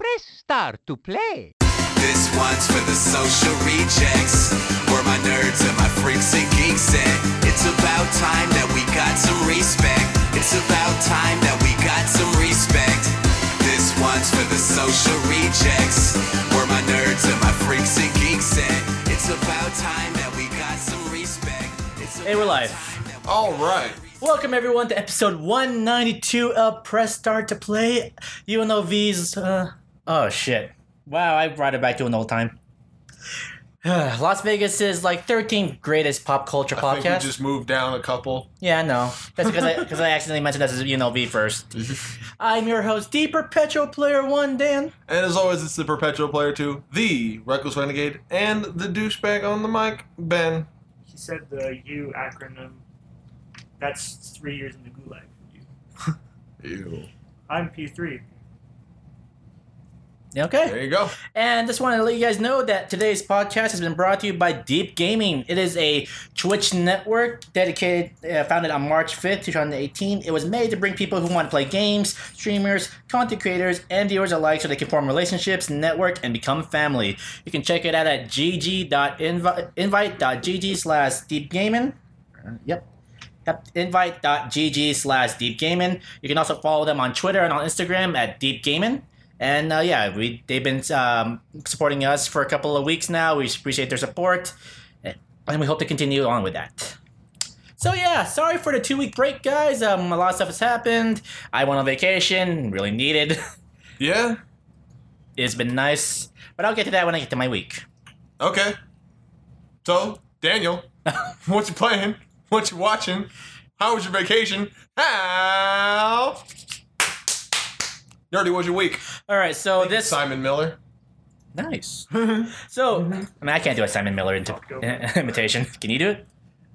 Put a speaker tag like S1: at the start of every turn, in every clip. S1: Let's start to play.
S2: This one's for the social rejects. We're my nerds and my freaks and geeks, and it's about time that we got some respect. It's about time that we got some respect. This one's for the social rejects. We're my nerds and my freaks and geeks, and it's about time that we got some respect. It's
S3: Hey, we're
S2: about
S3: live.
S2: time that we
S4: All
S2: got
S4: right.
S3: Welcome everyone to episode 192 of Press Start to Play UNLV's. Uh, oh shit! Wow, I brought it back to an old time. Las Vegas is like 13th greatest pop culture
S4: I think
S3: podcast.
S4: we just moved down a couple.
S3: Yeah, I know. That's because I, 'cause I accidentally mentioned this as UNLV first. I'm your host, the Perpetual Player One, Dan.
S4: And as always, it's the perpetual player two, the reckless renegade, and the douchebag on the mic, Ben.
S5: He said the U acronym. That's three years in the gulag. for you.
S4: Ew.
S5: I'm P3.
S3: You Okay.
S4: There you go.
S3: And just wanted to let you guys know that today's podcast has been brought to you by Deep Gaming. It is a Twitch network dedicated, uh, founded on March 5th, 2018. It was made to bring people who want to play games, streamers, content creators, and viewers alike so they can form relationships, network, and become family. You can check it out at gg.invite.gg slash deepgaming. Uh, Yep. Yep, invite.gg slash deepgaming. You can also follow them on Twitter and on Instagram at deepgaming. And uh, yeah, we they've been um, supporting us for a couple of weeks now. We appreciate their support, and we hope to continue on with that. So yeah, sorry for the two week break, guys. Um, a lot of stuff has happened. I went on vacation, really needed.
S4: Yeah.
S3: it's been nice, but I'll get to that when I get to my week.
S4: Okay. So, Daniel, what you playing? What you watching? How was your vacation? How? Nerdy, was your week?
S3: All right, so this
S4: Simon Miller.
S3: nice. so I mean, I can't do a Simon Miller into,
S5: Go.
S3: imitation. Can you do it?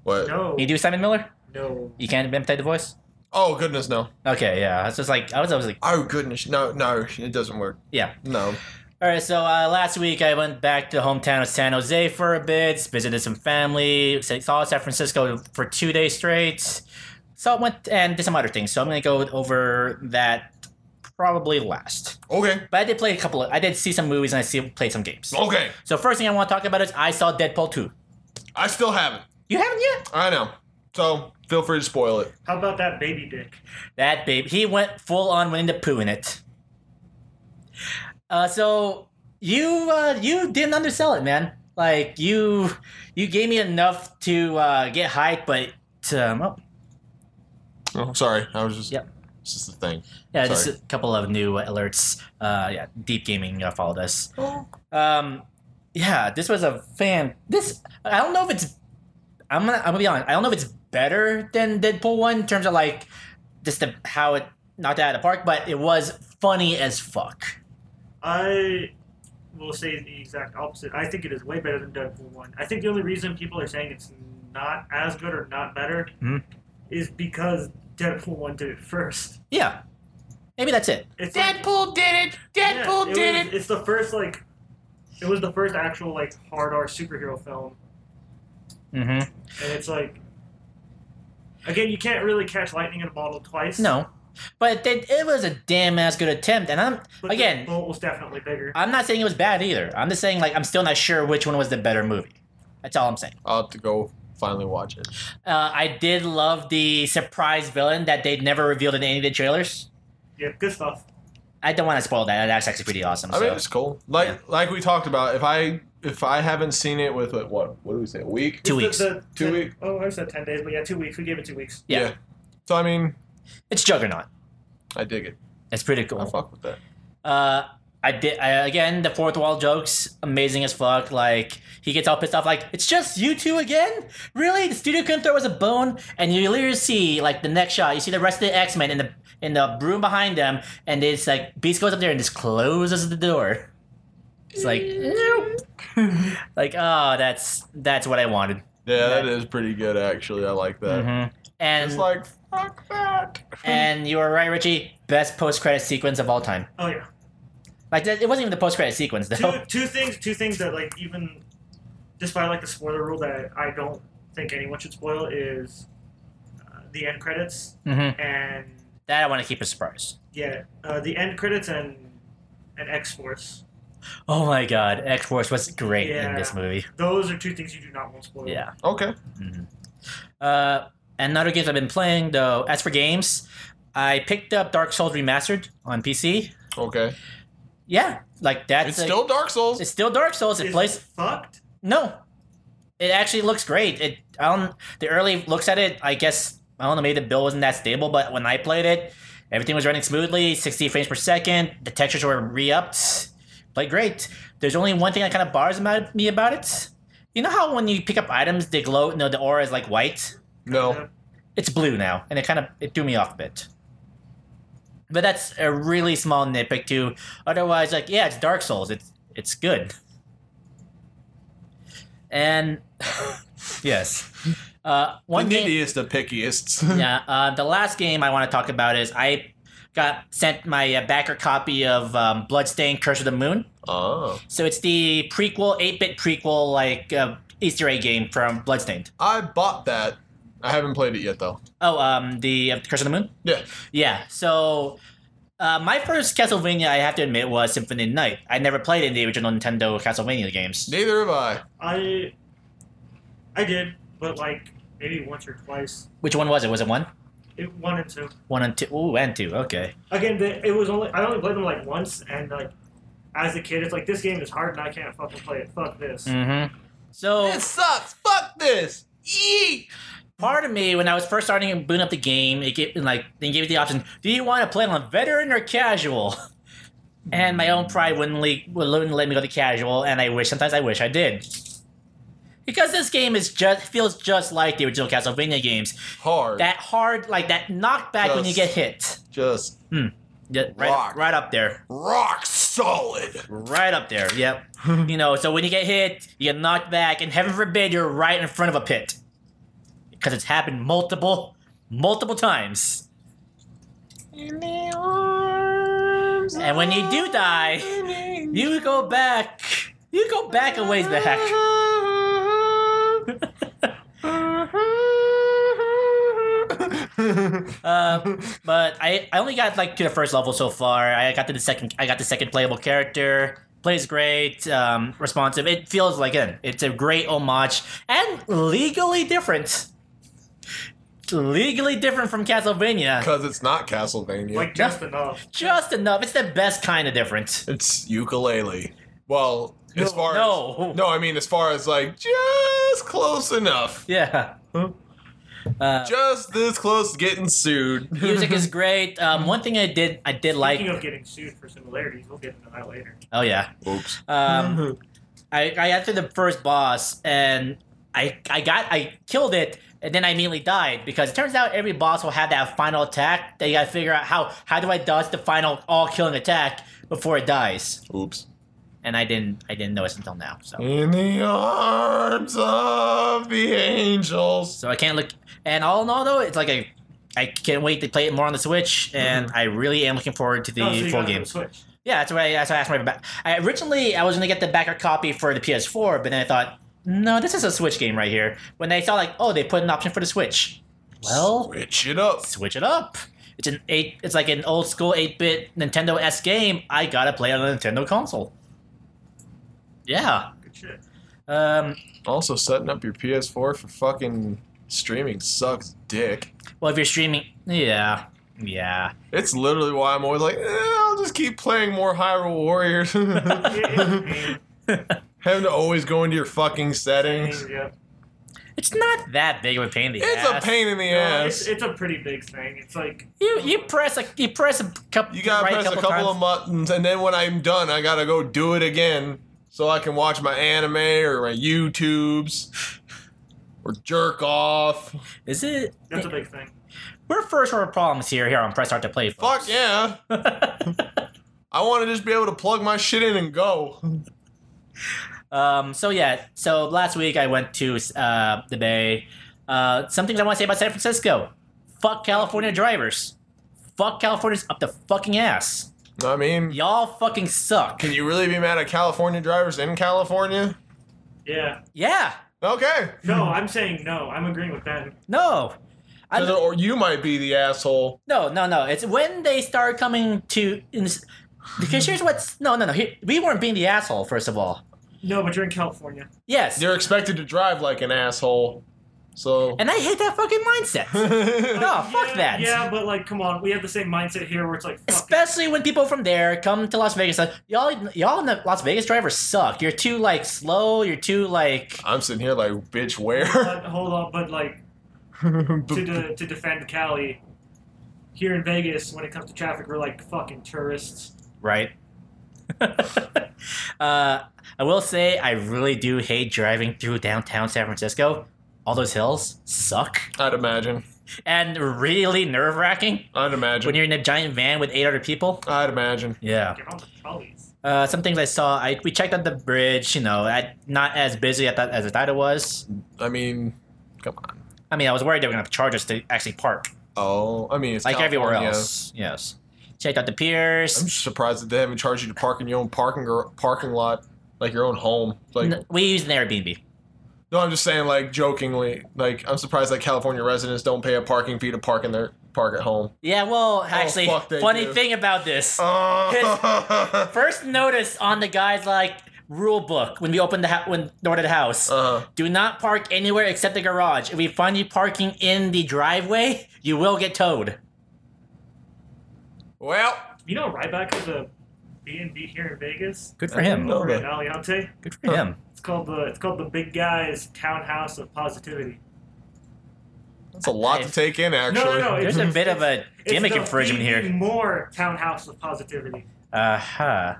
S4: What?
S5: No.
S3: Can you do Simon Miller?
S5: No.
S3: You can't imitate the voice.
S4: Oh goodness, no.
S3: Okay, yeah. I was just like, I was, I was like,
S4: Oh goodness, no, no, it doesn't work.
S3: yeah.
S4: No.
S3: All right, so uh, last week I went back to the hometown of San Jose for a bit, visited some family, saw San Francisco for two days straight. So I went and did some other things. So I'm gonna go over that probably last.
S4: Okay.
S3: But I did play a couple. Of, I did see some movies and I see played some games.
S4: Okay.
S3: So first thing I want to talk about is I saw Deadpool two.
S4: I still haven't.
S3: You haven't yet.
S4: I know. So feel free to spoil it.
S5: How about that baby dick?
S3: That babe, he went full on Winnie the Pooh in it. Uh, so you uh, you didn't undersell it, man. Like you you gave me enough to uh, get hyped, but um, oh,
S4: Oh, sorry. I was just.
S3: Yep.
S4: It's just a thing.
S3: yeah,
S4: Sorry.
S3: just a couple of new alerts. Uh, yeah, Deep Gaming uh, followed us. Um, yeah, this was a fan. This I don't know if it's. I'm gonna I'm gonna be honest. I don't know if it's better than Deadpool one in terms of like just the, how it knocked it out of the park, but it was funny as fuck.
S5: I will say the exact opposite. I think it is way better than Deadpool 1. I think the only reason people are saying it's not as good or not better
S3: Mhm.
S5: is because Deadpool 1 did it first.
S3: Yeah. Maybe that's it.
S5: It's like-
S3: Deadpool did it!
S5: Yeah, it was- It's the first, like, it was the first actual, like, hard R superhero film
S3: Mm-hmm.
S5: And it's like, again, you can't really catch lightning in a bottle twice.
S3: No. But it, it was a damn ass good attempt, and I'm
S5: but
S3: again,
S5: the bolt was definitely bigger.
S3: I'm not saying it was bad either. I'm just saying like I'm still not sure which one was the better movie. That's all I'm saying.
S4: I'll have to go finally watch it.
S3: Uh, I did love the surprise villain that they never revealed in any of the trailers.
S5: Yeah, good stuff.
S3: I don't want to spoil that. That's actually pretty awesome.
S4: I mean,
S3: so.
S4: it's cool. Like
S3: Yeah.
S4: like we talked about. If I if I haven't seen it with what what, what do we say? A week.
S3: Two
S5: It's the- the-
S4: Two
S5: ten-
S4: week-
S5: Oh, I said ten days, but yeah, two weeks. We gave it two weeks.
S3: yeah.
S4: So I mean,
S3: It's Juggernaut.
S4: I dig it.
S3: It's pretty
S4: I
S3: cool.
S4: fuck with that.
S3: Uh, I did I, again. The fourth wall jokes, amazing as fuck. Like he gets all pissed off, like it's just you two again. Really, the studio couldn't throw us a bone. And you literally see like the next shot, you see the rest of the X Men in the in the room behind them, and it's like Beast goes up there and just closes the door. It's like nope. like oh, that's that's what I wanted.
S4: Yeah, that is pretty good actually. I like that.
S3: Mhm. And
S4: It's like fuck that.
S3: and you were right, Richie. Best post credit sequence of all time.
S5: Oh yeah.
S3: Like that, it wasn't even the post credit sequence though.
S5: Two two things. Two things that like even, despite like the spoiler rule that I don't think anyone should spoil is, uh, the end credits
S3: hmm
S5: and
S3: That I want to keep a surprise.
S5: yeah, uh, the end credits and and X Force.
S3: Oh my god, X Force was great in
S5: Yeah.
S3: this movie.
S5: Those are two things you do not want spoiled.
S3: Yeah. Mm-hmm.
S4: Okay.
S3: Uh, and other games I've been playing though. As for games, I picked up Dark Souls Remastered on PC.
S4: Okay.
S3: Yeah, like that's
S4: It's
S3: a-
S4: still Dark Souls.
S3: it's still Dark Souls. It
S5: Is
S3: plays
S5: it fucked?
S3: no. It actually looks great. It I don't the early looks at it. I guess I don't know. Maybe the build wasn't that stable, but when I played it, everything was running smoothly, 60 frames per second. The textures were re-upped. Played great. There's only one thing that kind of bothers about me about it. You know how when you pick up items, they glow. No, the aura is like white.
S4: no.
S3: it's blue now, and it kind of it threw me off a bit. But that's a really small nitpick too. Otherwise, like yeah, it's Dark Souls. It's it's good. And yes, uh, one
S4: the
S3: game.
S4: nittiest, the pickiest.
S3: Yeah, uh, the last game I want to talk about is I got sent my uh, backer copy of um, Bloodstained: Curse of the Moon.
S4: oh.
S3: So it's the prequel, eight bit prequel, like uh, Easter egg game from Bloodstained.
S4: I bought that. I haven't played it yet though.
S3: Oh, um, the uh, Curse of the Moon.
S4: Yeah.
S3: Yeah. So uh, my first Castlevania, I have to admit, was Symphony of the Night. I never played in the original Nintendo Castlevania games.
S4: Neither have I.
S5: I I did, but like maybe once or twice.
S3: Which one was it? Was it one?
S5: It one and two.
S3: One and two. Ooh, and two. Okay.
S5: Again, the, it was only I only played them like once, and like as a kid, it's like this game is hard and I can't fucking play it. Fuck this.
S3: Mm-hmm. So
S4: This sucks. Fuck this. Eee.
S3: part of me, when I was first starting to boot up the game, it gave like they gave you the option: Do you want to play on veteran or casual? And my own pride wouldn't, le- wouldn't let me go to casual, and I wish sometimes I wish I did. Because this game is just feels just like the original Castlevania games.
S4: Hard.
S3: that hard like that knockback when you
S4: Just-
S3: get hit
S4: Just
S3: yeah, right,
S4: rock.
S3: right up there
S4: rock solid.
S3: right up there yep you know so when you get hit you get knocked back and heaven forbid you're right in front of a pit because it's happened multiple multiple times and when you do die you go back you go back a ways back Uh, but I, I only got like to the first level so far. I got to the second. I got the second playable character. Plays great, um, responsive. It feels like it. It's a great homage and legally different. Legally different from Castlevania.
S4: Because it's not Castlevania.
S5: Like just enough.
S3: Just enough. It's the best kind of different.
S4: it's ukulele. Well, as
S5: No,
S4: far
S3: no.
S4: as no, I mean as far as like just close enough.
S3: Yeah. Uh,
S4: Just this close to getting sued.
S3: music is great. Um, one thing I did I did like.
S5: Speaking of getting sued for similarities, we'll get into that later.
S3: Oh yeah.
S4: Oops.
S3: Um,
S5: Mm-hmm.
S3: I, I got to the first boss and I I got I killed it and then I immediately died because it turns out every boss will have that final attack that you gotta figure out how how do I dodge the final all killing attack before it dies.
S4: Oops.
S3: And I didn't I didn't notice until now. So
S4: In the arms of the angels.
S3: so I can't look and all in all though it's like a I can't wait to play it more on the Switch, and I really am looking forward to the
S5: Mm-hmm. Oh, so you
S3: full
S5: got it on
S3: game.
S5: the Switch.
S3: Yeah, that's what I, that's what I asked my back. I, originally, I was gonna get the backer copy for the PS4, but then I thought, no, this is a Switch game right here. When they saw like, oh, they put an option for the Switch. Well,
S4: Switch it up.
S3: switch it up. It's an eight. It's like an old school eight bit Nintendo S game. I gotta play it on a Nintendo console. Yeah.
S5: Good shit.
S3: Um,
S4: Also, setting up your PS4 for fucking streaming sucks dick.
S3: well, if you're streaming, yeah, yeah.
S4: It's literally why I'm always like, eh, I'll just keep playing more Hyrule Warriors. Having
S5: Yeah,
S4: to always go into your fucking
S5: yeah,
S4: settings.
S5: yeah.
S3: It's not that big of a pain in the
S4: It's a
S3: ass.
S4: pain in the
S5: No, it's,
S4: ass.
S5: it's a pretty big thing. It's like
S3: You you press a you press a couple.
S4: You gotta
S3: right
S4: press a couple
S3: times.
S4: of buttons, and then when I'm done, I gotta go do it again so I can watch my anime or my YouTubes or jerk off.
S3: Is it?
S5: that's a big thing.
S3: We're first world problems here. Here on Press Start to Play.
S4: Fuck yeah. I wanna just be able to plug my shit in and go.
S3: Um, so yeah, so last week I went to uh, the Bay. Uh, some things I want to say about San Francisco. Fuck California drivers. Fuck Californians up the fucking ass.
S4: I mean,
S3: Y'all fucking suck.
S4: Can you really be mad at California drivers in California?
S5: Yeah.
S3: Yeah.
S4: Okay.
S5: No, I'm saying no. I'm agreeing with that.
S3: No. I,
S4: 'Cause-
S3: no,
S4: or you might be the asshole.
S3: no, no. It's when they start coming to. In, Because here's what's no, no, no. Here, we weren't being the asshole, first of all.
S5: No, but you're in California.
S3: Yes,
S4: You're expected to drive like an asshole. So.
S3: and I hate that fucking mindset. No, fuck
S5: yeah,
S3: that.
S5: Yeah, but like, come on, we have the same mindset here where it's like, fuck it.
S3: Especially when people from there come to Las Vegas, like y'all, y'all in the Las Vegas drivers suck. You're too like slow. You're too like
S4: I'm sitting here like, bitch, where?
S5: But hold on, but like to de- to defend Cali, here in Vegas, when it comes to traffic, we're like fucking tourists.
S3: right. uh, I will say I really do hate driving through downtown San Francisco. All those hills suck
S4: I'd imagine.
S3: and really nerve wracking
S4: I'd
S3: when
S4: imagine.
S3: you're in a giant van with eight other people.
S4: I'd imagine.
S3: Yeah.
S5: Get on the trolleys.
S3: Uh, some things I saw. I we checked out the bridge. You know, I, not as busy I thought, as I thought it was.
S4: I mean, come on.
S3: I mean, I was worried they were gonna charge us to actually park,
S4: Oh, I mean, it's
S3: like everywhere
S4: California.
S3: else. Yes. Checked out the
S4: I'm
S3: piers.
S4: just surprised that they haven't charged you to park in your own parking gar- parking lot, like your own home. Like,
S3: N- we used an Airbnb.
S4: no, I'm just saying, like jokingly, like I'm surprised that California residents don't pay a parking fee to park in their park at home.
S3: Yeah. Well, actually,
S4: fuck, they
S3: funny
S4: do.
S3: thing about this.
S4: Uh
S3: First notice on the guy's like rule book when we opened the ho- when door to the house.
S4: huh.
S3: do not park anywhere except the garage. If we find you parking in the driveway, you will get towed.
S4: Well,
S5: You know, Ryback has a B and B here in Vegas
S3: Good for
S4: I
S3: him.
S4: know.
S5: over in
S4: that.
S5: Aliante.
S3: Good for him.
S5: It's called the it's called the Big Guys Townhouse of Positivity.
S4: that's a lot to take in, actually.
S5: no, no,
S3: There's a bit of a
S5: It's
S3: gimmick
S5: the
S3: infringement
S5: BB
S3: here.
S5: More Townhouse of Positivity.
S3: Uh huh.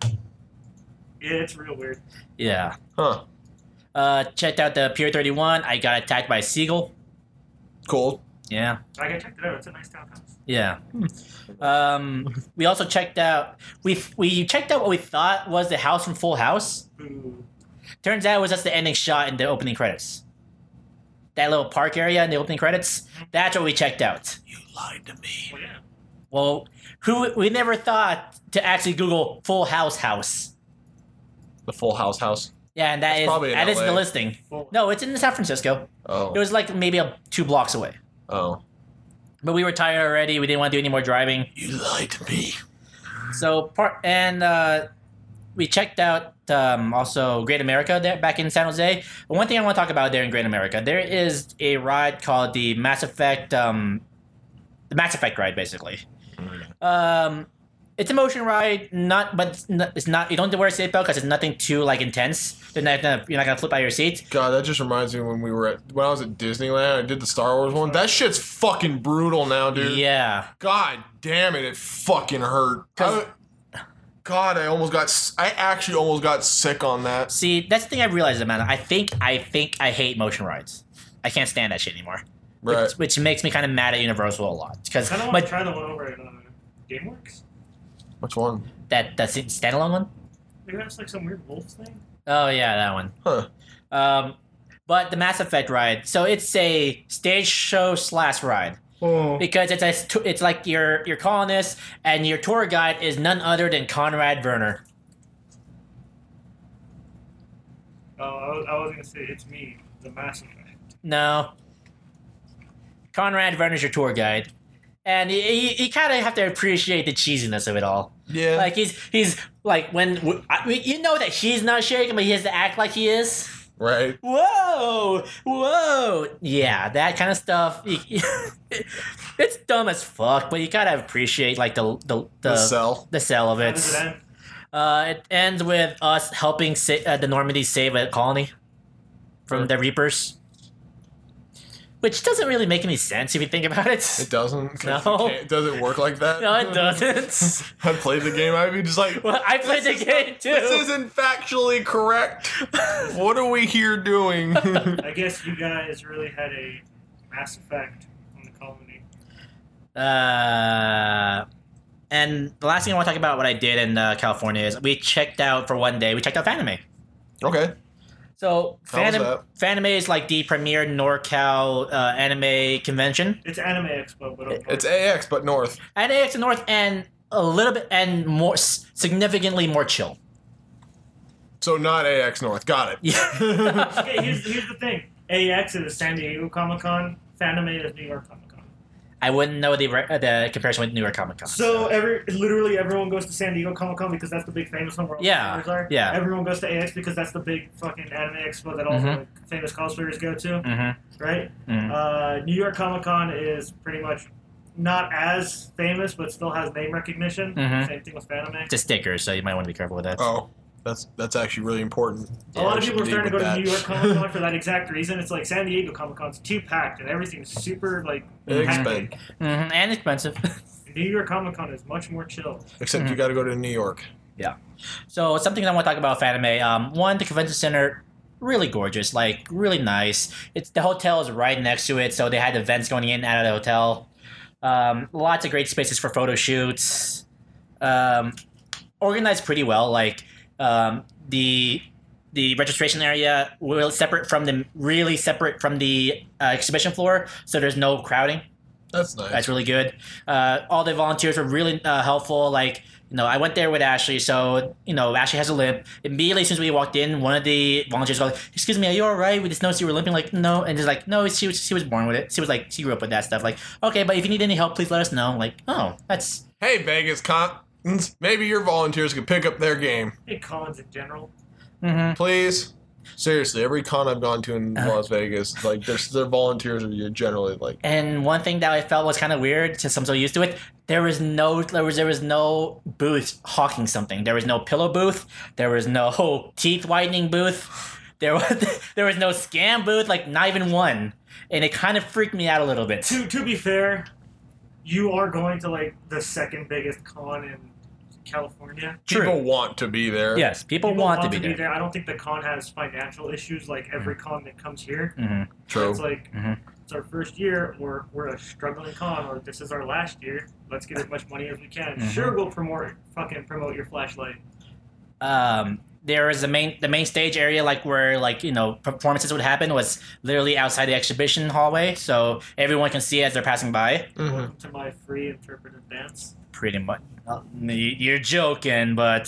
S5: Yeah, it's real weird.
S3: Yeah.
S4: Huh.
S3: Uh, checked out the Pier 31. I got attacked by a seagull.
S4: Cool.
S3: Yeah.
S5: Like, I checked it out. It's a nice townhouse.
S3: Yeah.
S4: Hmm.
S3: Um, we also checked out we we checked out what we thought was the house from Full House.
S5: Boo.
S3: Turns out it was just the ending shot in the opening credits. That little park area in the opening credits. That's what we checked out.
S4: You lied to me.
S5: Well, yeah.
S3: Well, who we never thought to actually Google Full House house.
S4: The Full House house.
S3: Yeah, and
S4: It's
S3: that is
S4: probably in
S3: that is
S4: LA.
S3: the listing.
S5: Full-
S3: No, it's in San Francisco.
S4: Oh.
S3: It was like maybe a, two blocks away.
S4: oh.
S3: But we were tired already. We didn't want to do any more driving.
S4: You lied to me.
S3: So part and uh, we checked out um, also Great America there back in San Jose. But one thing I want to talk about there in Great America, there is a ride called the Mass Effect, um, the Mass Effect ride, basically. Um, it's a motion ride, not but it's not, it's not you don't have to wear a seatbelt because it's nothing too like intense. You're not gonna you're not gonna flip out of your seat.
S4: God, that just reminds me when we were at when I was at Disneyland. I did the Star Wars one. That shit's fucking brutal now, dude.
S3: Yeah,
S4: God damn it, it fucking hurt.
S3: 'Cause-
S4: I- God, I almost got. s- I actually almost got sick on that.
S3: see that's the thing I realized, Amanda. I think I think I hate motion rides. I can't stand that shit anymore.
S4: Right.
S3: Which, which makes me kind of mad at Universal a lot because
S5: I kind of want to try the one over at uh, GameWorks.
S4: Which one?
S3: That that's it, standalone one.
S5: Maybe that's like some weird wolf thing.
S3: Oh yeah, that one.
S4: Huh.
S3: Um, but the Mass Effect ride. So it's a stage show slash ride
S4: Oh.
S3: because it's a st- it's like your your colonist and your tour guide is none other than Conrad Werner.
S5: Oh, I was, I was gonna say it's me, the massive guy.
S3: No. Conrad Werner's your tour guide. And you, you, you kind of have to appreciate the cheesiness of it all.
S4: Yeah.
S3: Like he's he's like when w I you know that he's not shaking, but he has to act like he is.
S4: right.
S3: whoa, whoa. Yeah, that kind of stuff. it's dumb as fuck, but you gotta appreciate like the the the,
S4: The cell.
S3: the sell of
S5: How
S3: it.
S5: does it end?
S3: Uh, it ends with us helping sa- uh, the Normandy save a colony from the Reapers, which doesn't really make any sense if you think about it.
S4: It doesn't. 'cause
S3: No.
S4: you can't- Does it work like that?
S3: no, it doesn't.
S4: I played the game. I'd be just like,
S3: well, I played the game too.
S4: this isn't factually correct. what are we here doing?
S5: I guess you guys really had a mass effect on the colony.
S3: Uh, and the last thing I want to talk about what I did in uh, California is we checked out for one day. We checked out Fanime.
S4: okay.
S3: So
S4: How was
S3: Fanim- Fanime is like the premier NorCal uh, anime convention,
S5: It's Anime Expo, but okay.
S4: It's AX, but north.
S3: and it's North and a little bit and more s- significantly more chill.
S4: So not AX North. Got it.
S3: Yeah.
S5: okay. Here's, here's the thing: AX is San Diego Comic Con, Fanime is New York Comic Con.
S3: I wouldn't know the re- uh, the comparison with newer Comic Con.
S5: So every literally everyone goes to San Diego Comic Con because that's the big famous one where all
S3: Yeah,
S5: the cosplayers are.
S3: yeah.
S5: Everyone goes to AX because that's the big fucking anime expo that all
S3: Mhm.
S5: the famous cosplayers go to,
S3: Mhm,
S5: right?
S3: mhm.
S5: Uh, New York Comic Con is pretty much not as famous, but still has name recognition.
S3: Mhm.
S5: Same thing with Fanime.
S3: It's a sticker, so you might want to be careful with that.
S4: Oh, that's that's actually really important.
S5: A lot of
S4: Yeah,
S5: people are
S4: we
S5: starting to
S4: should
S5: go to
S4: leave
S5: New
S4: with
S5: York
S4: that.
S5: Comic Con for that exact reason. It's like San Diego Comic Con's too packed, and everything's super like
S4: Expen-
S5: hectic.
S3: Mhm, And expensive.
S5: New York Comic Con is much more chill.
S4: Except
S3: Mhm.
S4: you got to go to New York.
S3: So something I want to talk about with anime. Um, one, the convention center, really gorgeous, like really nice. It's the hotel is right next to it, so they had events going in and out of the hotel. Um, lots of great spaces for photo shoots. Um, organized pretty well. Like um, the the registration area will separate from the really separate from the uh, exhibition floor, so there's no crowding.
S4: That's nice.
S3: That's really good. Uh, all the volunteers were really uh, helpful. Like, you know, I went there with Ashley, so you know, Ashley has a limp. Immediately, as soon as we walked in, one of the volunteers was like, "Excuse me, are you all right? We just noticed you were limping." Like, no, and just like, no, she was she was born with it. She was like, she grew up with that stuff. Like, okay, but if you need any help, please let us know. I'm like, oh, that's
S4: hey, Vegas Cons, maybe your volunteers could pick up their game,
S5: Hey, cons in general.
S3: mm-hmm.
S4: please. Seriously, every con I've gone to in
S3: Uh-huh.
S4: Las Vegas, like their their volunteers are generally like
S3: And one thing that I felt was kind of weird, since I'm so used to it, there was no there was there was no booth hawking something. There was no pillow booth. There was no teeth whitening booth. There was there was no scam booth. Like not even one. And it kind of freaked me out a little bit.
S5: To to be fair, you are going to like the second biggest con in California.
S3: True.
S4: people want to be there.
S3: yes, people, want, to be there.
S5: I don't think the con has financial issues like every con that comes here.
S3: Mhm.
S4: true.
S5: It's like
S3: Mhm.
S5: it's our first year, or we're a struggling con, or this is our last year. Let's get as much money as we can.
S3: Mhm.
S5: Sure, we'll promote fucking promote your flashlight.
S3: Um, there was the main the main stage area, like where like you know performances would happen, was literally outside the exhibition hallway, so everyone can see as they're passing by.
S4: Mhm.
S5: Welcome to my free interpretive dance.
S3: pretty much. You're joking, but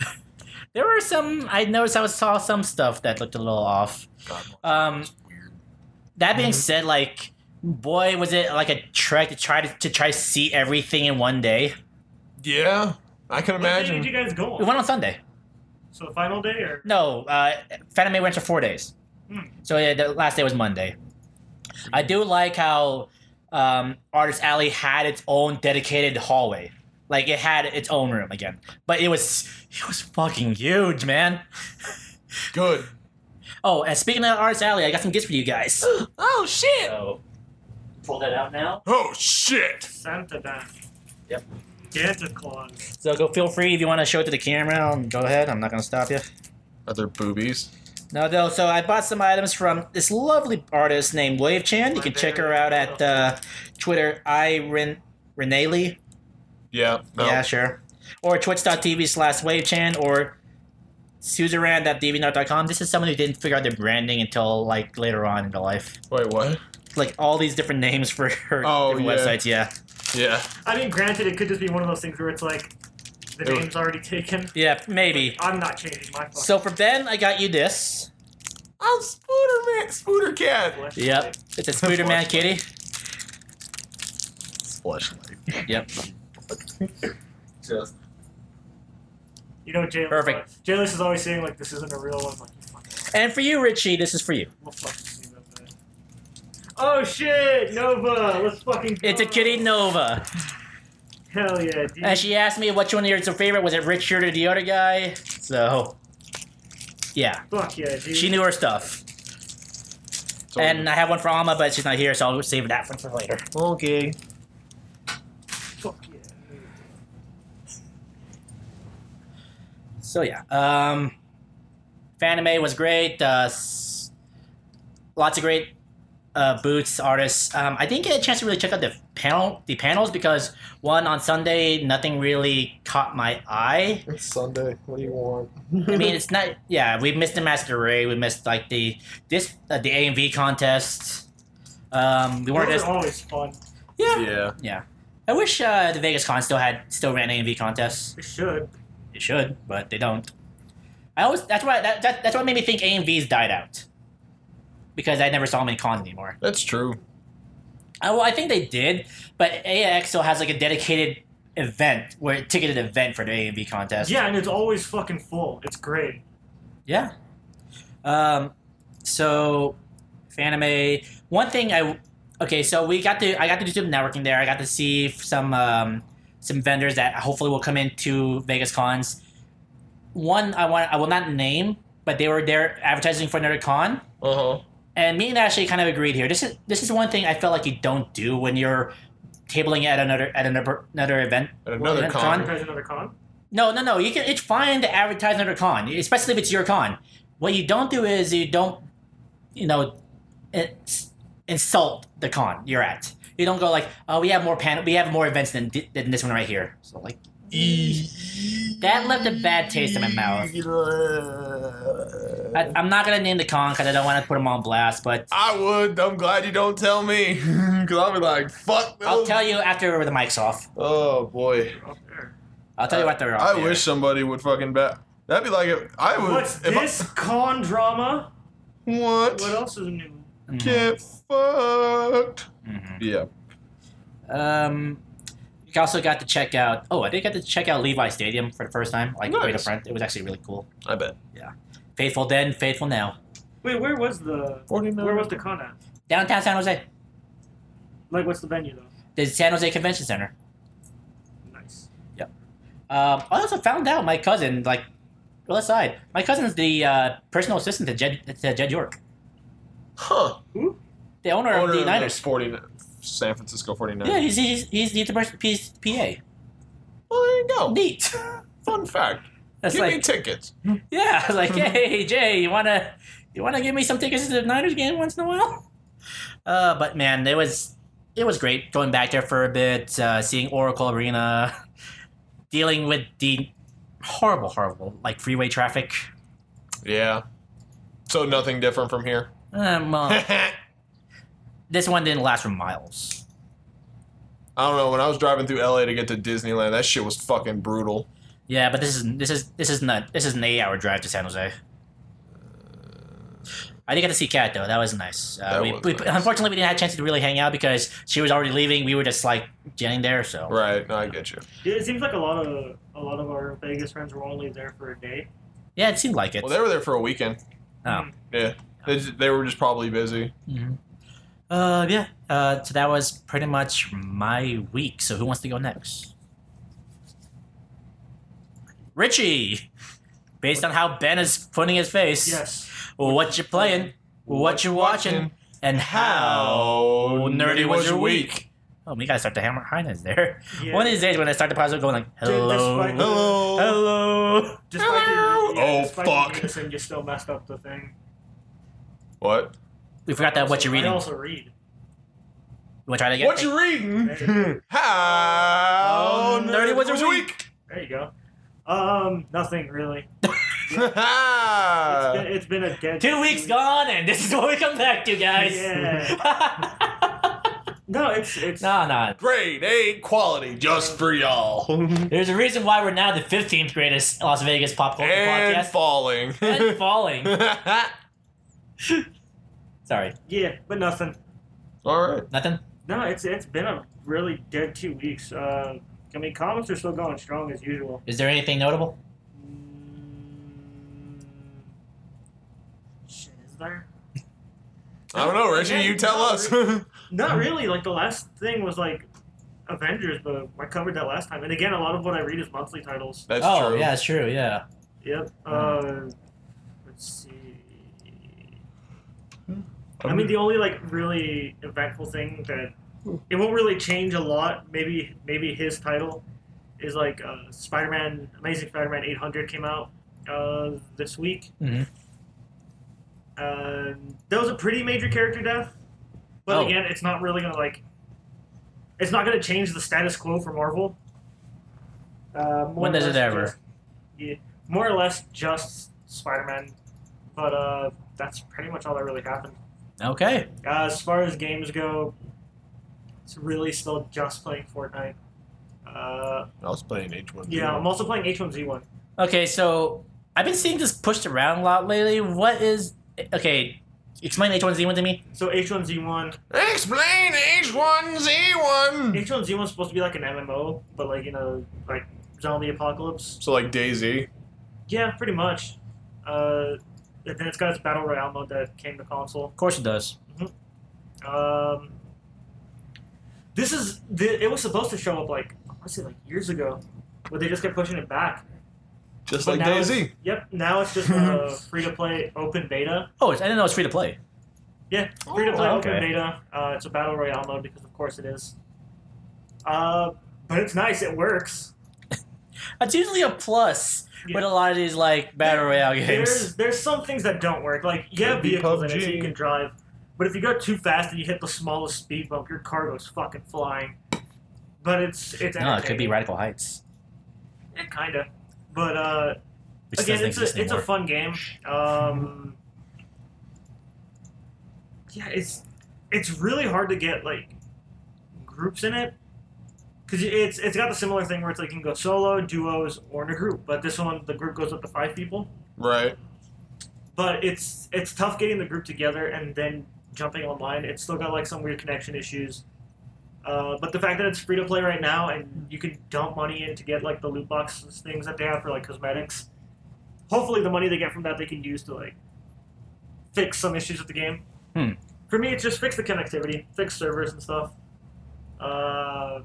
S3: there were some. I noticed I was- saw some stuff that looked a little off.
S4: God,
S5: Uh,
S3: Um,
S4: that's weird.
S3: that being said, like, boy, was it like a trek to try to, to try to see everything in one day.
S4: Yeah, I can
S5: What day did
S4: imagine.
S5: you guys go
S3: We
S5: on?
S3: went on Sunday.
S5: So final day or
S3: No, uh, Fanime went for four days.
S5: Hmm.
S3: So yeah, the last day was Monday. I do like how um, Artist Alley had its own dedicated hallway. Like it had its own room again, but it was it was fucking huge, man.
S4: Good.
S3: Oh, and speaking of Artist Alley, I got some gifts for you guys.
S4: oh shit.
S3: so, pull that out now.
S4: Oh shit.
S5: Santa dance?
S3: Yep.
S5: Santa Claus.
S3: So go feel free if you want to show it to the camera. um, Go ahead. I'm not gonna stop you.
S4: Are there boobies?
S3: No, though. So I bought some items from this lovely artist named Wave Chan. You can check her out at uh, Twitter. I Ren Renaley.
S4: Yeah. No.
S3: Yeah, sure. Or twitch.tv slash wavechan or suzerain.deviantart.com. This is someone who didn't figure out their branding until like later on in their life.
S4: Wait, what?
S3: Like all these different names for her
S4: Oh,
S3: different
S4: yeah.
S3: websites. Yeah.
S4: Yeah.
S5: I mean, granted, it could just be one of those things where it's like the
S4: Ew.
S5: name's already taken.
S3: Yeah, maybe.
S5: I'm not changing my fucking
S3: So for Ben, I got you this.
S4: I'm Spooder Man. Spooder Cat.
S5: flashlight.
S3: Yep. It's a Spider Man kitty.
S4: Flashlight.
S3: Yep.
S4: Just.
S5: You know, Jalen.
S3: Perfect.
S5: Jalen is always saying like this isn't a real one. I'm like, you fucking
S3: And for you, Richie, this is for you.
S5: we'll fucking see about that. Oh shit, Nova, let's fucking. Go.
S3: It's a kitty Nova.
S5: Hell yeah, dude.
S3: And she asked me which one of your favorite was it Richard or the other guy? So yeah.
S5: Fuck yeah, dude.
S3: She knew her stuff. And I have one for Alma, but she's not here, so I'll save that one for later.
S4: okay.
S5: Fuck yeah. dude.
S3: So yeah, um, Fanime was great. Uh, s- lots of great uh, boots artists. Um, I didn't get a chance to really check out the panel, the panels because one on Sunday nothing really caught my eye.
S4: It's Sunday. What do you want?
S3: I mean, it's not. Yeah, we missed the masquerade. We missed like the this uh, the AMV contest. Um, we weren't
S5: Those
S3: as
S5: are always fun.
S3: yeah.
S4: yeah.
S3: I wish uh, the Vegas Con still had still ran AMV contests.
S5: It should.
S3: They should, but they don't. I always that's why that, that that's what made me think AMVs died out because I never saw them in cons anymore.
S4: That's true.
S3: I, well, I think they did, but AX still has like a dedicated event where ticketed event for the AMV contest.
S5: Yeah, and it's always fucking full. It's great.
S3: Yeah. Um, so, Fanime. One thing I okay, so we got to I got to do some networking there. I got to see some um, some vendors that hopefully will come into Vegas cons. One I want I will not name, but they were there advertising for another con.
S4: Uh huh.
S3: And me and Ashley kind of agreed here. This is this is one thing I felt like you don't do when you're tabling at another at another another event.
S4: At another
S3: Well,
S4: con.
S5: Advertise another con.
S3: No, no, no. You can. It's fine to advertise another con, especially if it's your con. What you don't do is you don't, you know, ins- insult the con you're at. You don't go like, oh, we have more pan, we have more events than thi- than this one right here. So like,
S4: E.
S3: that left a bad taste in my mouth. I, I'm not gonna name the con because I don't want to put them on blast, but
S4: I would. I'm glad you don't tell me, cause I'll be like, fuck.
S3: I'll
S4: those-
S3: tell you after the mic's off.
S4: Oh boy.
S5: Up there.
S3: I'll tell you after. they're
S4: I
S3: off the air.
S4: wish somebody would fucking bet. That'd be like if I would.
S5: What's
S4: if I-
S5: this con drama?
S4: what?
S5: What else is new?
S3: Mhm,
S4: Get fucked.
S3: mhm.
S4: Yeah.
S3: Um, you also got to check out. Oh, I did get to check out Levi Stadium for the first time, like right up
S4: Nice.
S3: front. It was actually really cool.
S4: I bet.
S3: Faithful then, faithful now.
S5: Wait, where was the
S4: 49.
S5: where was the con at?
S3: Downtown San Jose,
S5: Like, what's the venue though?
S3: the San Jose Convention Center.
S5: Nice.
S3: Um, I also found out my cousin, like, real aside, my cousin's the uh, personal assistant to Jed to Jed York,
S4: Huh.
S3: the owner,
S4: Owner
S3: of the
S4: of
S3: Niners.
S4: 49 San Francisco 49ers.
S3: Yeah, he's he's, he's, he's the person he's PA.
S4: Well, there you go.
S3: Neat.
S4: Fun fact.
S3: That's
S4: Give me
S3: like
S4: tickets.
S3: yeah, I was like hey Jay, you wanna you wanna give me some tickets to the Niners game once in a while? Uh, but man, it was it was great going back there for a bit, uh, seeing Oracle Arena, dealing with the horrible, horrible like freeway traffic.
S4: Yeah. So nothing different from here.
S3: Um, uh,
S4: I
S3: this one didn't last for miles.
S4: don't know. When I was driving through LA to get to Disneyland, that shit was fucking brutal.
S3: Yeah, but this is this is this is not this is an eight-hour drive to San Jose. I did get to see Kat though. That was nice. Uh,
S4: That
S3: we,
S4: was
S3: we,
S4: nice.
S3: Unfortunately, we didn't have a chance to really hang out because she was already leaving. We were just like getting there, so
S4: Right. No, I get you.
S5: Yeah, it seems like a lot of a lot of our Vegas friends were only there for a day.
S3: yeah, it seemed like it.
S4: Well, they were there for a weekend.
S5: Hmm.
S3: Oh.
S4: Yeah. They, just, they were just probably busy.
S3: Mhm. Uh, yeah. Uh, so that was pretty much my week. So who wants to go next? Richie, based on how Ben is putting his face,
S5: Yes.
S3: what you playing, what you watching, and how. nerdy was your week? Oh, we gotta start the hammer highness there.
S5: Yeah.
S3: One of these days when I start the podcast, going like,
S5: Dude, that's
S3: hello,
S5: fine. Oh.
S4: Hello.
S3: hello.
S5: Despite your, yeah,
S4: Oh,
S5: despite
S4: fuck.
S5: Your innocent, you still messed up the thing.
S4: What?
S3: We forgot that what you're reading.
S5: I
S3: You
S5: also read.
S3: wanna try that again?
S4: What you reading?
S5: Hey.
S4: how
S3: Oh, nerdy was your week?
S5: There you go. Um, nothing really. It's been,
S4: yeah,
S5: it's been a dead.
S3: Two weeks gone, and this is what we come back to, guys.
S5: No, it's it's.
S3: no, no.
S4: Grade A quality just for y'all.
S3: There's a reason why we're now the 15th greatest Las Vegas pop culture
S4: and
S3: podcast.
S4: falling.
S3: and falling. Sorry,
S5: Yeah, but nothing.
S4: All right.
S3: nothing.
S5: No, it's it's been a really dead two weeks. Uh, I mean, comments are still going strong as usual.
S3: Is there anything notable?
S5: Mm, Shit, is there?
S4: I don't know, Richie. You tell us.
S5: Not really. Like the last thing was like Avengers, but I covered that last time. And again, a lot of what I read is monthly titles.
S4: That's
S3: oh,
S4: true.
S3: yeah, it's true. Yeah.
S5: Yep. Uh, let's see.
S3: Hmm.
S5: I mean, the only like really eventful thing that it won't really change a lot. Maybe maybe his title is like uh, Spider-Man, Amazing Spider-Man 800 came out uh, this week.
S3: Mhm.
S5: Um, that was a pretty major character death, but
S3: Oh.
S5: again, it's not really gonna like. It's not gonna change the status quo for Marvel. Uh, more
S3: When
S5: or
S3: does it
S5: less
S3: ever?
S5: just- yeah, more or less just Spider-Man, but uh, that's pretty much all that really happened.
S3: Okay.
S5: Uh, as far as games go, it's really still just playing Fortnite. Uh,
S4: I was playing H1.
S5: yeah, I'm also playing H1Z1.
S3: Okay, so I've been seeing this pushed around a lot lately. What is okay? Explain H1Z1 to me.
S5: So H1Z1,
S4: Explain H1Z1.
S5: H1Z1 is supposed to be like an MMO, but like you know, like zombie apocalypse.
S4: So like Daisy.
S5: Yeah, pretty much. Uh, and then it's got its battle royale mode that came to console.
S3: Of course it does.
S5: Um, this is the, it was supposed to show up like honestly like years ago, but they just kept pushing it back.
S4: Just
S5: But
S4: like
S5: now
S4: Daisy.
S5: it's- Yep, now it's just uh, free to play open beta.
S3: Oh, it's, I didn't know it's free to play.
S5: Yeah, free to play
S3: Oh, okay.
S5: open beta. Uh, it's a battle royale mode because of course it is. Uh, but it's nice. It works.
S3: That's usually a plus
S5: Yeah.
S3: with a lot of these like battle royale games.
S5: There's there's some things that don't work. Like you have
S4: Could be
S5: vehicles in it so
S4: PUBG.
S5: you can drive, but if you go too fast and you hit the smallest speed bump, your car goes fucking flying. But it's it's
S3: No, it could be
S5: entertaining.
S3: Radical Heights,
S5: Yeah, kinda. But uh,
S3: which
S5: again,
S3: doesn't
S5: it's
S3: exist
S5: a, it's a
S3: anymore.
S5: fun game. Um, yeah, it's it's really hard to get like groups in it because it's it's got the similar thing where it's like you can go solo, duos, or in a group. But this one, the group goes up to five people.
S4: Right.
S5: But it's it's tough getting the group together and then jumping online. It's still got like some weird connection issues. Uh, but the fact that it's free to play right now and you can dump money in to get like the loot boxes things that they have for like cosmetics. Hopefully, the money they get from that they can use to like fix some issues with the game.
S3: Hmm.
S5: For me, it's just fix the connectivity, fix servers and stuff. Uh,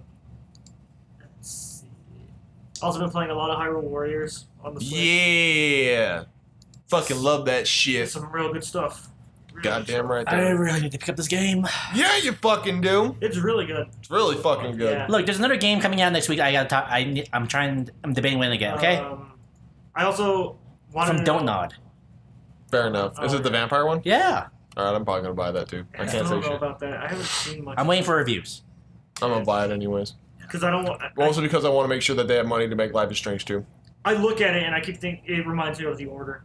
S5: let's see. Also, been playing a lot of Hyrule Warriors on the Switch.
S4: Yeah. Fucking love that
S5: It's
S4: shit.
S5: some real good stuff. Really good
S4: Goddamn right
S3: I
S4: there.
S3: really need to pick up this game.
S4: Yeah, you fucking do.
S5: It's really good.
S4: It's really fucking good.
S5: Yeah.
S3: Look, there's another game coming out next week. I gotta talk. I ne- I'm trying. I'm debating when again. Okay,
S5: Um, I also wanted
S3: from
S5: to
S3: Don't
S5: know,
S3: Nod.
S4: Fair enough. Is
S5: Oh,
S4: it the
S5: yeah.
S4: vampire one?
S3: Yeah,
S4: All right, I'm probably gonna buy that too. I
S5: I
S4: can't
S5: still
S4: say
S5: don't know
S4: shit.
S5: about that. I haven't seen much.
S3: I'm waiting for reviews.
S4: I'm gonna buy it anyways.
S5: because I don't. want- I,
S4: Also because I want to make sure that they have money to make Life is Strange too.
S5: I look at it and I keep thinking it reminds me of The Order.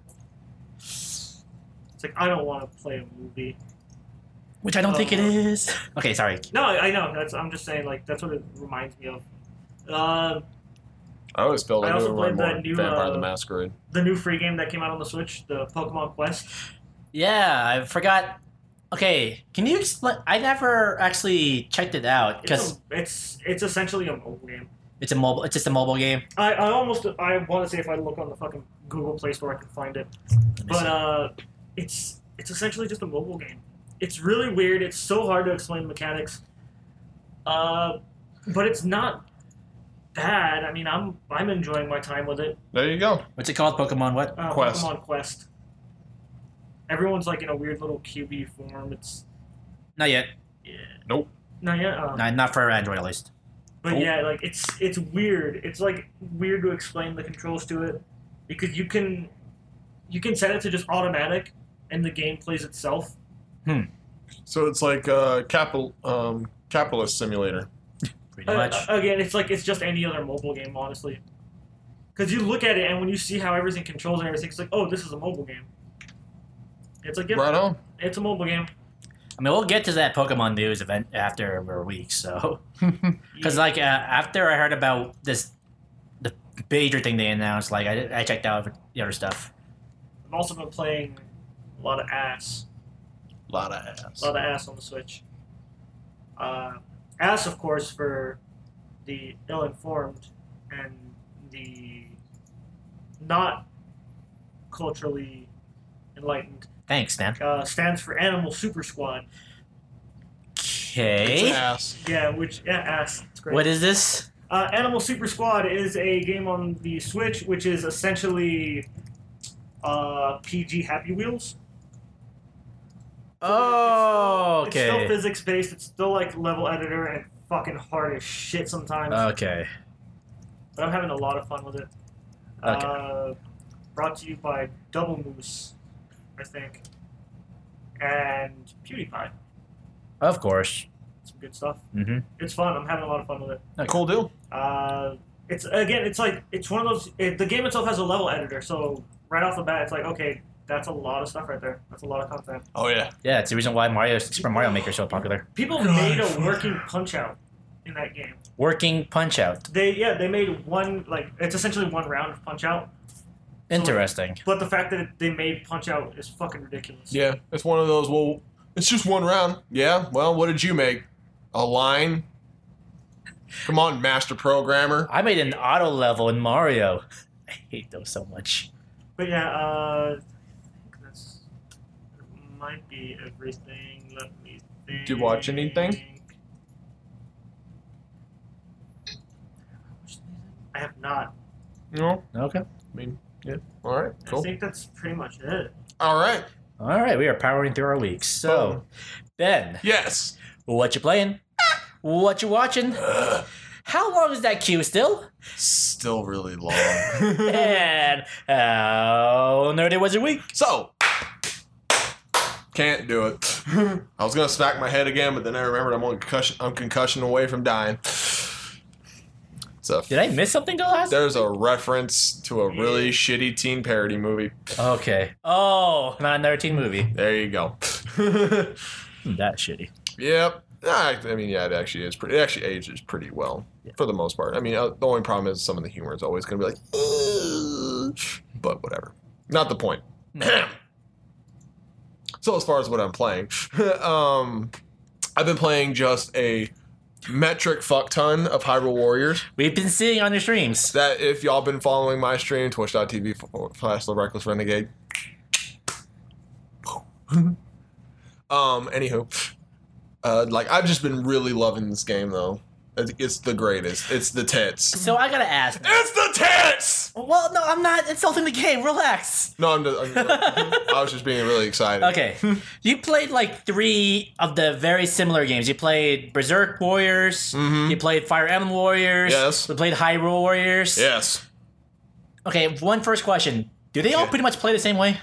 S5: It's like I don't want to play a movie.
S3: Which I don't think it
S5: Oh.
S3: is. Okay, sorry.
S5: No, I, I know. That's I'm just saying. Like that's what it reminds me of. Uh,
S4: I always felt
S5: I
S4: like it
S5: also
S4: would run
S5: played that
S4: more
S5: new,
S4: Vampire
S5: uh,
S4: the Masquerade.
S5: the new free game that came out on the Switch, the Pokemon Quest.
S3: Yeah, I forgot. Okay, can you explain? I never actually checked it out
S5: It's,
S3: because
S5: a, it's it's essentially a mobile game.
S3: it's a mobile. It's just a mobile game.
S5: I, I almost I want to say if I look on the fucking Google Play Store, I can find it.
S3: Let me
S5: but
S3: see.
S5: uh, it's it's essentially just a mobile game. It's really weird. It's so hard to explain mechanics. Uh, but it's not bad. I mean, I'm I'm enjoying my time with it.
S4: There you go.
S3: What's it called? Pokemon what?
S5: Uh,
S4: Quest.
S5: Pokemon Quest. Everyone's like in a weird little QB form. It's
S3: Not yet.
S5: yeah.
S4: Nope.
S5: Not yet. Uh,
S3: Not, not for Android at least.
S5: But
S4: Nope.
S5: yeah, like it's it's weird. It's like weird to explain the controls to it because you can you can set it to just automatic and the game plays itself.
S4: So it's like uh, capital um, capitalist simulator.
S3: Pretty much.
S5: Uh, again, it's like it's just any other mobile game, honestly. Because you look at it and when you see how everything controls and everything, it's like, oh, this is a mobile game. It's like, yep,
S4: Right on.
S5: it's a mobile game.
S3: I mean, we'll get to that Pokemon news event after we're a week. So, because like uh, after I heard about this, the major thing they announced, like I, I checked out the other stuff.
S5: I've also been playing a lot of ass,
S4: Lot of ass.
S5: a lot of ass on the Switch. Uh, ass, of course, for the ill-informed and the not culturally enlightened.
S3: Thanks, man.
S5: Uh, stands for Animal Super Squad. eh?
S4: It's
S3: Okay.
S4: ass.
S5: Yeah, which yeah, ass. It's uh, great.
S3: What is this?
S5: Uh, Animal Super Squad is a game on the Switch, which is essentially uh, PG Happy Wheels.
S3: Oh,
S5: It's still
S3: okay.
S5: physics based. It's still like level editor and fucking hard as shit sometimes.
S3: Okay.
S5: but I'm having a lot of fun with it.
S3: Okay.
S5: Uh, brought to you by Double Moose, I think, and PewDiePie.
S3: Of course.
S5: Some good stuff.
S3: Mm-hmm.
S5: It's fun. I'm having a lot of fun with it.
S4: Cool deal.
S5: Uh, it's again, it's like it's one of those. It, the game itself has a level editor, so right off the bat, it's like okay, that's a lot of stuff right there. That's a lot of content.
S4: Oh yeah.
S3: Yeah, it's the reason why Mario Super Mario Maker is so popular.
S5: People
S4: God.
S5: made a working punch out in that game.
S3: Working Punch Out.
S5: They yeah, they made one like it's essentially one round of punch out,
S3: Interesting.
S5: But the fact that they made Punch Out is fucking ridiculous.
S4: Yeah, it's one of those. Well, it's just one round. Yeah. Well, what did you make? A line. Come on, master programmer.
S3: I made an auto level in Mario. I hate those so much.
S5: But yeah, uh, I think that's that might be everything. Let me think.
S4: you watch anything?
S5: I have not.
S4: No.
S3: Okay.
S4: I mean, yeah. All right.
S5: I
S4: Cool.
S5: think that's pretty much it.
S4: All right.
S3: All right, we are powering through our week. So, Ben,
S4: Yes.
S3: what you playing? What you watching?
S4: Ugh,
S3: How long is that queue still?
S4: still really long.
S3: and how nerdy was your week?
S4: so. Can't do it. I was gonna smack my head again, but then I remembered I'm on concussion. I'm concussion away from dying. So
S3: Did I miss something the last?
S4: there's a reference to a really shitty teen parody movie.
S3: Okay. Oh, not another teen movie. Hmm,
S4: There you go.
S3: That shitty.
S4: yep. Ah, I mean, yeah, it actually is pretty. It actually ages pretty well for the most part. I mean, uh, the only problem is some of the humor is always going to be like, "Ugh," but whatever. Not the point. so as far as what I'm playing, um, I've been playing just a metric fuck ton of Hyrule Warriors.
S3: We've been seeing on your streams.
S4: That if y'all been following my stream, twitch.tv forward slash the reckless renegade. um, anywho, uh, like I've just been really loving this game though. It's- It's the greatest. It's the tits.
S3: So I gotta ask.
S4: It's the tits.
S3: Well, no, I'm not insulting the game. Relax.
S4: No, I'm just, I'm just- I was just being really excited.
S3: Okay. you played like three of the very similar games. You played Berserk Warriors.
S4: Mhm.
S3: You played Fire Emblem Warriors.
S4: Yes.
S3: We played Hyrule Warriors.
S4: Yes.
S3: Okay, one first question. Do they all
S4: Okay.
S3: pretty much play the same way?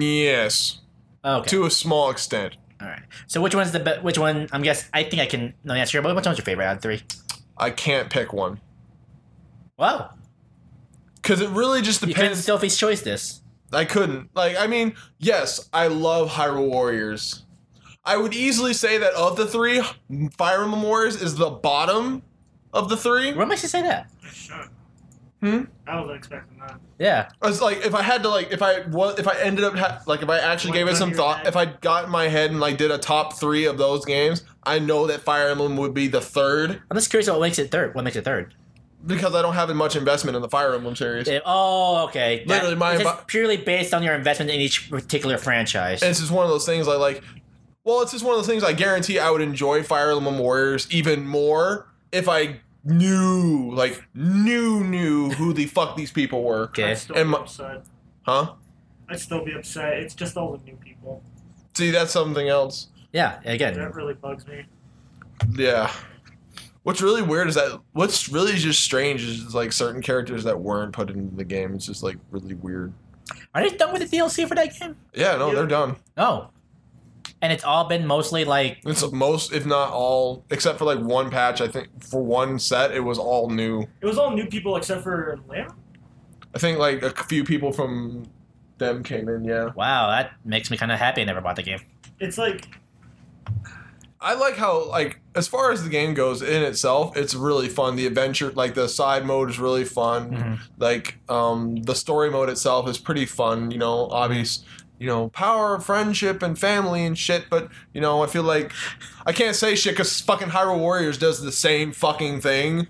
S4: Yes.
S3: Oh, Okay.
S4: To a small extent,
S3: All right. So which one's the be- which one? I'm guess I think I can no answer. But which one's your favorite out of three?
S4: I can't pick one
S3: Wow.
S4: because it really just
S3: You couldn't
S4: depends.
S3: Sophie's choice this.
S4: I couldn't. Like, I mean, yes, I love Hyrule Warriors. I would easily say that of the three, Fire Emblem Warriors is the bottom of the three.
S3: What makes you say that?
S5: Sure.
S4: Hmm?
S5: I wasn't expecting that.
S3: Yeah.
S4: It's like if I had to like if I was if I ended up ha- like if I actually
S5: What
S4: gave it
S5: gun
S4: some
S5: you're
S4: thought,
S5: at?
S4: if I got in my head and like did a top three of those games, I know that Fire Emblem would be the third
S3: I'm just curious what makes it third. What makes it third?
S4: because I don't have much investment in the Fire Emblem series.
S3: It- oh, okay. That-
S4: Literally, my
S3: it's
S4: bu-
S3: just purely based on your investment in each particular franchise.
S4: And it's just one of those things I like. Well, it's just one of those things I guarantee I would enjoy Fire Emblem Warriors even more if I knew, like, knew, knew who the fuck these people were.
S3: okay.
S5: I'd still
S4: And
S5: be
S4: my-
S5: upset.
S4: Huh?
S5: I'd still be upset. It's just all the new people.
S4: See, that's something else.
S3: Yeah. Again.
S5: That really bugs me.
S4: Yeah. What's really weird is that what's really just strange is just, like certain characters that weren't put into the game. It's just like really weird.
S3: Are they done with the DLC for that game?
S4: Yeah, no,
S5: Yeah.
S4: they're done.
S3: No. And it's all been mostly like
S4: It's most, if not all, except for like one patch. I think for one set, it was all new.
S5: It was all new people except for Lamb.
S4: I think like a few people from them came in. Yeah.
S3: wow. That makes me kind of happy. I never bought the game.
S5: It's like
S4: I like how like as far as the game goes in itself, it's really fun. The adventure, like the side mode, is really fun.
S3: Mhm.
S4: Like um, the story mode itself is pretty fun. You know, obvious. You know, power, friendship, and family and shit. But you know, I feel like I can't say shit because fucking Hyrule Warriors does the same fucking thing.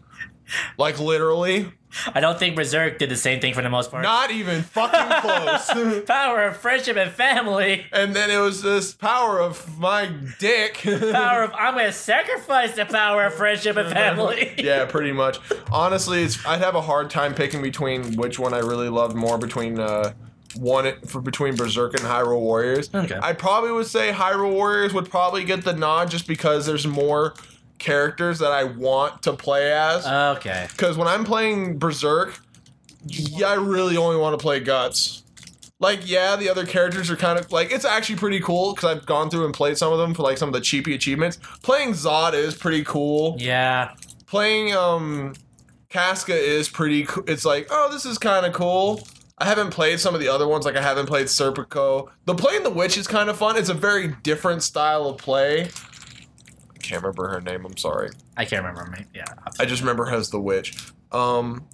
S4: Like literally,
S3: I don't think Berserk did the same thing for the most part.
S4: not even fucking close.
S3: Power of friendship and family.
S4: and then it was this power of my dick.
S3: Power of I'm gonna sacrifice the power of friendship and family.
S4: yeah, pretty much. Honestly, it's I'd have a hard time picking between which one I really loved more between uh, one for between Berserk and Hyrule Warriors.
S3: Okay.
S4: I probably would say Hyrule Warriors would probably get the nod just because there's more characters that I want to play as.
S3: Uh, Okay.
S4: Because when I'm playing Berserk, yeah, I really only want to play Guts. Like, yeah, the other characters are kind of like it's actually pretty cool because I've gone through and played some of them for like some of the cheapy achievements. Playing Zod is pretty cool
S3: Yeah.
S4: playing um Casca is pretty cool. It's like, oh, this is kind of cool. I haven't played some of the other ones, like I haven't played Serpico. The playing the witch is kind of fun. It's a very different style of play. I can't remember her name. I'm sorry.
S3: I can't remember. my- Yeah.
S4: I just remember her as the witch. Um,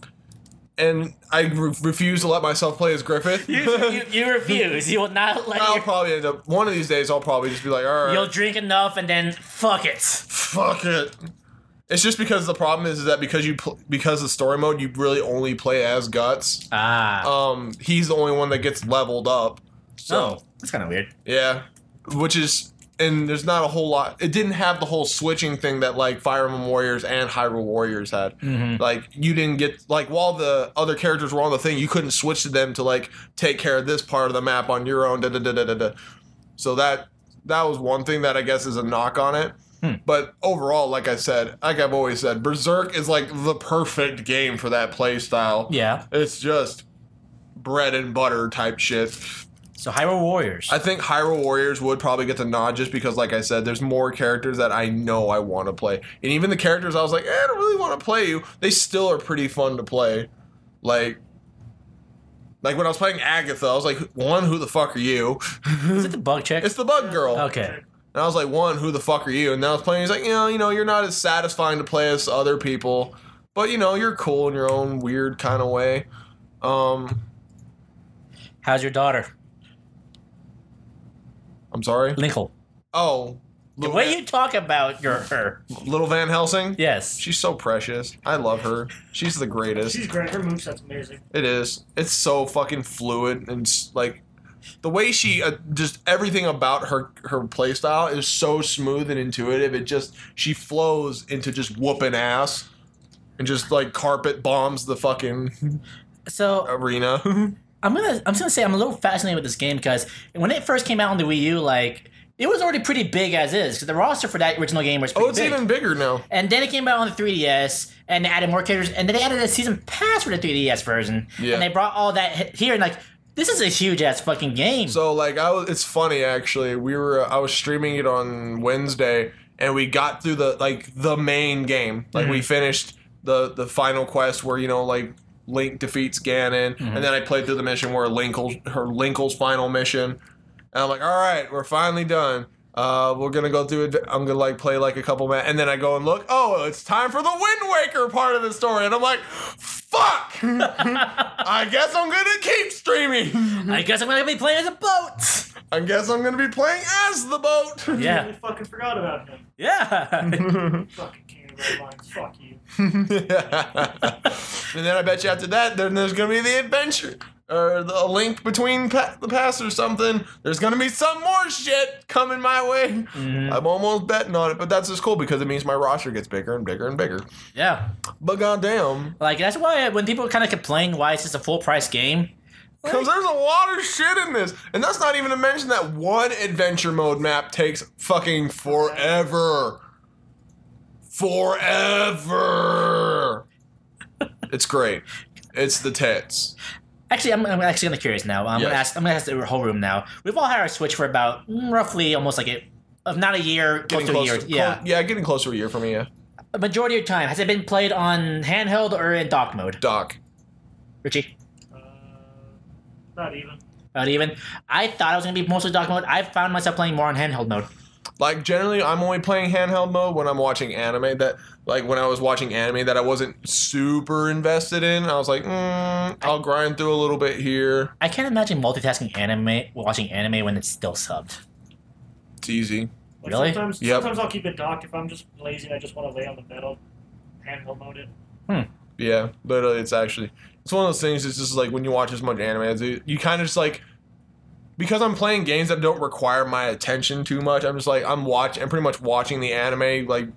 S4: and I re- refuse to let myself play as Griffith.
S3: You, you, you refuse. You will not let.
S4: I'll
S3: your-
S4: probably end up one of these days. I'll probably just be like, all right,
S3: You'll drink enough and then fuck it.
S4: fuck it. It's just because the problem is, is that because you pl- because the story mode, you really only play as Guts.
S3: Ah.
S4: Um, he's the only one that gets leveled up. So
S3: oh, that's kind of weird.
S4: yeah, which is and there's not a whole lot. It didn't have the whole switching thing that like Fire Emblem Warriors and Hyrule Warriors had.
S3: Mm-hmm.
S4: Like you didn't get like while the other characters were on the thing, you couldn't switch to them to like take care of this part of the map on your own. Da da da da da. da. So that that was one thing that I guess is a knock on it.
S3: Hmm.
S4: But overall, like I said, like I've always said, Berserk is like the perfect game for that play style.
S3: Yeah.
S4: It's just bread and butter type shit.
S3: So Hyrule Warriors.
S4: I think Hyrule Warriors would probably get the nod just because, like I said, there's more characters that I know I want to play. And even the characters I was like, eh, I don't really want to play you, they still are pretty fun to play. Like, like when I was playing Agatha, I was like, one, who the fuck are you?
S3: Is it the bug check?
S4: It's the bug girl.
S3: Okay.
S4: And I was like, one, who the fuck are you? And then I was playing, he's like, you know, you know, you're not as satisfying to play as other people, but you know, you're cool in your own weird kind of way. Um,
S3: How's your daughter,
S4: I'm sorry.
S3: Linkle?
S4: Oh,
S3: The way you talk about your her.
S4: Little Van Helsing?
S3: Yes.
S4: She's so precious. I love her. She's the greatest.
S5: She's great. Her moveset's amazing.
S4: It is. It's so fucking fluid and s- like the way she uh, just everything about her her playstyle is so smooth and intuitive. It just she flows into just whooping ass and just like carpet bombs the fucking
S3: So
S4: arena.
S3: I'm gonna I'm just gonna say I'm a little fascinated with this game because when it first came out on the Wii U, like it was already pretty big as is because the roster for that original game was pretty
S4: oh, it's
S3: big.
S4: even bigger now.
S3: and then it came out on the 3DS and they added more characters and then they added a season pass for the 3DS version
S4: Yeah.
S3: and they brought all that he- here and like this is a huge ass fucking game.
S4: So like I was, it's funny actually. We were uh, I was streaming it on Wednesday, and we got through the like the main game. Like we finished the the final quest where you know like Link defeats Ganon, and then I played through the mission where Linkle her Linkle's final mission. And I'm like, all right, we're finally done. Uh, we're gonna go through. Ad- I'm gonna like play like a couple minutes, and then I go and look. Oh, it's time for the Wind Waker part of the story, and I'm like, fuck. I guess I'm gonna keep streaming.
S3: I guess I'm gonna be playing as a boat.
S4: I guess I'm gonna be playing as the boat.
S5: We
S3: Yeah,
S5: fucking forgot about him.
S3: yeah.
S5: Fucking King of Red Vines. Fuck you.
S4: and then I bet you after that, then there's gonna be the adventure or the, a link between pa- the past or something. There's gonna be some more shit coming my way. I'm almost betting on it, but that's just cool because it means my roster gets bigger and bigger and bigger.
S3: yeah.
S4: But goddamn,
S3: Like that's why when people kind of complain why it's just a full price game.
S4: because there's a lot of shit in this, and that's not even to mention that one adventure mode map takes fucking forever. Forever. it's great. It's the tits.
S3: Actually, I'm, I'm actually kind of curious now. I'm gonna
S4: Yes.
S3: ask. I'm gonna ask the whole room now. We've all had our Switch for about mm, roughly almost like it, of not a year, close to a year. yeah,
S4: clo- yeah, getting closer to a year for me. Yeah,
S3: a majority of time has it been played on handheld or in dock mode?
S4: Doc.
S3: Richie,
S5: Uh, not even.
S3: not even. I thought I was gonna be mostly dock mode. I found myself playing more on handheld mode.
S4: Like generally, I'm only playing handheld mode when I'm watching anime. That like when I was watching anime that I wasn't super invested in. I was like, mm, I'll grind through a little bit here.
S3: I can't imagine multitasking anime, watching anime when it's still subbed.
S4: It's easy.
S5: Like
S3: Really?
S5: Sometimes,
S4: Yep.
S5: sometimes I'll keep it docked if I'm just lazy and I just want to lay on the bed. I'll handheld mode it.
S4: Yeah, literally, it's actually it's one of those things. It's just like when you watch as much anime, as you, you kind of just like because I'm playing games that don't require my attention too much. I'm just like I'm watch I'm pretty much watching the anime, like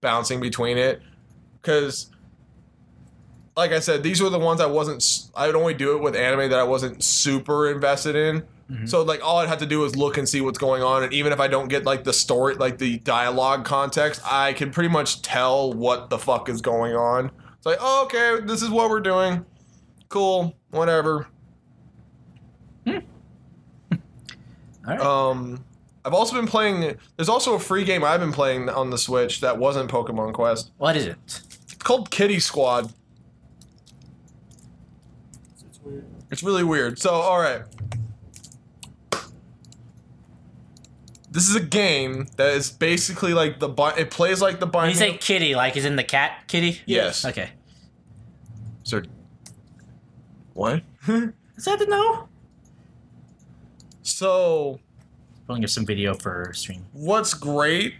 S4: bouncing between it, because. Like I said, these were the ones I wasn't. s- I would only do it with anime that I wasn't super invested in. So like all I'd have to do is look and see what's going on, and even if I don't get like the story, like the dialogue context, I can pretty much tell what the fuck is going on. It's like, oh, okay, this is what we're doing. Cool, whatever.
S3: All Hmm. right.
S4: Um, I've also been playing. There's also a free game I've been playing on the Switch that wasn't Pokemon Quest.
S3: what is it?
S4: It's called Kitty Squad.
S5: It's, it's weird.
S4: It's really weird. So, all right. This is a game that is basically like the bi- it plays like the
S3: When
S4: binding.
S3: you say kitty, like is in the cat kitty?
S4: Yes.
S3: Okay.
S4: Sir, What?
S6: Is that the no?
S4: so
S6: Pulling up some video for stream.
S4: what's great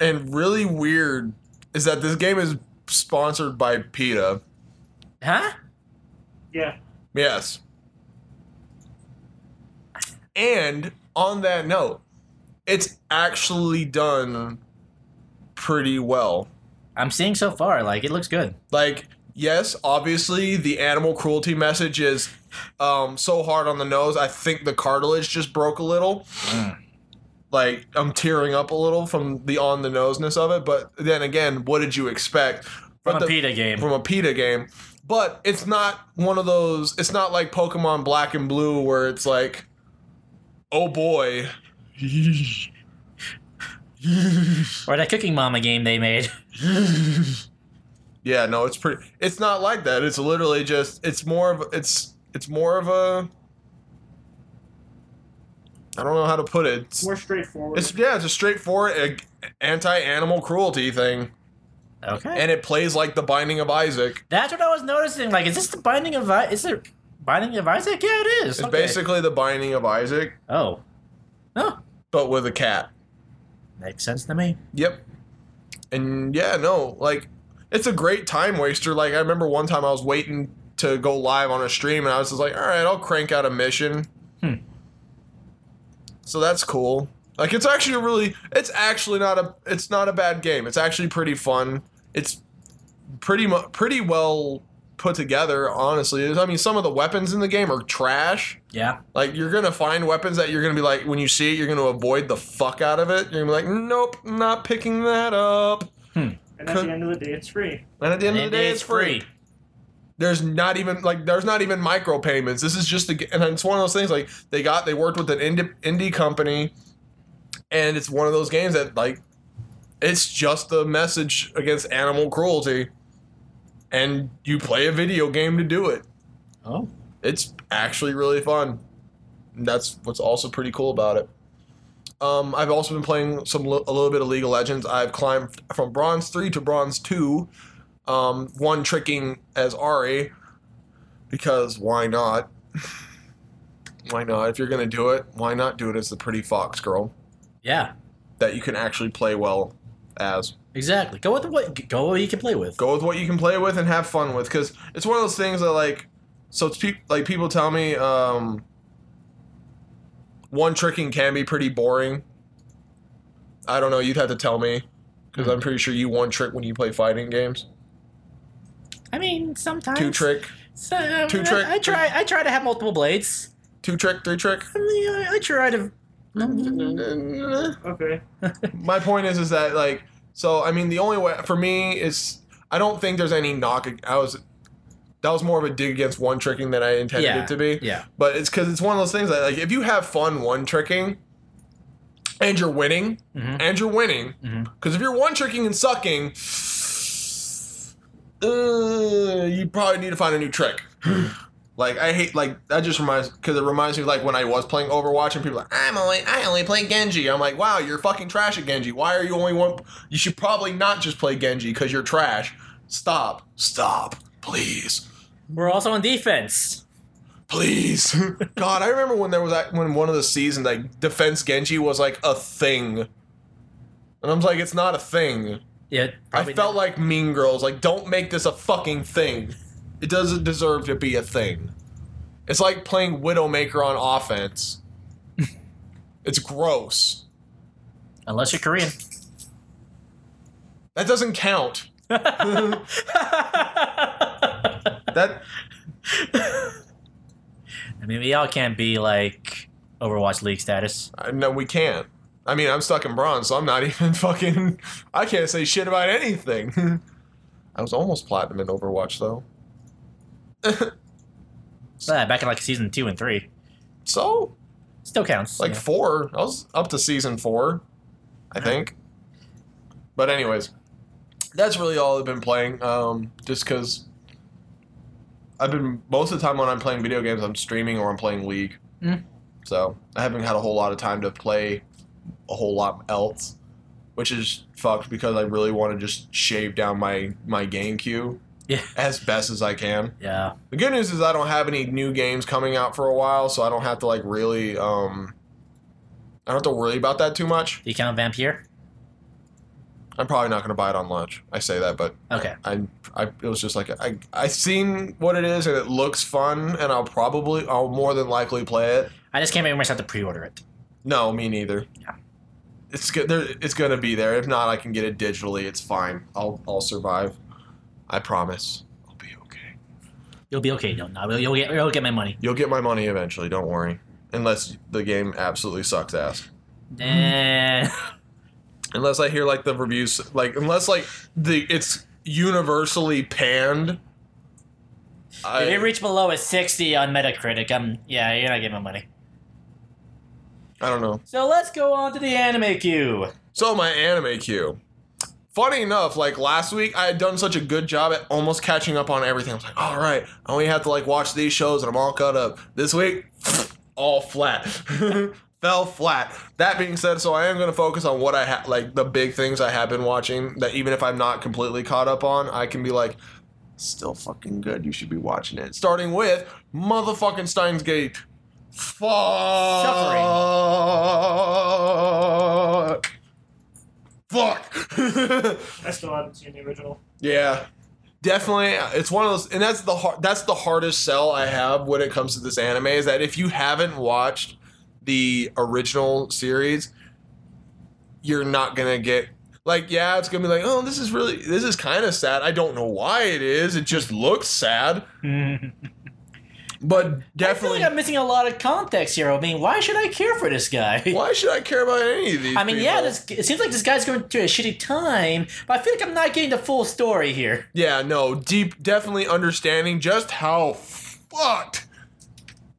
S4: and really weird is that this game is sponsored by PETA.
S6: Huh?
S5: Yeah.
S4: Yes. And on that note, it's actually done pretty well.
S6: I'm seeing so far, like it looks good.
S4: Like, yes, obviously the animal cruelty message is um, so hard on the nose. I think the cartilage just broke a little. Like, I'm tearing up a little from the on the noseness of it. But then again, what did you expect
S6: From
S4: But
S6: a
S4: the-
S6: PETA game.
S4: from a PETA game? But it's not one of those. It's not like Pokemon Black and Blue where it's like, oh boy.
S6: Or that Cooking Mama game they made.
S4: Yeah, no, it's pretty. It's not like that. It's literally just. It's more of. It's. It's more of a. I don't know how to put it. It's,
S5: More straightforward.
S4: it's yeah. It's a straightforward ag- anti-animal cruelty thing,
S6: Okay.
S4: and it plays like the Binding of Isaac.
S6: That's what I was noticing. Like, is this the Binding of I- Is it Binding of Isaac? Yeah, it is.
S4: It's
S6: Okay.
S4: basically the Binding of Isaac,
S6: Oh. Oh.
S4: but with a cat.
S6: Makes sense to me.
S4: Yep. And yeah, no, like it's a great time waster. Like I remember one time I was waiting to go live on a stream and I was just like, all right, I'll crank out a mission.
S6: Hmm.
S4: So that's cool. Like it's actually a really it's actually not a it's not a bad game. It's actually pretty fun. It's pretty mu- pretty well put together, honestly. I mean, some of the weapons in the game are trash.
S6: Yeah.
S4: Like you're gonna find weapons that you're gonna be like when you see it, you're gonna avoid the fuck out of it. You're gonna be like, nope, not picking that up.
S5: and at the end of the day, it's free.
S4: And at the end of the day, it's free. There's not even like there's not even micropayments. This is just a, g- and it's one of those things like they got they worked with an indie indie company, and it's one of those games that like it's just a message against animal cruelty, and you play a video game to do it.
S6: Oh.
S4: it's actually really fun. And that's what's also pretty cool about it. Um, I've also been playing some li- a little bit of League of Legends. I've climbed from bronze three to bronze two, um, one tricking as Ari because why not? why not? If you're gonna do it, why not do it as the pretty fox girl
S6: Yeah.
S4: that you can actually play well as?
S6: Exactly. Go with what go with what you can play with.
S4: go with what you can play with and have fun with because it's one of those things that like so it's peop like people tell me um one tricking can be pretty boring i don't know you'd have to tell me because i'm pretty sure you one trick when you play fighting games
S6: I mean, sometimes
S4: two trick
S6: So, um,
S4: Two
S6: I-
S4: trick-
S6: I, try. I try to have multiple blades.
S4: two trick three trick
S6: I, mean, I, I try to.
S5: Okay.
S4: my point is is that like so i mean the only way for me is i don't think there's any knock i was that was more of a dig against one tricking than i intended
S6: Yeah.
S4: it to be
S6: Yeah.
S4: But it's because it's one of those things that like if you have fun one tricking, and you're winning,
S6: Mhm.
S4: and you're winning,
S6: Mhm.
S4: because if you're one tricking and sucking, uh, you probably need to find a new trick. like I hate like that just reminds because it reminds me of, like when I was playing Overwatch and people are like I'm only I only play Genji. I'm like wow you're fucking trash at Genji. Why are you only one? You should probably not just play Genji because you're trash. Stop, stop, please
S6: We're also on defense.
S4: please. God, I remember when there was that when one of the seasons like defense Genji was like a thing, and I was like, it's not a thing.
S6: Yeah.
S4: I felt like Mean Girls, like don't make this a fucking thing. It doesn't deserve to be a thing. It's like playing Widowmaker on offense. it's gross.
S6: unless you're Korean.
S4: That doesn't count. That
S6: I mean, we all can't be like Overwatch League status.
S4: I- uh, no, we can't. I mean, I'm stuck in bronze, so I'm not even fucking. I can't say shit about anything. I was almost platinum in Overwatch, though.
S6: Yeah, back in like season two and three,
S4: So,
S6: still counts.
S4: like
S6: yeah.
S4: four, I was up to season four, I think. But anyways, that's really all I've been playing. Um, just because I've been most of the time when I'm playing video games, I'm streaming or I'm playing League.
S6: Mm.
S4: So I haven't had a whole lot of time to play a whole lot else, which is fucked because I really want to just shave down my my game queue
S3: Yeah.
S4: as best as I can.
S3: Yeah.
S4: The good news is I don't have any new games coming out for a while, so I don't have to like really um I don't have to worry about that too much.
S3: Do you count Vampire?
S4: I'm probably not going to buy it on launch. I say that, but
S3: Okay.
S4: I, I it was just like I I seen what it is and it looks fun and I'll probably I'll more than likely play it.
S3: I just can't make myself to pre-order it.
S4: No, me neither.
S3: Yeah.
S4: It's good. There, it's gonna be there. If not, I can get it digitally. It's fine. I'll I'll survive. I promise. I'll be okay.
S3: You'll be okay. No, no, you'll get you'll get my money.
S4: You'll get my money eventually. Don't worry. Unless the game absolutely sucks ass.
S3: Eh,
S4: Unless I hear like the reviews, like unless like the it's universally panned. I,
S3: if you reach below a 60 on Metacritic, I'm yeah, you're not getting my money.
S4: I don't know.
S3: So let's go on to the anime queue.
S4: So my anime queue. Funny enough, like last week, I had done such a good job at almost catching up on everything. I was like, all right, I only have to like watch these shows and I'm all caught up. This week, all flat. Fell flat. That being said, so I am going to focus on what I have, like the big things I have been watching that even if I'm not completely caught up on, I can be like, still fucking good. You should be watching it. Starting with motherfucking Steins Gate. Fuck. Fuck.
S5: I still haven't seen the original.
S4: yeah. Definitely, it's one of those, and that's the har- that's the hardest sell I have when it comes to this anime is that if you haven't watched the original series, you're not gonna get like yeah, it's gonna be like oh this is really this is kind of sad. I don't know why it is. It just looks sad, but
S3: I
S4: definitely.
S3: feel like I'm missing a lot of context here. I mean, why should I care for this guy?
S4: why should I care about any of these?
S3: I mean, yeah,
S4: people?
S3: this, it seems like this guy's going through a shitty time, but I feel like I'm not getting the full story here.
S4: Yeah, no, deep, definitely understanding just how fucked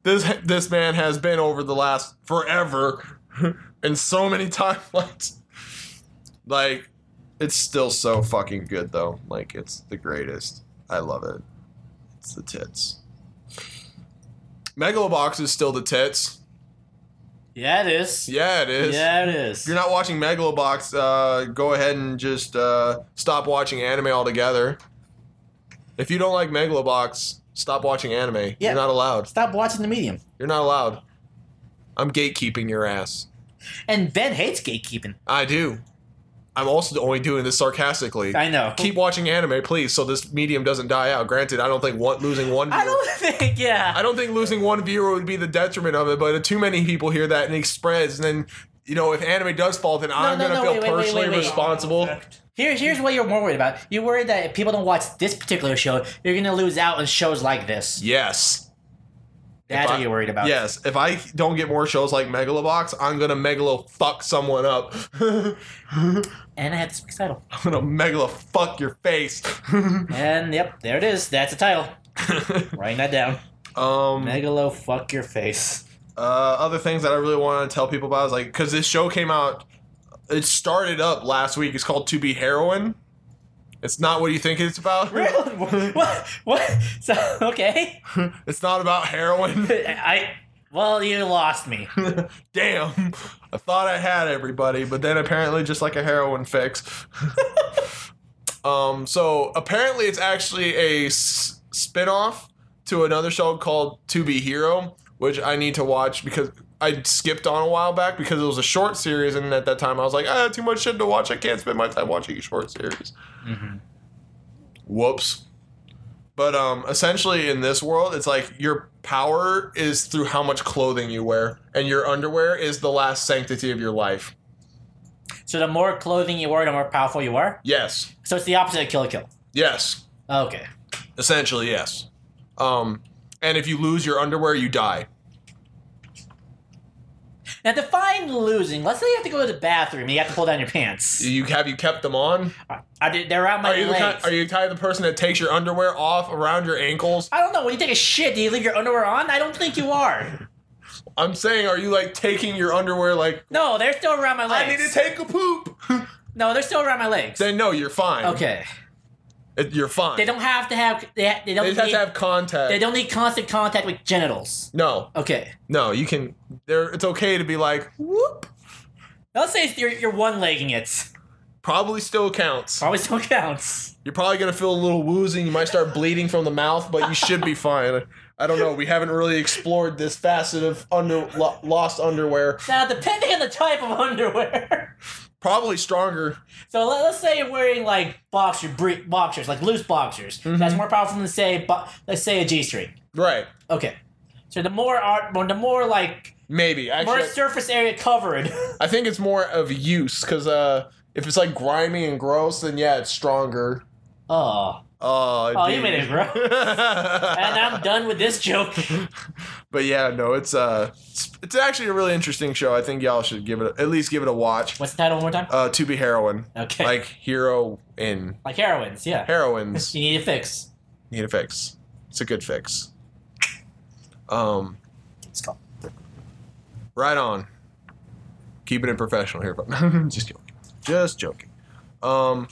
S4: this this man has been over the last forever, in so many timelines. Like, it's still so fucking good though. Like, it's the greatest. I love it. It's the tits. Megalobox is still the tits.
S3: Yeah, it is.
S4: Yeah, it is.
S3: Yeah, it is.
S4: If you're not watching Megalobox, uh, go ahead and just uh, stop watching anime altogether. If you don't like Megalobox, stop watching anime.
S3: Yeah.
S4: You're not allowed.
S3: Stop watching the medium.
S4: You're not allowed. I'm gatekeeping your ass.
S3: And Ben hates gatekeeping.
S4: I do. I'm also only doing this sarcastically.
S3: I know.
S4: Keep watching anime, please, so this medium doesn't die out. Granted, I don't think one, losing one viewer.
S3: I don't think. Yeah.
S4: I don't think losing one viewer would be the detriment of it, but too many people hear that and it spreads, and then you know if anime does fall, then I'm
S3: no,
S4: gonna
S3: no,
S4: feel
S3: wait, wait, wait,
S4: personally
S3: wait, wait.
S4: responsible.
S3: Here, here's what you're more worried about. You're worried that if people don't watch this particular show, you're gonna lose out on shows like this.
S4: Yes.
S3: That's
S4: If
S3: what
S4: I-
S3: you're worried about.
S4: Yes. If I don't get more shows like Megalobox, I'm gonna megalo fuck someone up. I'm
S3: And I had this week's title.
S4: gonna megalo fuck your face.
S3: And yep, there it is. That's the title. Writing that down.
S4: um.
S3: Megalo, fuck your face.
S4: Uh, other things that I really want to tell people about is like because this show came out, it started up last week. It's called To Be Heroin. It's not what you think it's about.
S3: Really? what? What? So okay.
S4: It's not about heroin.
S3: I. Well, you lost me.
S4: Damn. I thought I had everybody, but then apparently just like a heroin fix. um, so apparently it's actually a s- spin-off to another show called To Be Hero, which I need to watch because I skipped on a while back because it was a short series and at that time I was like, "Ah, too much shit to watch. I can't spend my time watching a short series."
S3: Mm-hmm.
S4: Whoops. But um, essentially, in this world, it's like your power is through how much clothing you wear, and your underwear is the last sanctity of your life.
S3: So the more clothing you wear, the more powerful you are.
S4: Yes.
S3: So it's the opposite of Kill la Kill.
S4: Yes.
S3: Okay.
S4: Essentially, yes. Um, and if you lose your underwear, you die.
S3: Now define losing. Let's say you have to go to the bathroom and you have to pull down your pants.
S4: You have you kept them on?
S3: I did, they're around my
S4: Are you the
S3: legs.
S4: kind, are you the type of person that takes your underwear off around your ankles?
S3: I don't know. When you take a shit, do you leave your underwear on? I don't think you are.
S4: I'm saying, are you like taking your underwear like
S3: No, they're still around my
S4: I
S3: legs.
S4: need to take a poop?
S3: no, they're still around my legs.
S4: then no, you're fine.
S3: Okay.
S4: It- you're fine.
S3: They don't have to have. They, ha- they don't.
S4: They just have
S3: need,
S4: to have contact.
S3: They don't need constant contact with genitals.
S4: No,
S3: Okay.
S4: no, you can. There, it's okay to be like whoop.
S3: Now let's say it's- you're, you're one legging it.
S4: probably still counts.
S3: Probably still counts.
S4: You're probably gonna feel a little woozy. You might start bleeding from the mouth, but you should be fine. I don't know. We haven't really explored this facet of under lo- lost underwear.
S7: Now, depending on the type of underwear.
S4: Probably stronger.
S7: So let, us say you're wearing like boxer bre- boxers, like loose boxers.
S4: Mm-hmm.
S7: That's more powerful than say, bo- let's say a g-string.
S4: Right.
S7: Okay. So the more art, the more like
S4: Maybe.
S7: more
S4: Actually,
S7: surface area covered.
S4: I think it's more of use because uh, if it's like grimy and gross, then yeah, it's stronger.
S7: oh,
S4: Oh,
S7: oh, you made it, bro.
S4: and
S7: And um, I'm done with this joke.
S4: But yeah, no, it's uh, it's, it's actually a really interesting show. I think y'all should give it at least give it a watch.
S7: What's the title one more time?
S4: Uh, to be heroin,
S7: Okay. Like,
S4: like hero in
S7: heroines, yeah.
S4: heroines
S7: You need a fix.
S4: need a fix. It's a good fix. Um,
S7: Let's go.
S4: right on. Keeping it professional here, but just joking. Just joking. Um,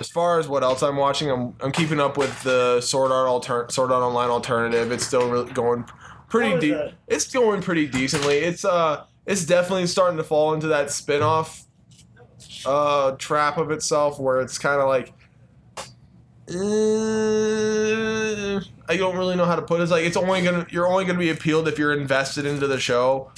S4: as far as what else I'm watching, I'm, I'm keeping up with the Sword Art Alter- Sword Art Online alternative. It's still really going pretty
S5: How is
S4: deep.
S5: that?
S4: It's going pretty decently. It's uh, it's definitely starting to fall into that spin-off uh trap of itself where it's kind of like. eh, I don't really know how to put it. It's like it's only gonna you're only gonna be appealed if you're invested into the show.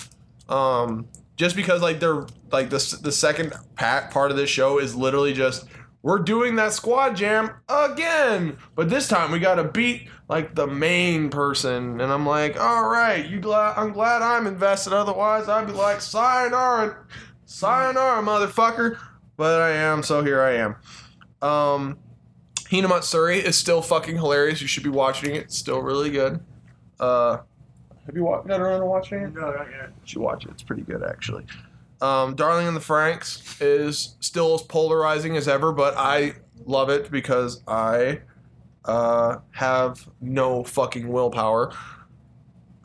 S4: Um, just because like they're like the s- the second pa- part of this show is literally just we're doing that squad jam again, but this time we gotta beat like the main person, and I'm like, all right, you glad? I'm glad I'm invested. Otherwise, I'd be like, sayonara, sayonara, motherfucker. But I am, so here I am. Um, Hina Matsuri is still fucking hilarious. You should be watching it. It's still really good. Uh, have you wa- got around to watching it?
S5: No, not yet.
S4: you should watch it. It's pretty good actually. Um, Darling in the Franks is still as polarizing as ever, but I love it because I uh, have no fucking willpower.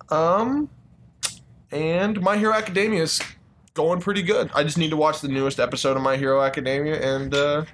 S4: Um, and My Hero Academia is going pretty good. I just need to watch the newest episode of My Hero Academia, and uh,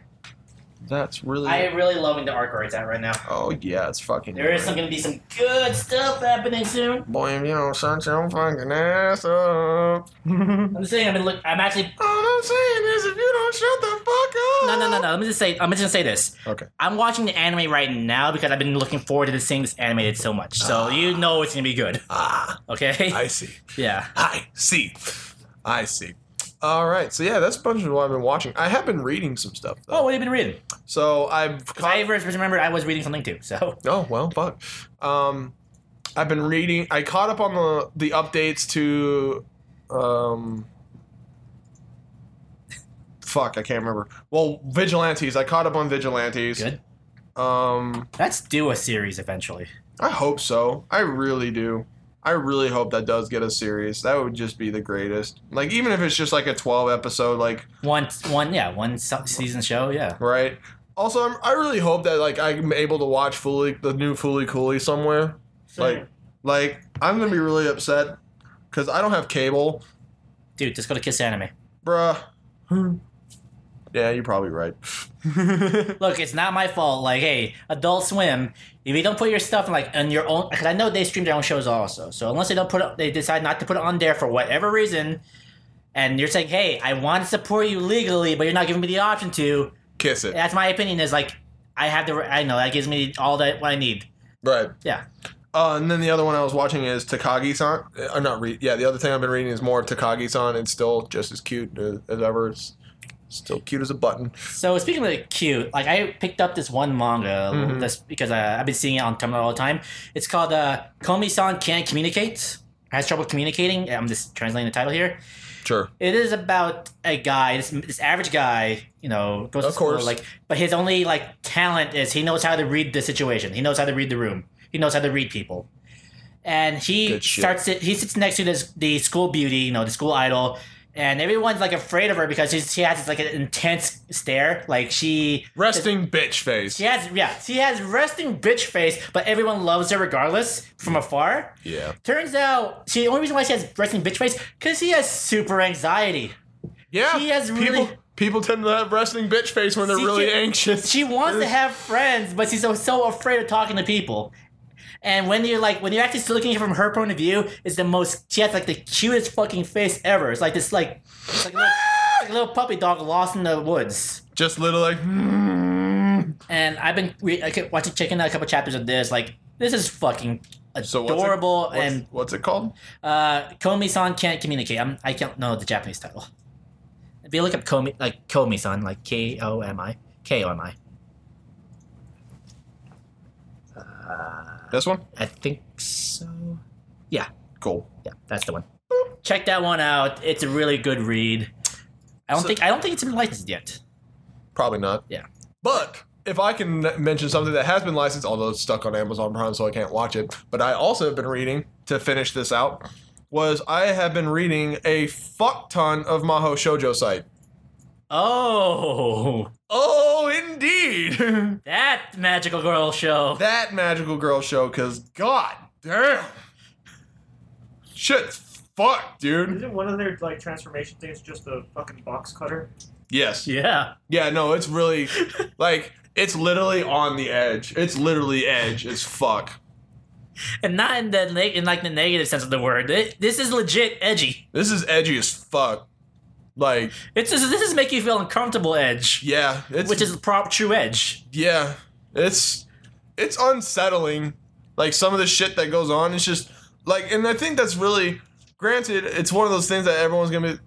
S4: that's really.
S3: I am really loving the arc where it's at right now.
S4: oh yeah, it's fucking.
S3: There is some, gonna be some good stuff happening soon.
S4: Boy, if you don't shut your fucking ass up.
S3: I'm just saying. I mean, look, I'm actually
S4: All I'm saying is, if you don't shut the fuck up.
S3: No, no, no, no. Let me just say. I'm just gonna say this.
S4: Okay.
S3: I'm watching the anime right now because I've been looking forward to seeing this animated so much. So you know it's gonna be good.
S4: Ah,
S3: Okay.
S4: I see.
S3: yeah.
S4: I see. I see. All right. So yeah, that's a bunch of what I've been watching. I have been reading some stuff though.
S3: Oh, what have you been reading?
S4: so I've caught.
S3: I first remember I was reading something too. So
S4: Oh well, fuck. Um, I've been reading. I caught up on the the updates to, um. Fuck, I can't remember. Well, vigilantes. I caught up on vigilantes.
S3: good.
S4: Um,
S3: Let's do a series eventually.
S4: I hope so. I really do. I really hope that does get a series. That would just be the greatest. Like even if it's just like a 12 episode like,
S3: One, one, yeah, one se- season show. Yeah.
S4: right? Also, I'm, I really hope that like I'm able to watch fully the new Fully Cooley somewhere.
S5: So,
S4: Like like I'm going to be really upset cuz I don't have cable,
S3: Dude, just go to Kiss Anime.
S4: bruh. Hmm. yeah, you're probably right.
S3: Look, it's not my fault. Like, hey, Adult Swim, if you don't put your stuff in, like on your own, because I know they stream their own shows also. So unless they don't put up, they decide not to put it on there for whatever reason, and you're saying, hey, I want to support you legally, but you're not giving me the option to.
S4: Kiss it.
S3: That's my opinion. Is like, I have the, I know that gives me all that what I need.
S4: Right.
S3: Yeah.
S4: Uh, and then the other one I was watching is Takagi-san. I'm not read. Yeah, the other thing I've been reading is more of Takagi-san. It's still just as cute as, as ever. It's still cute as a button.
S3: So speaking of cute, like I picked up this one manga
S4: Mhm.
S3: that's because uh, I've been seeing it on Tumblr all the time. It's called uh, Komi-san can't communicate. Has trouble communicating. I'm just translating the title here.
S4: Sure.
S3: It is about a guy, this, this average guy, you know, goes
S4: Of
S3: to school,
S4: course.
S3: like, but his only like talent is he knows how to read the situation. He knows how to read the room. He knows how to read people. And he
S4: Good shit.
S3: starts it. He sits next to this the school beauty, you know, the school idol, and everyone's like afraid of her because she's, she has this, like an intense stare. Like she
S4: Resting bitch face.
S3: she has yeah she has resting bitch face, but everyone loves her regardless
S4: Mm.
S3: from afar.
S4: Yeah.
S3: Turns out she the only reason why she has resting bitch face because she has super anxiety.
S4: Yeah.
S3: She has
S4: people,
S3: really-
S4: people tend to have resting bitch face when they're
S3: She
S4: really
S3: can-
S4: anxious.
S3: she wants to have friends, but she's so, so afraid of talking to people. And when you're like, when you're actually looking at it from her point of view, it's the most. She has like the cutest fucking face ever. It's like this, like, it's like a little, like a little puppy dog lost in the woods.
S4: Just little like hmm,
S3: And I've been re- I kept watching, checking out a couple chapters of this. Like this is fucking
S4: so what's it-
S3: adorable
S4: what's-
S3: and
S4: what's it called?
S3: Uh, Komi-san can't communicate. I'm, I can't know the Japanese title. If you look up Komi, like Komi-san, like K O M I, K O M I.
S4: This one?
S3: I think so.
S4: Cool.
S3: Yeah, that's the one. Check that one out. It's a really good read. I don't
S4: So-
S3: think I don't think it's been licensed yet.
S4: Probably not.
S3: Yeah.
S4: But if I can mention something that has been licensed, although it's stuck on Amazon Prime, so I can't watch it, but I also have been reading to finish this out. Was I have been reading a fuck ton of Maho Shoujo site.
S3: Oh,
S4: Oh, indeed.
S3: that magical girl show.
S4: that magical girl show, because god damn. Shit's fucked, dude.
S5: Isn't one of their like transformation things just a fucking box cutter?
S4: Yes.
S3: Yeah.
S4: Yeah, no, it's really like it's literally on the edge. It's literally edge as fuck.
S3: And not in the neg- in like the negative sense of the word. It- this is legit edgy.
S4: This is edgy as fuck. Like,
S3: It's just, this is make you feel uncomfortable edge,
S4: yeah, it's
S3: which is the prop true edge.
S4: yeah, it's it's unsettling. Like some of the shit that goes on, it's just like, and I think that's really granted. It's one of those things that everyone's gonna be.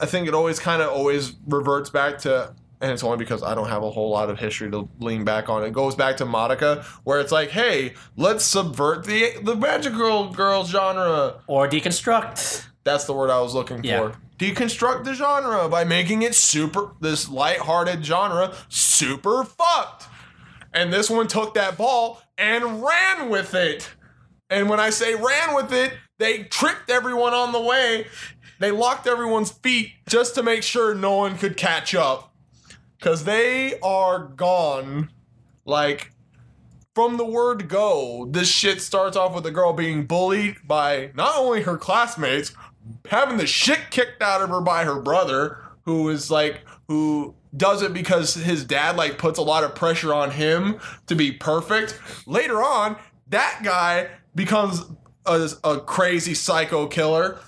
S4: I think it always kind of always reverts back to, and it's only because I don't have a whole lot of history to lean back on. It goes back to Monica, where it's like, hey, let's subvert the the magical girl genre.
S3: or deconstruct.
S4: That's the word I was looking
S3: Yeah.
S4: for. Deconstruct the genre by making it super this lighthearted genre super fucked. And this one took that ball and ran with it. And when I say ran with it, they tripped everyone on the way. They locked everyone's feet just to make sure no one could catch up. Cause they are gone. Like from the word go, this shit starts off with a girl being bullied by not only her classmates, having the shit kicked out of her by her brother, who is like, who does it because his dad like puts a lot of pressure on him to be perfect. Later on, that guy becomes a, a crazy psycho killer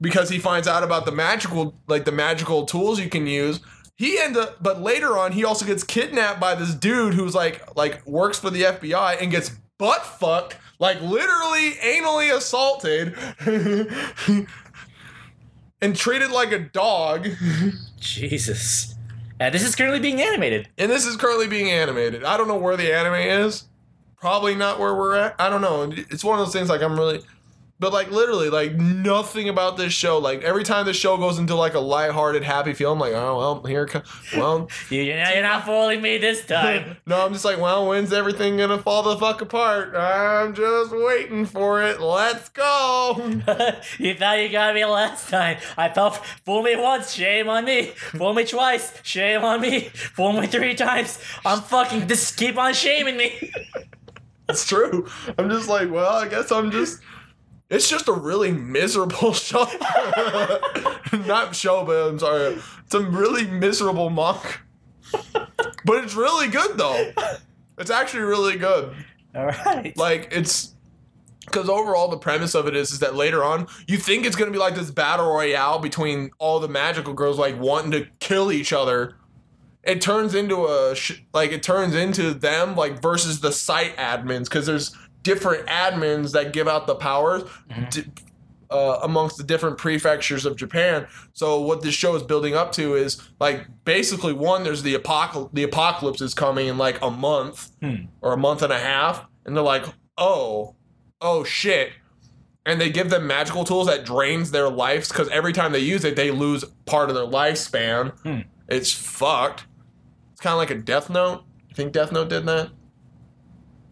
S4: because he finds out about the magical like the magical tools you can use he end up but later on he also gets kidnapped by this dude who's like like works for the fbi and gets butt fucked like literally anally assaulted and treated like a dog
S3: Jesus. Uh, this is currently being animated.
S4: and this is currently being animated i don't know where the anime is probably not where we're at i don't know it's one of those things like i'm really but like literally like nothing about this show like every time the show goes into like a lighthearted happy feel i'm like oh well here co- well
S3: You, you're, not, you're not fooling me this time.
S4: no, I'm just like, well, when's everything gonna fall the fuck apart? I'm just waiting for it. Let's go.
S3: you thought you got me last time. I felt fool me once, shame on me. Fool me twice, shame on me. Fool me three times. I'm fucking just keep on shaming me.
S4: It's true. I'm just like, well, I guess I'm just. It's just a really miserable show. Not show, but I'm sorry. It's a really miserable monk. But it's really good though. It's actually really good.
S3: All right.
S4: like it's because overall the premise of it is is that later on you think it's gonna be like this battle royale between all the magical girls like wanting to kill each other it turns into a sh- like it turns into them like versus the site admins because there's different admins that give out the powers di- uh, amongst the different prefectures of Japan. So what this show is building up to is like basically one there's the apocalypse the apocalypse is coming in like a month or a month and a half and they're like oh oh shit and they give them magical tools that drains their lives because every time they use it they lose part of their lifespan it's fucked it's kind of like a death note you think death note did that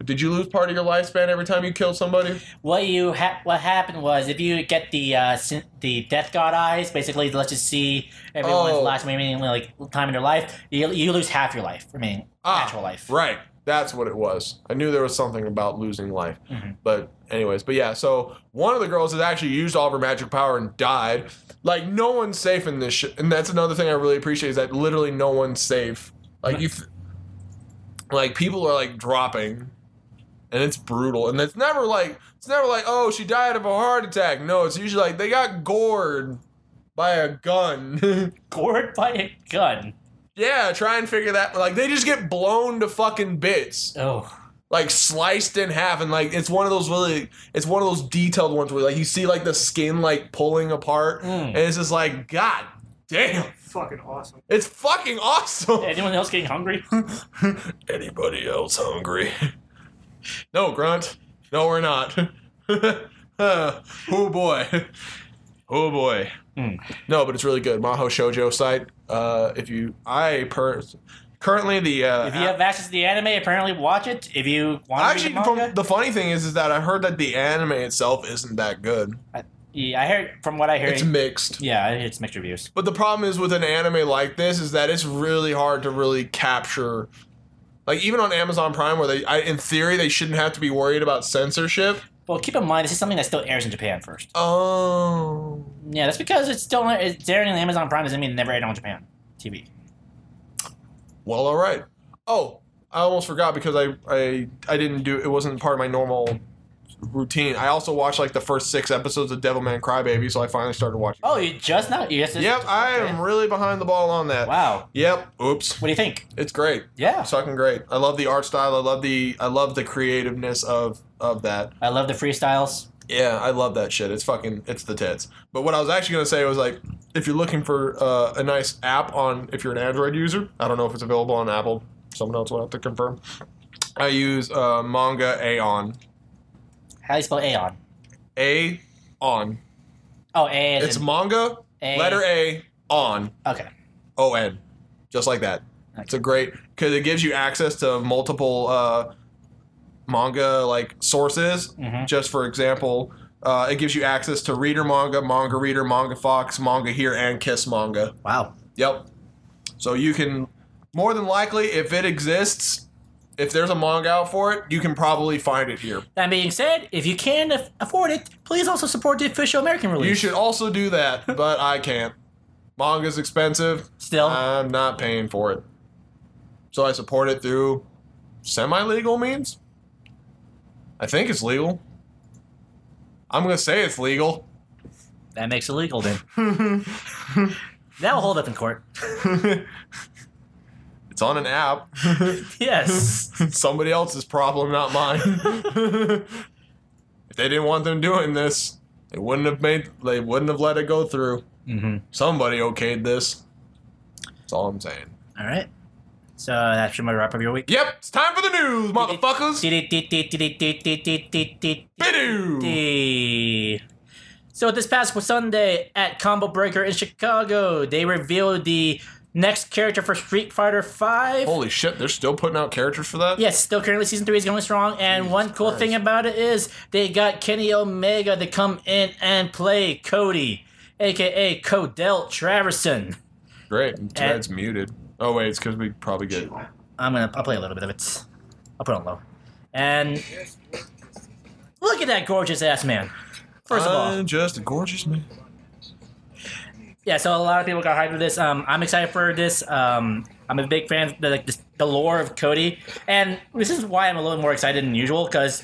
S4: did you lose part of your lifespan every time you killed somebody
S3: What you ha- what happened was if you get the uh, syn- the Death God eyes, basically it lets you see everyone's
S4: Oh.
S3: last remaining like time in their life. You, you lose half your life, remaining
S4: Ah,
S3: natural life.
S4: Right. That's what it was. I knew there was something about losing life.
S3: Mhm.
S4: But anyways, but yeah, so one of the girls has actually used all of her magic power and died. Like no one's safe in this shit. And that's another thing I really appreciate is that literally no one's safe. Like you f- like people are like dropping and it's brutal. And it's never like it's never like, "Oh, she died of a heart attack." No, it's usually like they got gored by a gun.
S3: Gored by a gun.
S4: yeah, try and figure that. Like they just get blown to fucking bits,
S3: Oh.
S4: like sliced in half, and like it's one of those really, it's one of those detailed ones where like you see like the skin like pulling apart,
S3: Mm.
S4: and it's just like God damn,
S5: Fucking awesome.
S4: it's fucking awesome.
S3: Anyone else getting hungry?
S4: Anybody else hungry? No, Grunt. No, we're not. Uh, oh boy. Oh boy.
S3: Hmm.
S4: No, but it's really good. Maho Shoujo site. Uh, if you, I per, currently the. Uh,
S3: If you have access to the anime, apparently watch it. If you want to
S4: actually,
S3: read the manga,
S4: from, the funny thing is, is that I heard that the anime itself isn't that good.
S3: yeah, I heard from what I heard.
S4: It's mixed.
S3: yeah, I heard it's mixed reviews.
S4: But the problem is with an anime like this is that it's really hard to really capture. Like even on Amazon Prime, where they, I, in theory, they shouldn't have to be worried about censorship.
S3: Well, keep in mind this is something that still airs in Japan first.
S4: Oh.
S3: Yeah, that's because it's still it's airing on Amazon Prime doesn't mean it never aired on Japan TV.
S4: Well, all right. Oh, I almost forgot because I I I didn't do it wasn't part of my normal routine. I also watched like the first six episodes of Devilman Crybaby, so I finally started watching.
S3: Oh, you just now? You just
S4: Yep, I am really behind the ball on that.
S3: Wow.
S4: Yep. Oops.
S3: What do you think?
S4: It's great.
S3: Yeah,
S4: It's fucking great. I love the art style. I love the I love the creativeness of of that.
S3: I love the freestyles.
S4: Yeah, I love that shit. It's fucking it's the tits. But what I was actually gonna say was like, if you're looking for uh, a nice app on if you're an Android user, I don't know if it's available on Apple. Someone else will have to confirm. I use uh, Manga Aeon.
S3: How do you spell Aeon?
S4: A on.
S3: Oh, A. as
S4: It's
S3: in
S4: manga
S3: A.
S4: letter A on
S3: Okay.
S4: O N, Oh, just like that. It's a great because it gives you access to multiple uh, manga like sources
S3: hmm
S4: just for example, uh, it gives you access to Reader Manga, Manga Reader, Manga Fox, Manga Here, and Kiss Manga.
S6: Wow.
S4: Yep. So you can, more than likely, if it exists, if there's a manga out for it, you can probably find it here.
S3: That being said, if you can af- afford it, please also support the official American release.
S4: You should also do that, but I can't. Manga's expensive.
S3: Still,
S4: I'm not paying for it. So I support it through semi legal means? I think it's legal. I'm going to say it's legal.
S3: that makes it legal then. That'll hold up in court.
S4: It's on an app.
S3: Yes.
S4: somebody else's problem, not mine. if they didn't want them doing this, they wouldn't have made. They wouldn't have let it go through.
S3: mm-hmm.
S4: Somebody okayed this. That's all I'm saying.
S3: All right. So that's my wrap of your week.
S4: Yep, it's time for the news, motherfuckers. Bidoo.
S3: So this past Sunday at Combo Breaker in Chicago, they revealed the next character for Street Fighter Five.
S4: Holy shit, they're still putting out characters for that.
S3: Yes, still currently season three is going strong. And
S4: Jesus
S3: one cool
S4: Christ.
S3: thing about it is they got Kenny Omega to come in and play Cody, aka Codell Traverson.
S4: Great. Ted's muted. Oh wait, it's because we probably get.
S3: I'm gonna I'll play a little bit of it. I'll put it on low. And look at that gorgeous ass man. First of all,
S4: I'm just a gorgeous man.
S3: yeah. So a lot of people got hyped for this. Um, I'm excited for this. Um, I'm a big fan of the, like, this- the lore of Cody, and this is why I'm a little more excited than usual because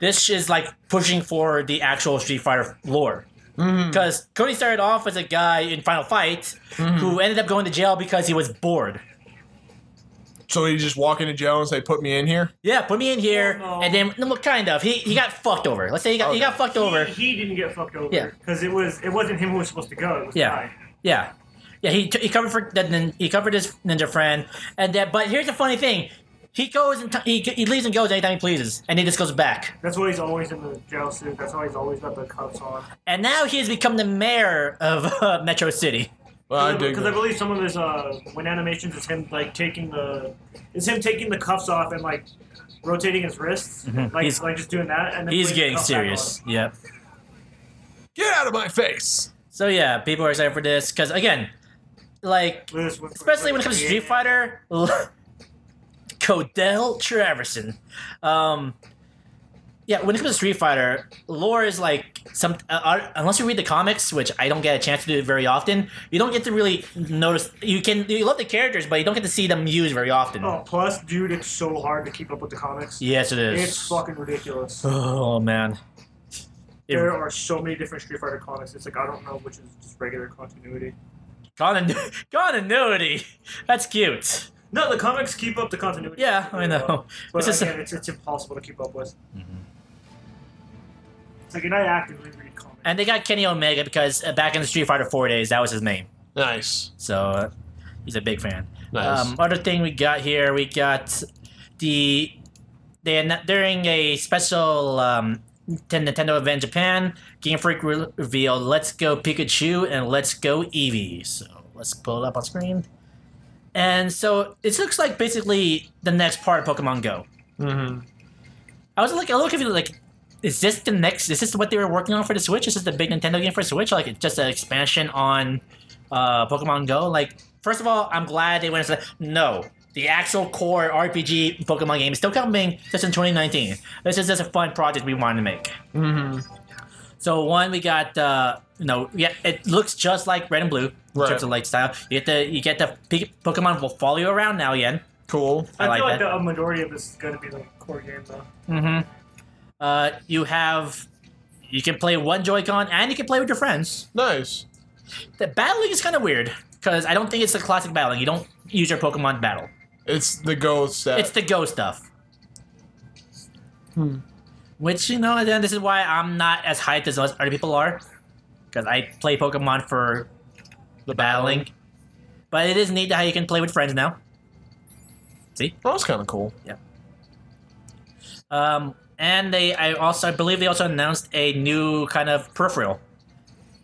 S3: this is like pushing for the actual Street Fighter lore. Because Cody started off as a guy in Final Fight who ended up going to jail because he was bored.
S4: So he just walk into jail and say, "Put me in here."
S3: Yeah, put me in here,
S5: Oh, no.
S3: and then no, well, kind of. He he got fucked over. Let's say he got he
S4: Okay.
S3: got fucked over.
S5: He, he didn't get fucked over.
S3: Yeah.
S5: Because it was it wasn't him who was supposed to go. It was
S3: Yeah.
S5: I.
S3: Yeah, yeah. He t- he covered for that. Nin, he covered his ninja friend, and that. But here's the funny thing: he goes and t- he he leaves and goes anytime he pleases, and he just goes back.
S5: That's why he's always in the jail suit. That's why he's always got the cuffs on.
S3: And now he has become the mayor of uh, Metro City.
S4: Well, I dig
S5: Because I,
S4: that.
S5: believe some of his uh, when animations is him like taking the it's him taking the cuffs off and like rotating his wrists, like
S3: Mm-hmm. He's-
S5: like just doing that. And then
S3: He's
S5: putting the
S3: getting
S5: cuffs back
S3: serious.
S5: on.
S3: Yep.
S4: Get out of my face.
S3: So yeah, people are excited for this because again, like
S5: Look at this one.
S3: especially when it comes to Street Fighter. Codell Traverson. Um, yeah, when it comes to Street Fighter, lore is like some uh, uh, unless you read the comics, which I don't get a chance to do very often. You don't get to really notice. You can you love the characters, but you don't get to see them used very often.
S5: Oh, plus, dude, it's so hard to keep up with the comics.
S3: Yes, it is.
S5: It's fucking ridiculous.
S3: oh man.
S5: There are so many different Street Fighter comics. It's like I don't know which is just regular continuity.
S3: Continu- continuity. That's cute.
S5: No, the comics keep up the continuity.
S3: Yeah, I
S5: really well,
S3: know. It's
S5: But
S3: just- Mm-hmm.
S5: again, it's, it's impossible to keep up with. It's like, and I actively read comics.
S3: And they got Kenny Omega because uh, back in the Street Fighter 4 days, that was his name.
S4: Nice.
S3: So uh, he's a big fan.
S4: Nice.
S3: Um, other thing we got here, we got the they anno- during a special um, Ten- Nintendo event in Japan, Game Freak re- revealed "Let's Go Pikachu" and "Let's Go Eevee." So let's pull it up on screen. And so it looks like basically the next part of Pokemon Go.
S4: hmm
S3: I was like, I look at it like, is this the next? Is this what they were working on for the Switch? Is this the big Nintendo game for Switch? Like, it's just an expansion on uh, Pokemon Go. Like, first of all, I'm glad they went and said no. The actual core RPG Pokemon game is still coming just in 2019. This is just a fun project we wanted to make.
S4: hmm
S3: mm-hmm. So one, we got uh, you know, yeah, it looks just like Red and Blue in
S4: Right.
S3: terms of like style. You get the you get the P- Pokemon will follow you around now, Yen.
S4: Cool.
S3: I like
S5: feel like
S3: that.
S5: the majority of this is going to be like core game though.
S3: Mm-hmm. Uh, you have you can play one Joy-Con and you can play with your friends.
S4: Nice.
S3: The battling is kind of weird because I don't think it's the classic battling. You don't use your Pokemon to battle.
S4: It's the go set.
S3: It's the Go stuff.
S4: Hmm.
S3: Which you know, then this is why I'm not as hyped as other people are because I play Pokemon for the battling. But it is neat how you can play with friends now.
S4: oh, that's kind of cool.
S3: Um, and they, I also, I believe they also announced a new kind of peripheral.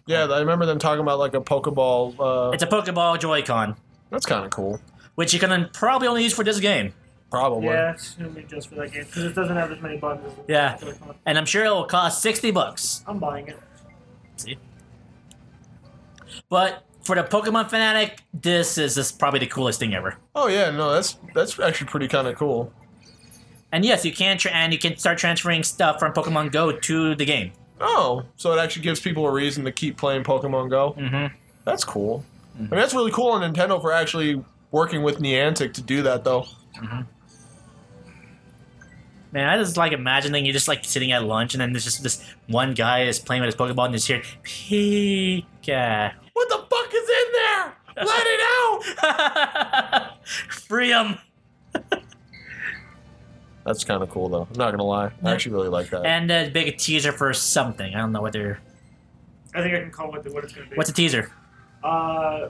S4: Yeah, I remember them talking about like a Pokeball. Uh,
S3: It's a Pokeball Joy-Con.
S4: that's kind of cool.
S3: which you can probably only use for this game.
S4: Probably.
S5: Yeah, it's going to be just for that game because it doesn't have as many buttons. as-
S3: Yeah. And I'm sure it will cost 60 bucks.
S5: I'm buying it.
S3: But for the Pokemon fanatic, this is just probably the coolest thing ever.
S4: Oh yeah, no, that's that's actually pretty kind of cool.
S3: And yes, you can tra- and you can start transferring stuff from Pokemon Go to the game.
S4: Oh, so it actually gives people a reason to keep playing Pokemon Go.
S3: Mm-hmm.
S4: That's cool. I mean, that's really cool on Nintendo for actually working with Niantic to do that, though.
S3: Man, I just like imagining you just like sitting at lunch and then there's just this one guy is playing with his Pokeball and you just hear Pika.
S4: What the fuck is in there? Let it out!
S3: Free him.
S4: That's kind of cool, though. I'm not gonna lie. I actually really like that.
S3: And a big teaser for something. I don't know what they're.
S5: I think I can call what, the, what it's going to be.
S3: What's a teaser?
S5: Uh,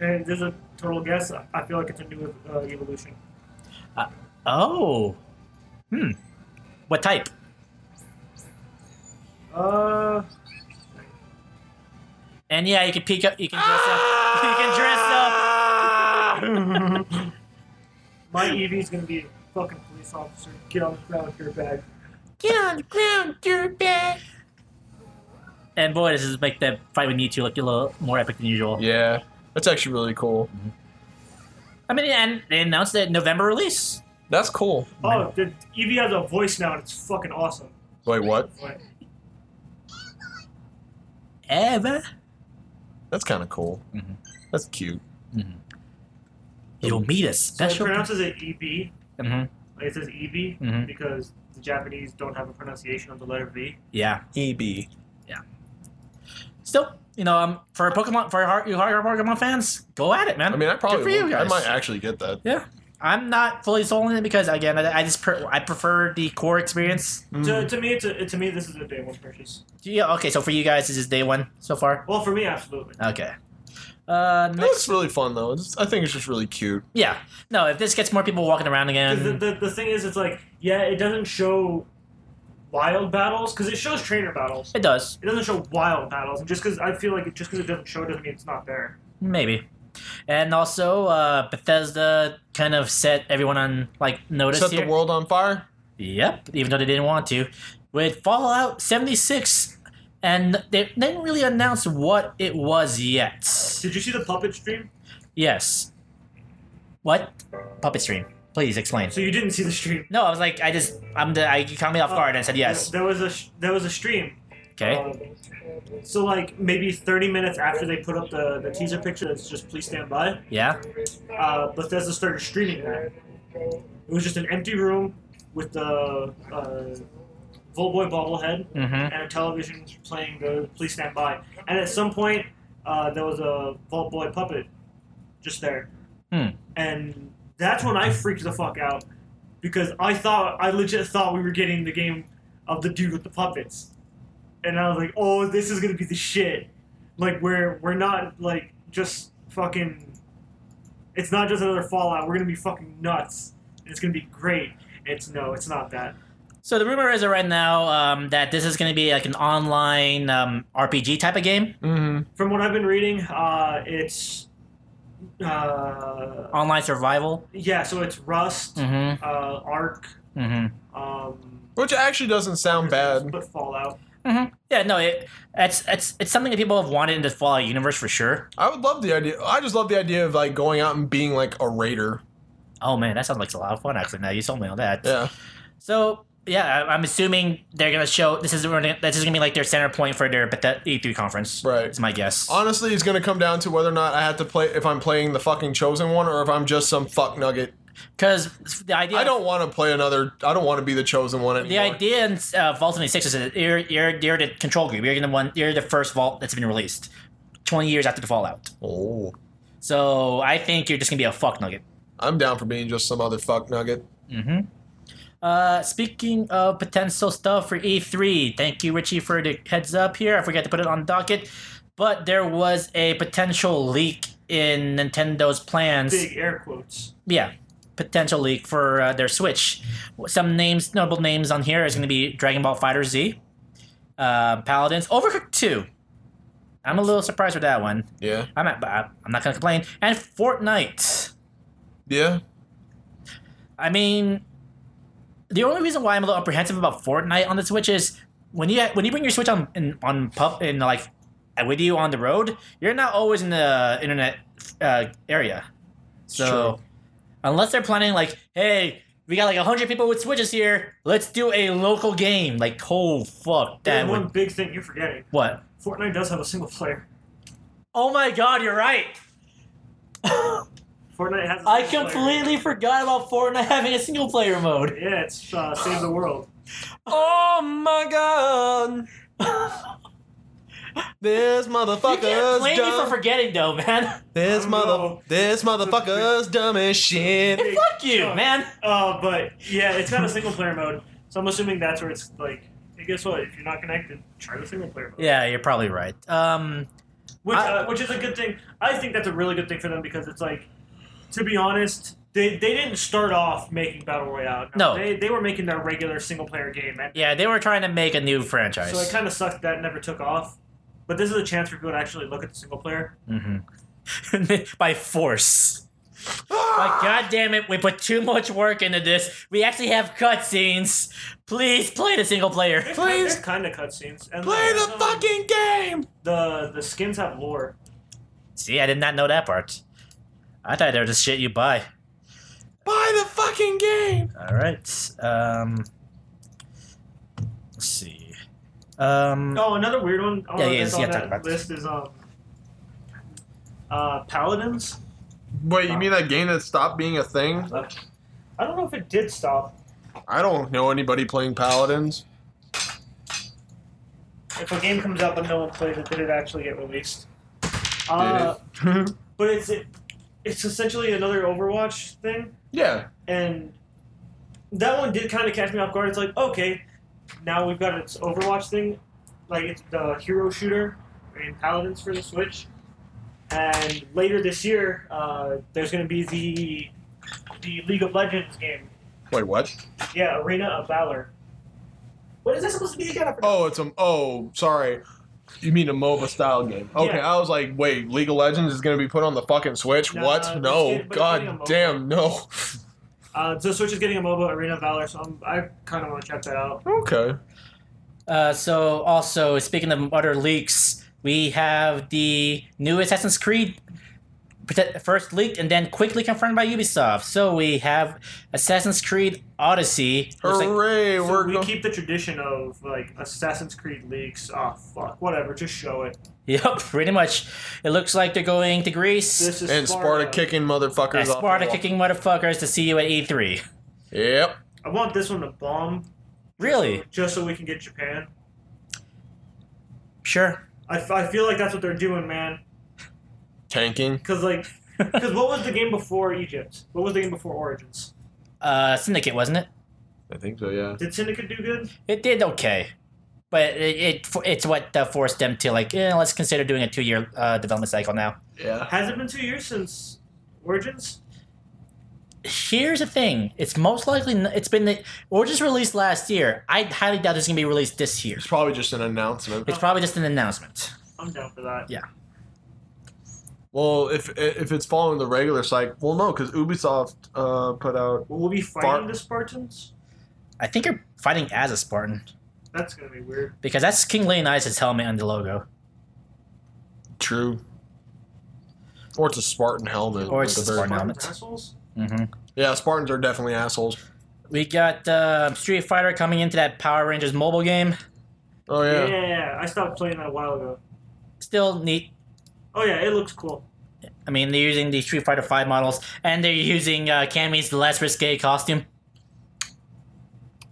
S5: and this is a total guess. I feel like it's a new uh, evolution.
S3: Oh. Hmm. What type?
S5: Uh,
S3: And yeah, you can peek up. You can dress up. You can dress
S5: my EV is going to be a fucking police officer. Get on the ground with your bag.
S3: up. And boy, this is make the fight with Mewtwo look a little more epic than usual.
S4: yeah, that's actually really cool.
S3: I mean, and they announced that November release.
S4: That's cool.
S5: Oh, the EV has a voice now, and it's fucking awesome.
S4: Wait, what?
S5: Like,
S3: Ever?
S4: That's kind of cool.
S3: Mhm.
S4: That's cute.
S3: You'll meet a
S5: so it
S3: special.
S5: pronounces it EB.
S3: Mhm,
S5: Like it says EB
S3: mhm.
S5: because the Japanese don't have a pronunciation of the letter V.
S3: Yeah.
S4: EB.
S3: Still, you know, um, for Pokemon, for hard, you hard Pokemon fans, go at it, man.
S4: I mean, I
S3: Good
S4: probably
S3: for you
S4: will. I
S3: guys.
S4: might actually get that.
S3: yeah. I'm not fully sold on it because again, I, I just pre- I prefer the core experience.
S5: To, to me, it's a, to me this is a day one purchase.
S3: Yeah. Okay. So for you guys, this is day one so far.
S5: Well, for me, absolutely.
S3: Okay. Uh,
S4: It
S3: next
S4: looks really fun though. It's, I think it's just really cute.
S3: Yeah. No, if this gets more people walking around
S5: 'Cause The,
S3: again.
S5: the, the thing is, it's like yeah, it doesn't show wild battles because it shows trainer battles.
S3: It does.
S5: It doesn't show wild battles, and just because I feel like it, just because it doesn't show doesn't mean it's not there.
S3: Maybe. And also, uh, Bethesda kind of set everyone on, like, notice
S4: Set
S3: here.
S4: the world on fire.
S3: Yep, even though they didn't want to. With Fallout 76, and they didn't really announce what it was yet.
S5: Did you see the puppet stream?
S3: Yes. What? Puppet stream. Please explain.
S5: So you didn't see the stream.
S3: No, I was like, I just, I'm the, I, you caught me off guard and I said yes.
S5: There, there was a sh- there was a stream.
S3: Okay.
S5: Um, so like maybe 30 minutes after they put up the, the teaser picture that's just please stand by,
S3: Yeah.
S5: uh, Bethesda started streaming that. It was just an empty room with the uh, Volboy bobblehead
S3: Mm-hmm.
S5: and a television playing the Please Stand By. And at some point, uh, there was a Volboy puppet just there.
S3: Hmm.
S5: And that's when I freaked the fuck out because I thought, I legit thought we were getting the game of the dude with the puppets. And I was like, oh, this is gonna be the shit. Like, we're, we're not, like, just fucking. It's not just another Fallout. We're gonna be fucking nuts. It's gonna be great. It's no, it's not that.
S3: So the rumor is right now um, that this is going to be like an online um, RPG type of game,
S4: Mm-hmm.
S5: From what I've been reading, uh, it's uh,
S3: online survival.
S5: yeah. So it's Rust,
S3: Mm-hmm.
S5: uh, Ark,
S3: Mm-hmm.
S5: um,
S4: Which actually doesn't sound bad.
S5: but Fallout.
S3: Mm-hmm. Yeah, no, it, it's it's it's something that people have wanted in the Fallout universe for sure.
S4: I would love the idea. I just love the idea of like going out and being like a raider.
S3: Oh man, that sounds like a lot of fun. Actually, now you sold me on that.
S4: Yeah.
S3: So yeah, I- I'm assuming they're gonna show this is this is gonna be like their center point for their Bethe- E3 conference.
S4: Right.
S3: It's my guess.
S4: Honestly, it's gonna come down to whether or not I have to play if I'm playing the fucking chosen one or if I'm just some fuck nugget.
S3: Because the idea
S4: I don't want to play another. I don't want to be the chosen one
S3: The
S4: anymore.
S3: idea in uh, Vault 76 is that you're, you're, you're the control group. You're the one. You're the first Vault that's been released, 20 years after the Fallout.
S4: oh,
S3: So I think you're just gonna be a fuck nugget.
S4: I'm down for being just some other fuck nugget.
S3: Mm-hmm. Uh, speaking of potential stuff for E3, thank you Richie for the heads up here. I forgot to put it on the docket, but there was a potential leak in Nintendo's plans.
S5: Big air quotes.
S3: yeah, potential leak for uh, their Switch. Some names, notable names on here is going to be Dragon Ball Fighter Z, uh, Paladins, Overcooked Two. I'm a little surprised with that one.
S4: Yeah,
S3: I'm not, but I- I'm not gonna complain. And Fortnite.
S4: yeah.
S3: I mean, the only reason why I'm a little apprehensive about Fortnite on the Switch is when you when you bring your Switch on in, on pub in like with you on the road, you're not always in the internet uh, area. So unless they're planning like, hey, we got like hundred people with Switches here, let's do a local game. Like, oh fuck, that
S5: There's one
S3: would
S5: big thing you're forgetting.
S3: what?
S5: Fortnite does have a single player.
S3: Oh my god, you're right.
S5: Fortnite has. A
S3: I
S5: single
S3: completely forgot about Fortnite having a single player mode.
S5: Player. Yeah, it's uh, save the world.
S3: Oh my god.
S4: This
S3: You can't
S4: motherfucker's
S3: blame me for
S4: dumb.
S3: forgetting, though, man.
S4: This
S5: I don't
S4: mother.
S5: know.
S4: This motherfucker's dumb as shit.
S5: Big-
S3: Fuck you,
S5: uh,
S3: man.
S5: Uh, but yeah, it's got a single player mode. So I'm assuming that's where it's like. Hey, guess what? If you're not connected, try the single player mode.
S3: Yeah, you're probably right. Um,
S5: which
S3: I-
S5: uh, which is a good thing. I think that's a really good thing for them because it's like, to be honest, they they didn't start off making battle royale.
S3: No.
S5: they they were making their regular single player game, and
S3: yeah, they were trying to make a new franchise.
S5: so it kind of sucked that it never took off. But this is a chance for people to actually look at the single player.
S3: Mhm. By force. Like, God damn it, we put too much work into this. We actually have cutscenes. Please play the single player.
S4: Please.
S5: kind of cutscenes. And
S4: Play
S5: like,
S4: the
S5: um,
S4: fucking game.
S5: the the skins have lore.
S3: See, I did not know that part. I thought they were just shit you buy.
S4: Buy the fucking game.
S3: All right. Um, let's see. Um,
S5: Oh, another weird one. Oh,
S3: Yeah, yeah,
S5: that's
S3: yeah,
S5: on
S3: talk
S5: that
S3: about this.
S5: list is um. Uh, paladins. Uh,
S4: Wait, you mean that game that stopped being a thing?
S5: I don't know if it did stop.
S4: I don't know anybody playing paladins.
S5: if a game comes out but no one plays it, did it actually get released? Uh, but it's it, it's essentially another Overwatch thing,
S4: yeah.
S5: and that one did kind of catch me off guard. It's like okay, now we've got its Overwatch thing, like it's the hero shooter in Paladins for the Switch, and later this year uh, there's going to be the the League of Legends game,
S4: Wait, what?
S5: yeah, Arena of Valor. What is that supposed to be again? I forgot.
S4: Oh, it's a. Oh, sorry. You mean a MOBA style game? Okay,
S5: Yeah.
S4: I was like, wait, League of Legends is gonna be put on the fucking Switch?
S5: Nah,
S4: what?
S5: it's
S4: No,
S5: getting- but it's getting a
S4: god
S5: MOBA.
S4: damn, no.
S5: Uh, so Switch is getting a MOBA Arena of Valor, so I'm, I kind of want to check that out.
S4: Okay.
S3: Uh, so also speaking of other leaks, we have the new Assassin's Creed prote- first leaked and then quickly confirmed by Ubisoft. So we have Assassin's Creed Odyssey. Looks like-
S4: Hooray!
S5: So
S4: we're
S5: we
S4: going.
S5: keep the tradition of like Assassin's Creed leaks. Oh fuck, whatever, just show it.
S3: yep, pretty much. It looks like they're going to Greece
S5: This is
S4: and Sparta kicking motherfuckers
S3: and
S4: off. the
S3: Sparta
S4: wall.
S3: E kicking motherfuckers to see you at E3.
S4: Yep.
S5: I want this one to bomb.
S3: Really?
S5: Just so we can get Japan.
S3: Sure.
S5: I, f- I feel like that's what they're doing, man.
S4: Tanking.
S5: Because like, because what was the game before Egypt? What was the game before Origins?
S3: Uh, Syndicate wasn't it?
S4: I think so. Yeah.
S5: Did Syndicate do good?
S3: It did okay, but it, it it's what uh, forced them to like eh, let's consider doing a two year uh, development cycle now.
S4: Yeah.
S5: Has it been two years since Origins?
S3: Here's the thing: it's most likely n- it's been the, or just released last year. I highly doubt it's gonna be released this year.
S4: It's probably just an announcement.
S3: It's probably just an announcement.
S5: I'm down for that.
S3: Yeah.
S4: Well, if if it's following the regular cycle, well, no, because Ubisoft uh, put out.
S5: Will we be
S4: Far-
S5: fighting the Spartans?
S3: I think you're fighting as a Spartan
S5: That's gonna be weird.
S3: because that's King Leonidas' helmet and the logo,
S4: True. Or it's a Spartan helmet.
S3: Or it's
S4: at the
S3: a
S4: very-
S3: Spartan.
S5: Spartans
S3: helmets.
S5: assholes?
S3: hmm
S4: Mm-hmm. Yeah, Spartans are definitely assholes.
S3: We got uh, Street Fighter coming into that Power Rangers mobile game.
S4: Oh yeah.
S5: yeah, I stopped playing that a while ago.
S3: Still neat.
S5: Oh yeah, it looks cool.
S3: I mean, they're using the Street Fighter Five models, and they're using uh, Cammy's less risque costume.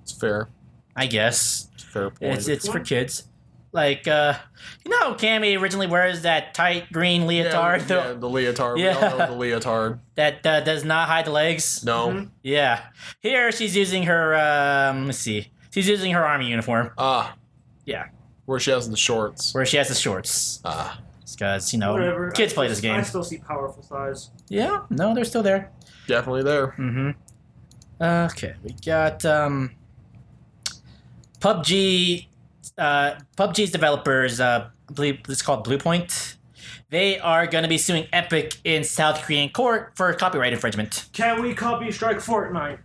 S4: it's fair.
S3: I guess
S4: It's a fair point.
S3: it's it's for
S5: What?
S3: kids. Like uh, you know, Cammy originally wears that tight green leotard
S4: Yeah, the, yeah, the leotard. We all
S3: Yeah.
S4: know the leotard.
S3: that uh, does not hide the legs.
S4: No.
S5: Mhm.
S3: Yeah, here she's using her. Um, let's see, she's using her army uniform
S4: Ah.
S3: Yeah.
S4: Where she has the shorts.
S3: where she has the shorts
S4: Ah.
S3: because you know
S5: Whatever.
S3: Oh, kids
S5: I
S3: play
S5: still-
S3: this game.
S5: I still see powerful thighs.
S3: Yeah, no, they're still there.
S4: Definitely there.
S3: Mm-hmm. Okay, we got um, PUBG. Uh, PUBG's developers, uh, I believe it's called Bluepoint. They are going to be suing Epic in South Korean court for copyright infringement.
S5: Can we copy strike Fortnite?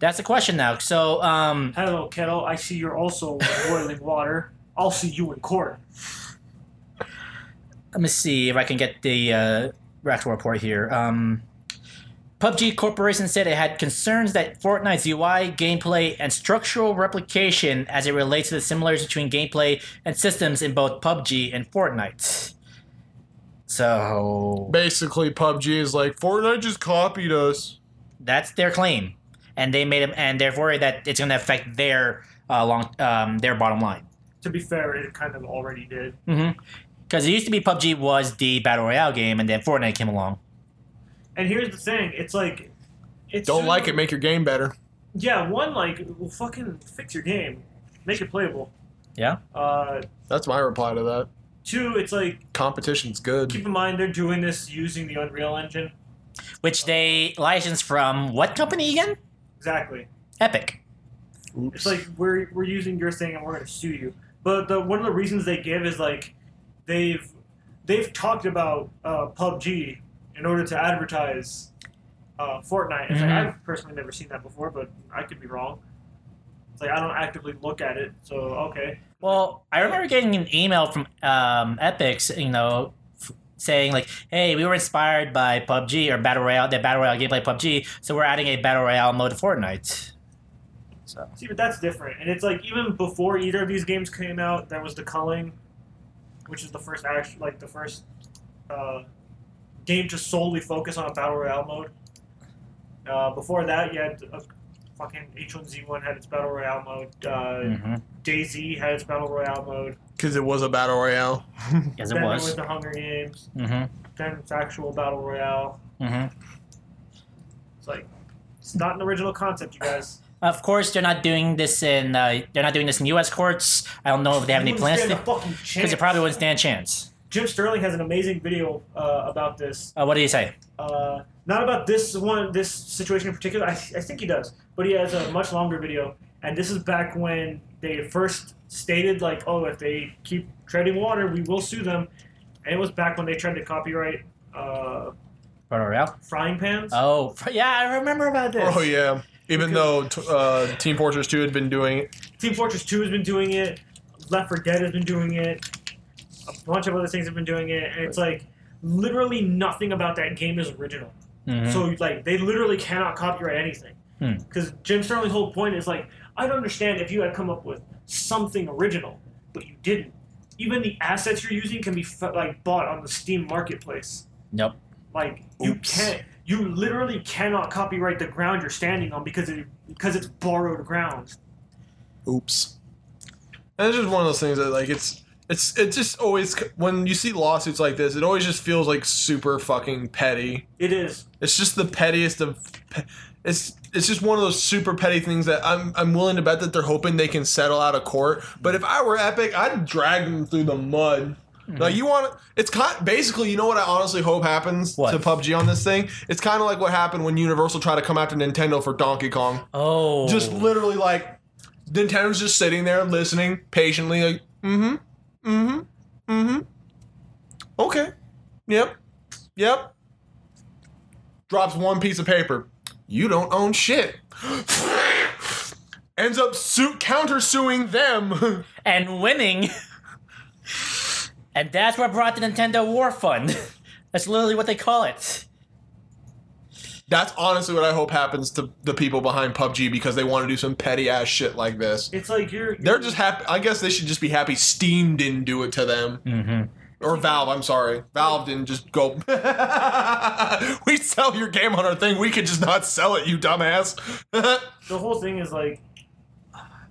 S3: That's the question now. So, um,
S5: Hello, kettle. I see you're also boiling water. I'll see you in court.
S3: let me see if I can get the uh, actual report here. Um, PUBG Corporation said it had concerns that Fortnite's UI, gameplay, and structural replication as it relates to the similarities between gameplay and systems in both PUBG and Fortnite. So
S4: Basically, PUBG is like Fortnite just copied us.
S3: that's their claim, and they made them, and they're worried that it's going to affect their uh, long, um, their bottom line.
S5: To be fair, it kind of already did.
S3: Because it used to be PUBG was the battle royale game, and then Fortnite came along.
S5: And here's the thing: it's like, it's
S4: Don't like it. Make your game better.
S5: Yeah, one like, well, fucking fix your game, make it playable.
S3: Yeah.
S5: Uh,
S4: That's my reply to that.
S5: two, it's like
S4: Competition's good.
S5: keep in mind they're doing this using the Unreal Engine.
S3: which they licensed from what company again?
S5: Exactly.
S3: Epic.
S4: Oops.
S5: It's like we're we're using your thing and we're gonna sue you. But the one of the reasons they give is like they've they've talked about uh, PUBG in order to advertise uh, Fortnite. It's
S3: Mhm.
S5: like I've personally never seen that before, but I could be wrong. It's like I don't actively look at it, so okay.
S3: Well, I remember getting an email from um, Epics, you know, f- saying like, "Hey, we were inspired by PUBG or Battle Royale, the Battle Royale gameplay PUBG, so we're adding a Battle Royale mode to Fortnite." So
S5: See, but that's different, and it's like even before either of these games came out, there was the culling, which is the first action, like the first uh, game to solely focus on a battle royale mode. Uh, before that, you had a fucking H1Z1 had its battle royale mode. Uh,
S3: Mhm.
S5: DayZ had its battle royale mode.
S4: Because it was a battle royale.
S3: yes,
S5: then
S3: it
S5: there
S3: was.
S5: the Hunger Games.
S3: Mm-hmm.
S5: Then it's actual battle royale.
S3: Mm-hmm.
S5: It's like it's not an original concept, you guys.
S3: Of course, they're not doing this in uh, they're not doing this in U.S. courts. I don't know if they have
S5: You
S3: any
S5: wouldn't
S3: plans
S5: stand
S3: to
S5: a fucking
S3: because
S5: chance.
S3: it probably wouldn't stand a chance.
S5: Jim Sterling has an amazing video uh, about this.
S3: Uh, what do you say?
S5: uh, not about this one, this situation in particular. I, I think he does, but he has a much longer video, and this is back when they first stated like, oh, if they keep treading water, we will sue them, and it was back when they tried to copyright uh,
S3: Battle Royale?
S5: frying pans.
S3: Oh, yeah, I remember about this.
S4: Oh yeah. Even though t- uh, Team Fortress 2 had been doing it,
S5: Team Fortress Two has been doing it, Left 4 Dead has been doing it, a bunch of other things have been doing it, and it's like literally nothing about that game is original.
S3: Mhm.
S4: Hmm.
S5: So like they literally cannot copyright anything.
S3: Hmm.
S5: Because Jim Sterling's whole point is like, I'd understand if you had come up with something original, but you didn't. Even the assets you're using can be f- like bought on the Steam marketplace.
S3: Nope.
S5: Like you
S4: Oops.
S5: can't, you literally cannot copyright the ground you're standing on because it because it's borrowed ground.
S4: oops. And it's just one of those things that like it's it's it just always when you see lawsuits like this, it always just feels like super fucking petty.
S5: It is.
S4: It's just the pettiest of. Pe- it's it's just one of those super petty things that I'm I'm willing to bet that they're hoping they can settle out of court. But if I were Epic, I'd drag them through the mud. Like you want it's kind basically you know what I honestly hope happens
S3: What?
S4: to PUBG on this thing. It's kind of like what happened when Universal tried to come after Nintendo for Donkey Kong.
S3: Oh,
S4: Just literally like Nintendo's just sitting there listening patiently, like mm-hmm, mm-hmm, mm-hmm. Okay, yep, yep. Drops one piece of paper. You don't own shit. Ends up suit counter suing them.
S3: and winning. and that's what brought the Nintendo War Fund. that's literally what they call it.
S4: That's honestly what I hope happens to the people behind PUBG because they want to do some petty ass shit like this.
S5: It's like you're.
S4: They're just happy. I guess they should just be happy Steam didn't do it to them. Or Valve, I'm sorry. Valve didn't just go, we sell your game on our thing. We could just not sell it, you dumbass.
S5: the whole thing is like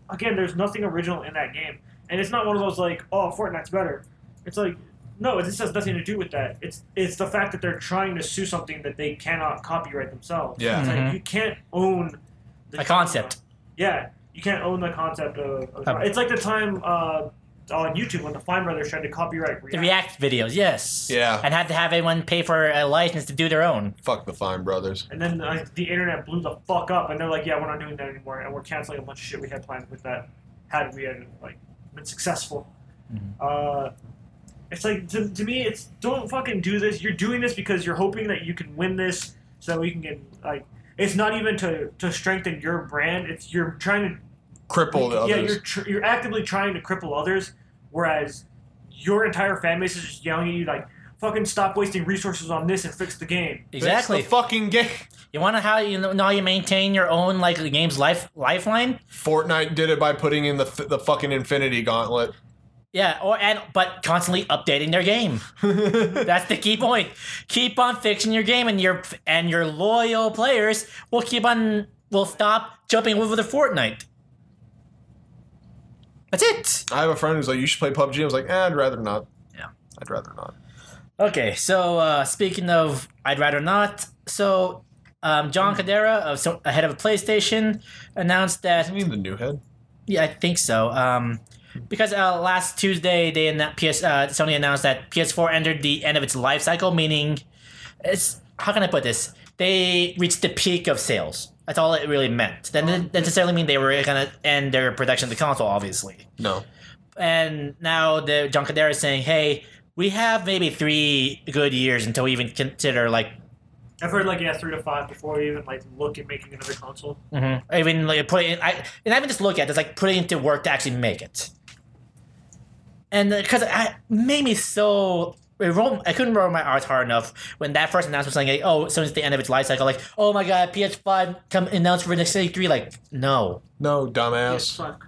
S5: again there's nothing original in that game and it's not one of those like oh fortnite's better it's like no this has nothing to do with that it's it's the fact that they're trying to sue something that they cannot copyright themselves
S4: Yeah.
S5: it's
S3: Mhm.
S5: like you can't own the
S3: A concept.
S5: yeah you can't own the concept of, of
S3: Of-
S5: it's like the time uh, on youtube when the fine brothers tried to copyright
S3: The React
S5: react,
S3: videos, yes.
S4: Yeah.
S3: And had to have everyone pay for a license to do their own.
S4: Fuck the Fine Brothers.
S5: and then like, the internet blew the fuck up and they're like yeah we're not doing that anymore and we're canceling a bunch of shit we had planned with that had we had like been successful uh, it's like to, to me it's don't fucking do this you're doing this because you're hoping that you can win this so that we can get like it's not even to, to strengthen your brand it's you're trying to
S4: Cripple the
S5: yeah
S4: others.
S5: you're tr- you're actively trying to cripple others whereas your entire fan base is just yelling at you like fucking stop wasting resources on this and fix the game
S3: Exactly.
S4: It's the fucking game.
S3: you want to how you know how you maintain your own like the game's life lifeline?
S4: Fortnite did it by putting in the, f- the fucking Infinity Gauntlet.
S3: Yeah, or and but constantly updating their game. That's the key point. Keep on fixing your game, and your and your loyal players will keep on will stop jumping over to Fortnite. That's it.
S4: I have a friend who's like, you should play PUBG. I was like, eh, I'd rather not.
S3: Yeah.
S4: I'd rather not.
S3: Okay, so uh, speaking of, I'd rather not. So, um, John Cadera, of so, head of PlayStation, announced that
S4: Isn't he the new head?
S3: yeah, I think so. Um, because uh, last Tuesday, they anno- PS uh, Sony announced that PS4 entered the end of its life cycle, meaning it's how can I put this? They reached the peak of sales. That's all it really meant. That didn't necessarily mean they were gonna end their production of the console, obviously
S4: No.
S3: and now the John Cadera is saying, "Hey, we have maybe three good years until we even consider like
S5: I've heard like yeah, three to five before we even like look at making another console.
S3: even like put in, I and I even just look at it, it's like putting into work to actually make it." And because I made me so. It rolled, I couldn't roll my eyes hard enough when that first announcement was like, like, oh, soon as the end of its life cycle, like, oh my god, PS5 come announced for next day 3, like, no.
S4: No, dumbass.
S5: Fuck.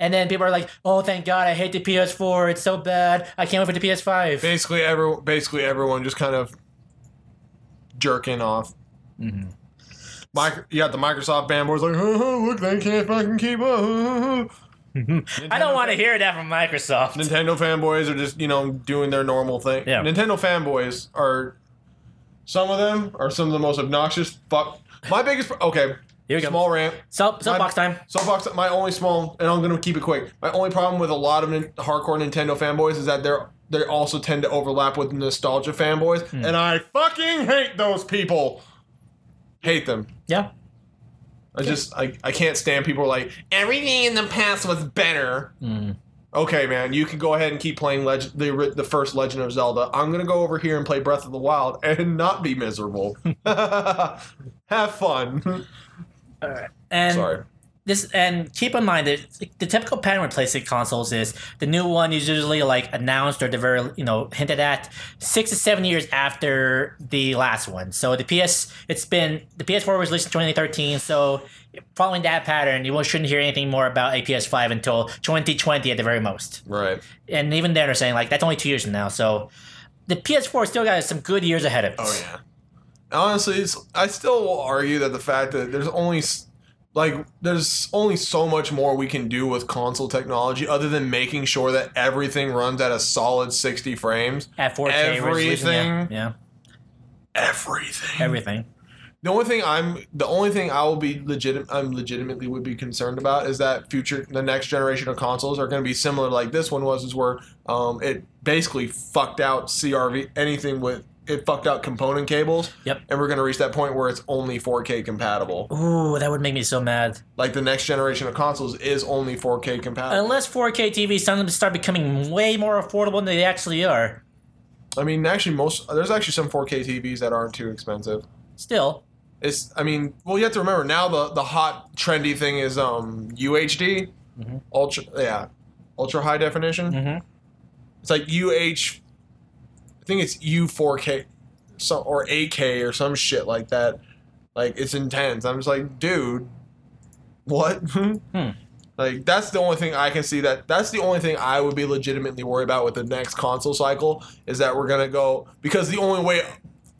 S3: And then people are like, oh, thank god, I hate the PS4, it's so bad, I can't wait for the PS5.
S4: basically every basically everyone just kind of jerking off.
S3: Mm-hmm.
S4: Mic- you got the Microsoft fanboys like, oh, look, they can't fucking keep up.
S3: I don't want to hear that from Microsoft.
S4: Nintendo fanboys are just you know doing their normal thing.
S3: Yeah.
S4: Nintendo fanboys are some of them are some of the most obnoxious. Fuck. My biggest okay.
S3: Here we go.
S4: Small rant.
S3: So, so
S4: My-
S3: box time.
S4: Soapbox. My only small, and I'm going to keep it quick. My only problem with a lot of nin- hardcore Nintendo fanboys is that they're they also tend to overlap with nostalgia fanboys,
S3: Hmm.
S4: and I fucking hate those people. Hate them.
S3: Yeah.
S4: I just I, I can't stand people like everything in the past was better.
S3: Hmm.
S4: Okay, man, you can go ahead and keep playing Legend, the ri- the first Legend of Zelda. I'm gonna go over here and play Breath of the Wild and not be miserable. Have fun.
S3: And
S4: Sorry.
S3: this and keep in mind that the typical pattern with PlayStation consoles is the new one is usually like announced or the very you know hinted at six to seven years after the last one. So the PS it's been the PS4 was released in 2013. So following that pattern, you shouldn't hear anything more about a PS5 until 2020 at the very most.
S4: Right.
S3: And even then, they're saying like that's only two years from now. So the PS4 still got some good years ahead of it.
S4: Oh yeah. Honestly, it's, I still will argue that the fact that there's only s- like there's only so much more we can do with console technology other than making sure that everything runs at a solid 60 frames.
S3: At 4K resolution. Yeah.
S4: Everything.
S3: yeah.
S4: Everything.
S3: Everything.
S4: The only thing I'm the only thing I will be legit I'm legitimately would be concerned about is that future the next generation of consoles are going to be similar like this one was is where um, it basically fucked out CRV anything with it fucked out component cables.
S3: Yep.
S4: And we're going to reach that point where it's only 4K compatible.
S3: Ooh, that would make me so mad.
S4: Like the next generation of consoles is only 4K compatible.
S3: Unless 4K TVs suddenly start becoming way more affordable than they actually are.
S4: I mean, actually most there's actually some 4K TVs that aren't too expensive.
S3: Still,
S4: It's I mean, well you have to remember now the the hot trendy thing is um UHD,
S3: Mhm.
S4: ultra yeah, ultra high definition.
S3: Mhm.
S4: It's like UH, I think it's U4K, so or AK or some shit like that. Like it's intense. I'm just like, dude, what?
S3: Hmm.
S4: Like that's the only thing I can see that that's the only thing I would be legitimately worried about with the next console cycle is that we're gonna go because the only way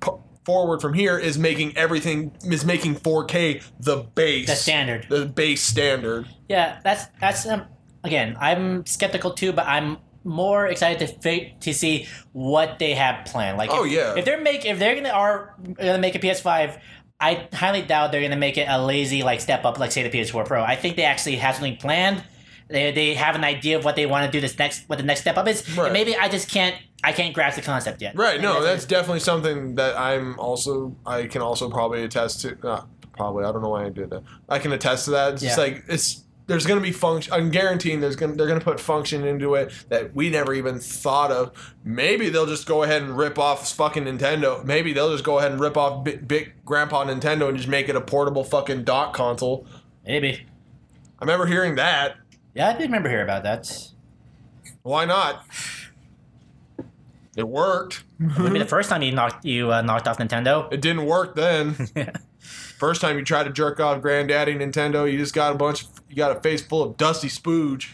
S4: p- forward from here is making everything is making 4K the base
S3: the standard.
S4: the base standard.
S3: Yeah, that's that's um, again. I'm skeptical too, but I'm more excited to fi- to see what they have planned. Like,
S4: Oh,
S3: if,
S4: yeah.
S3: if they're make if they're gonna are gonna make a PS Five, I highly doubt they're gonna make it a lazy like step up like say the PS4 Pro. I think they actually have something planned. They, they have an idea of what they want to do this next what the next step up is. And
S4: Right.
S3: maybe I just can't I can't grasp the concept yet.
S4: Right. No,
S3: Maybe
S4: that's definitely something that I'm also I can also probably attest to. Not probably. I don't know why I did that. I can attest to that. It's just
S3: Yeah.
S4: like it's there's going to be function. I'm guaranteeing there's going to they're going to put function into it that we never even thought of. Maybe they'll just go ahead and rip off fucking Nintendo. Maybe they'll just go ahead and rip off big, big grandpa Nintendo and just make it a portable fucking dock console.
S3: maybe.
S4: I remember hearing that.
S3: Yeah, I did remember hearing about that.
S4: Why not? It worked.
S3: Maybe the first time you knocked you uh, knocked off Nintendo.
S4: It didn't work then. First time you tried to jerk off Granddaddy Nintendo, you just got a bunch. Of, you got a face full of dusty spooge.
S3: I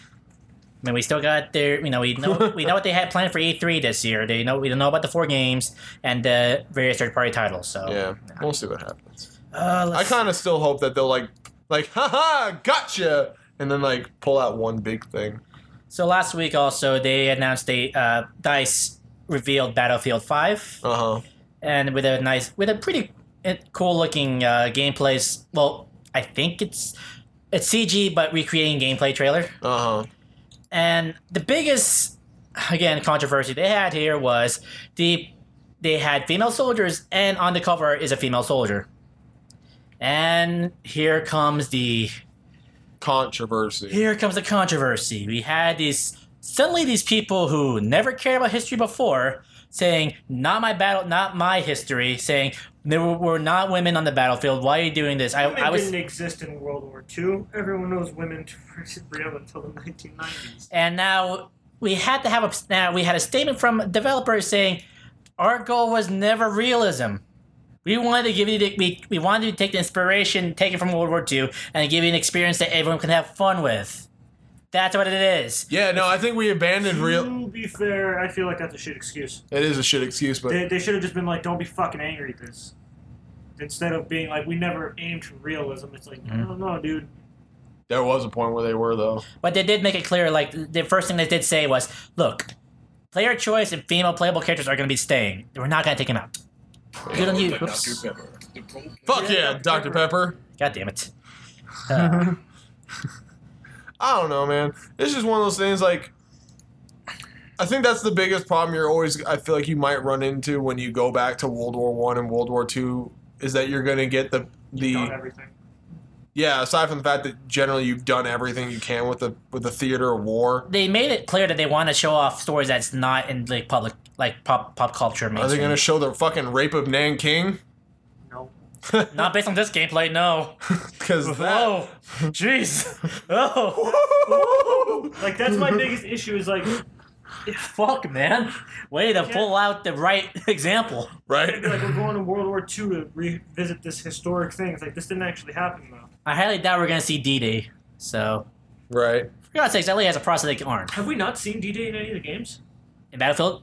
S3: mean, we still got their, you know, we know we know what they had planned for E3 this year. They know we don't know about the four games and the various third-party titles. So
S4: Oh, Yeah, we'll see what happens.
S3: uh,
S4: I
S3: let's-
S4: kind of still hope that they'll like, like, haha, gotcha, and then like pull out one big thing.
S3: so last week also they announced they uh, Dice revealed Battlefield 5,
S4: Uh huh.
S3: and with a nice, with a pretty cool-looking uh, gameplay. s- Well, I think it's it's CG but recreating gameplay trailer.
S4: Uh huh.
S3: And the biggest, again, controversy they had here was the they had female soldiers, and on the cover is a female soldier. And here comes the
S4: Controversy.
S3: here comes the controversy. We had these suddenly these people who never cared about history before saying, "Not my battle, not my history," saying there were, were not women on the battlefield. Why are you doing this? I,
S5: Women
S3: I was
S5: didn't exist in World War II. Everyone knows women were real until the 1990s.
S3: And now we had to have a now we had a statement from developers saying our goal was never realism. We wanted to give you the, we, we wanted to take the inspiration taken from World War II and give you an experience that everyone can have fun with. That's what it is.
S4: Yeah, no, I think we abandoned real.
S5: To be fair, I feel like that's a shit excuse.
S4: It is a shit excuse, but
S5: They, they should have just been like, "Don't be fucking angry at this," instead of being like, "We never aimed for realism." It's like, no,
S3: Mm-hmm.
S5: no, dude.
S4: there was a point where they were though.
S3: But they did make it clear like the first thing they did say was, look, player choice and female playable characters are going to be staying. We're not going to take them out. Good on you. Oops.
S4: Fuck yeah, Dr. Pepper.
S3: God damn it. Uh,
S4: I don't know, man. It's just one of those things like I think that's the biggest problem you're always I feel like you might run into when you go back to World War One and World War Two is that you're gonna get the
S5: Not
S4: the
S5: everything.
S4: yeah, aside from the fact that generally you've done everything you can with the with the theater of war.
S3: they made it clear that they want to show off stories that's not in like public like pop pop culture
S4: Are they
S3: mainstream.
S4: gonna show the fucking rape of Nanking?
S5: No.
S3: not based on this gameplay, no.
S4: Because
S3: Whoa. Jeez. Oh
S4: that
S5: Like that's my biggest issue. Is like,
S3: fuck man. Way to pull out the right example.
S4: right.
S5: like we're going to World War II to revisit this historic thing. It's like this didn't actually happen though.
S3: I highly doubt we're gonna see D Day. So
S4: Right.
S3: for God's sakes, LA has a prosthetic arm.
S5: Have we not seen D-Day in any of the games?
S3: In Battlefield?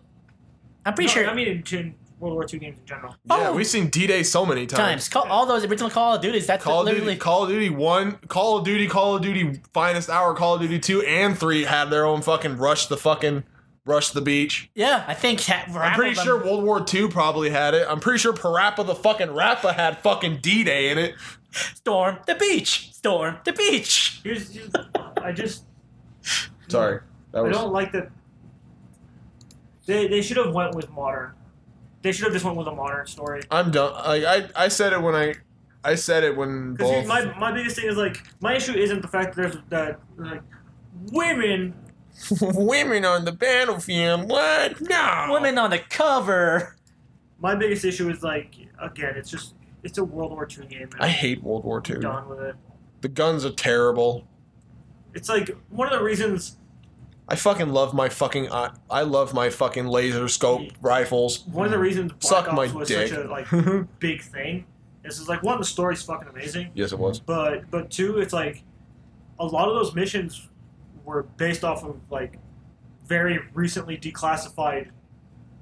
S3: I'm pretty
S5: No,
S3: sure
S5: I mean, in, in World War II games in general.
S4: Yeah,
S3: Oh.
S4: we've seen D Day so many times.
S3: times. Call, all those original Call of Duties. That's
S4: Call of
S3: literally
S4: Duty, Call of Duty One, Call of Duty, Call of Duty Finest Hour, Call of Duty Two, and Three had their own fucking rush the fucking rush the beach.
S3: yeah. I think that
S4: I'm pretty sure World War II probably had it. I'm pretty sure Parappa the fucking Rappa had fucking D Day in it.
S3: storm the beach, storm the beach.
S5: Here's, here's I just
S4: Sorry, that
S5: I
S4: was
S5: don't like that. They they should have went with modern. They should have just went with a modern story.
S4: I'm done. I, I I said it when I I said it when
S5: Because
S4: both.
S5: my, my biggest thing is like my issue isn't the fact that there's that like women
S4: Women on the battlefield. What? No.
S3: Women on the cover.
S5: my biggest issue is like again it's just it's a world war ii game and
S4: I hate World War II.
S5: i'm done with it
S4: The guns are terrible.
S5: it's like one of the reasons
S4: I fucking love my fucking I, I love my fucking laser scope rifles.
S5: one of the reasons black
S4: Suck my
S5: ops was
S4: dick.
S5: such a like big thing this is like one the story's fucking amazing
S4: yes, it was.
S5: but but two it's like a lot of those missions were based off of like very recently declassified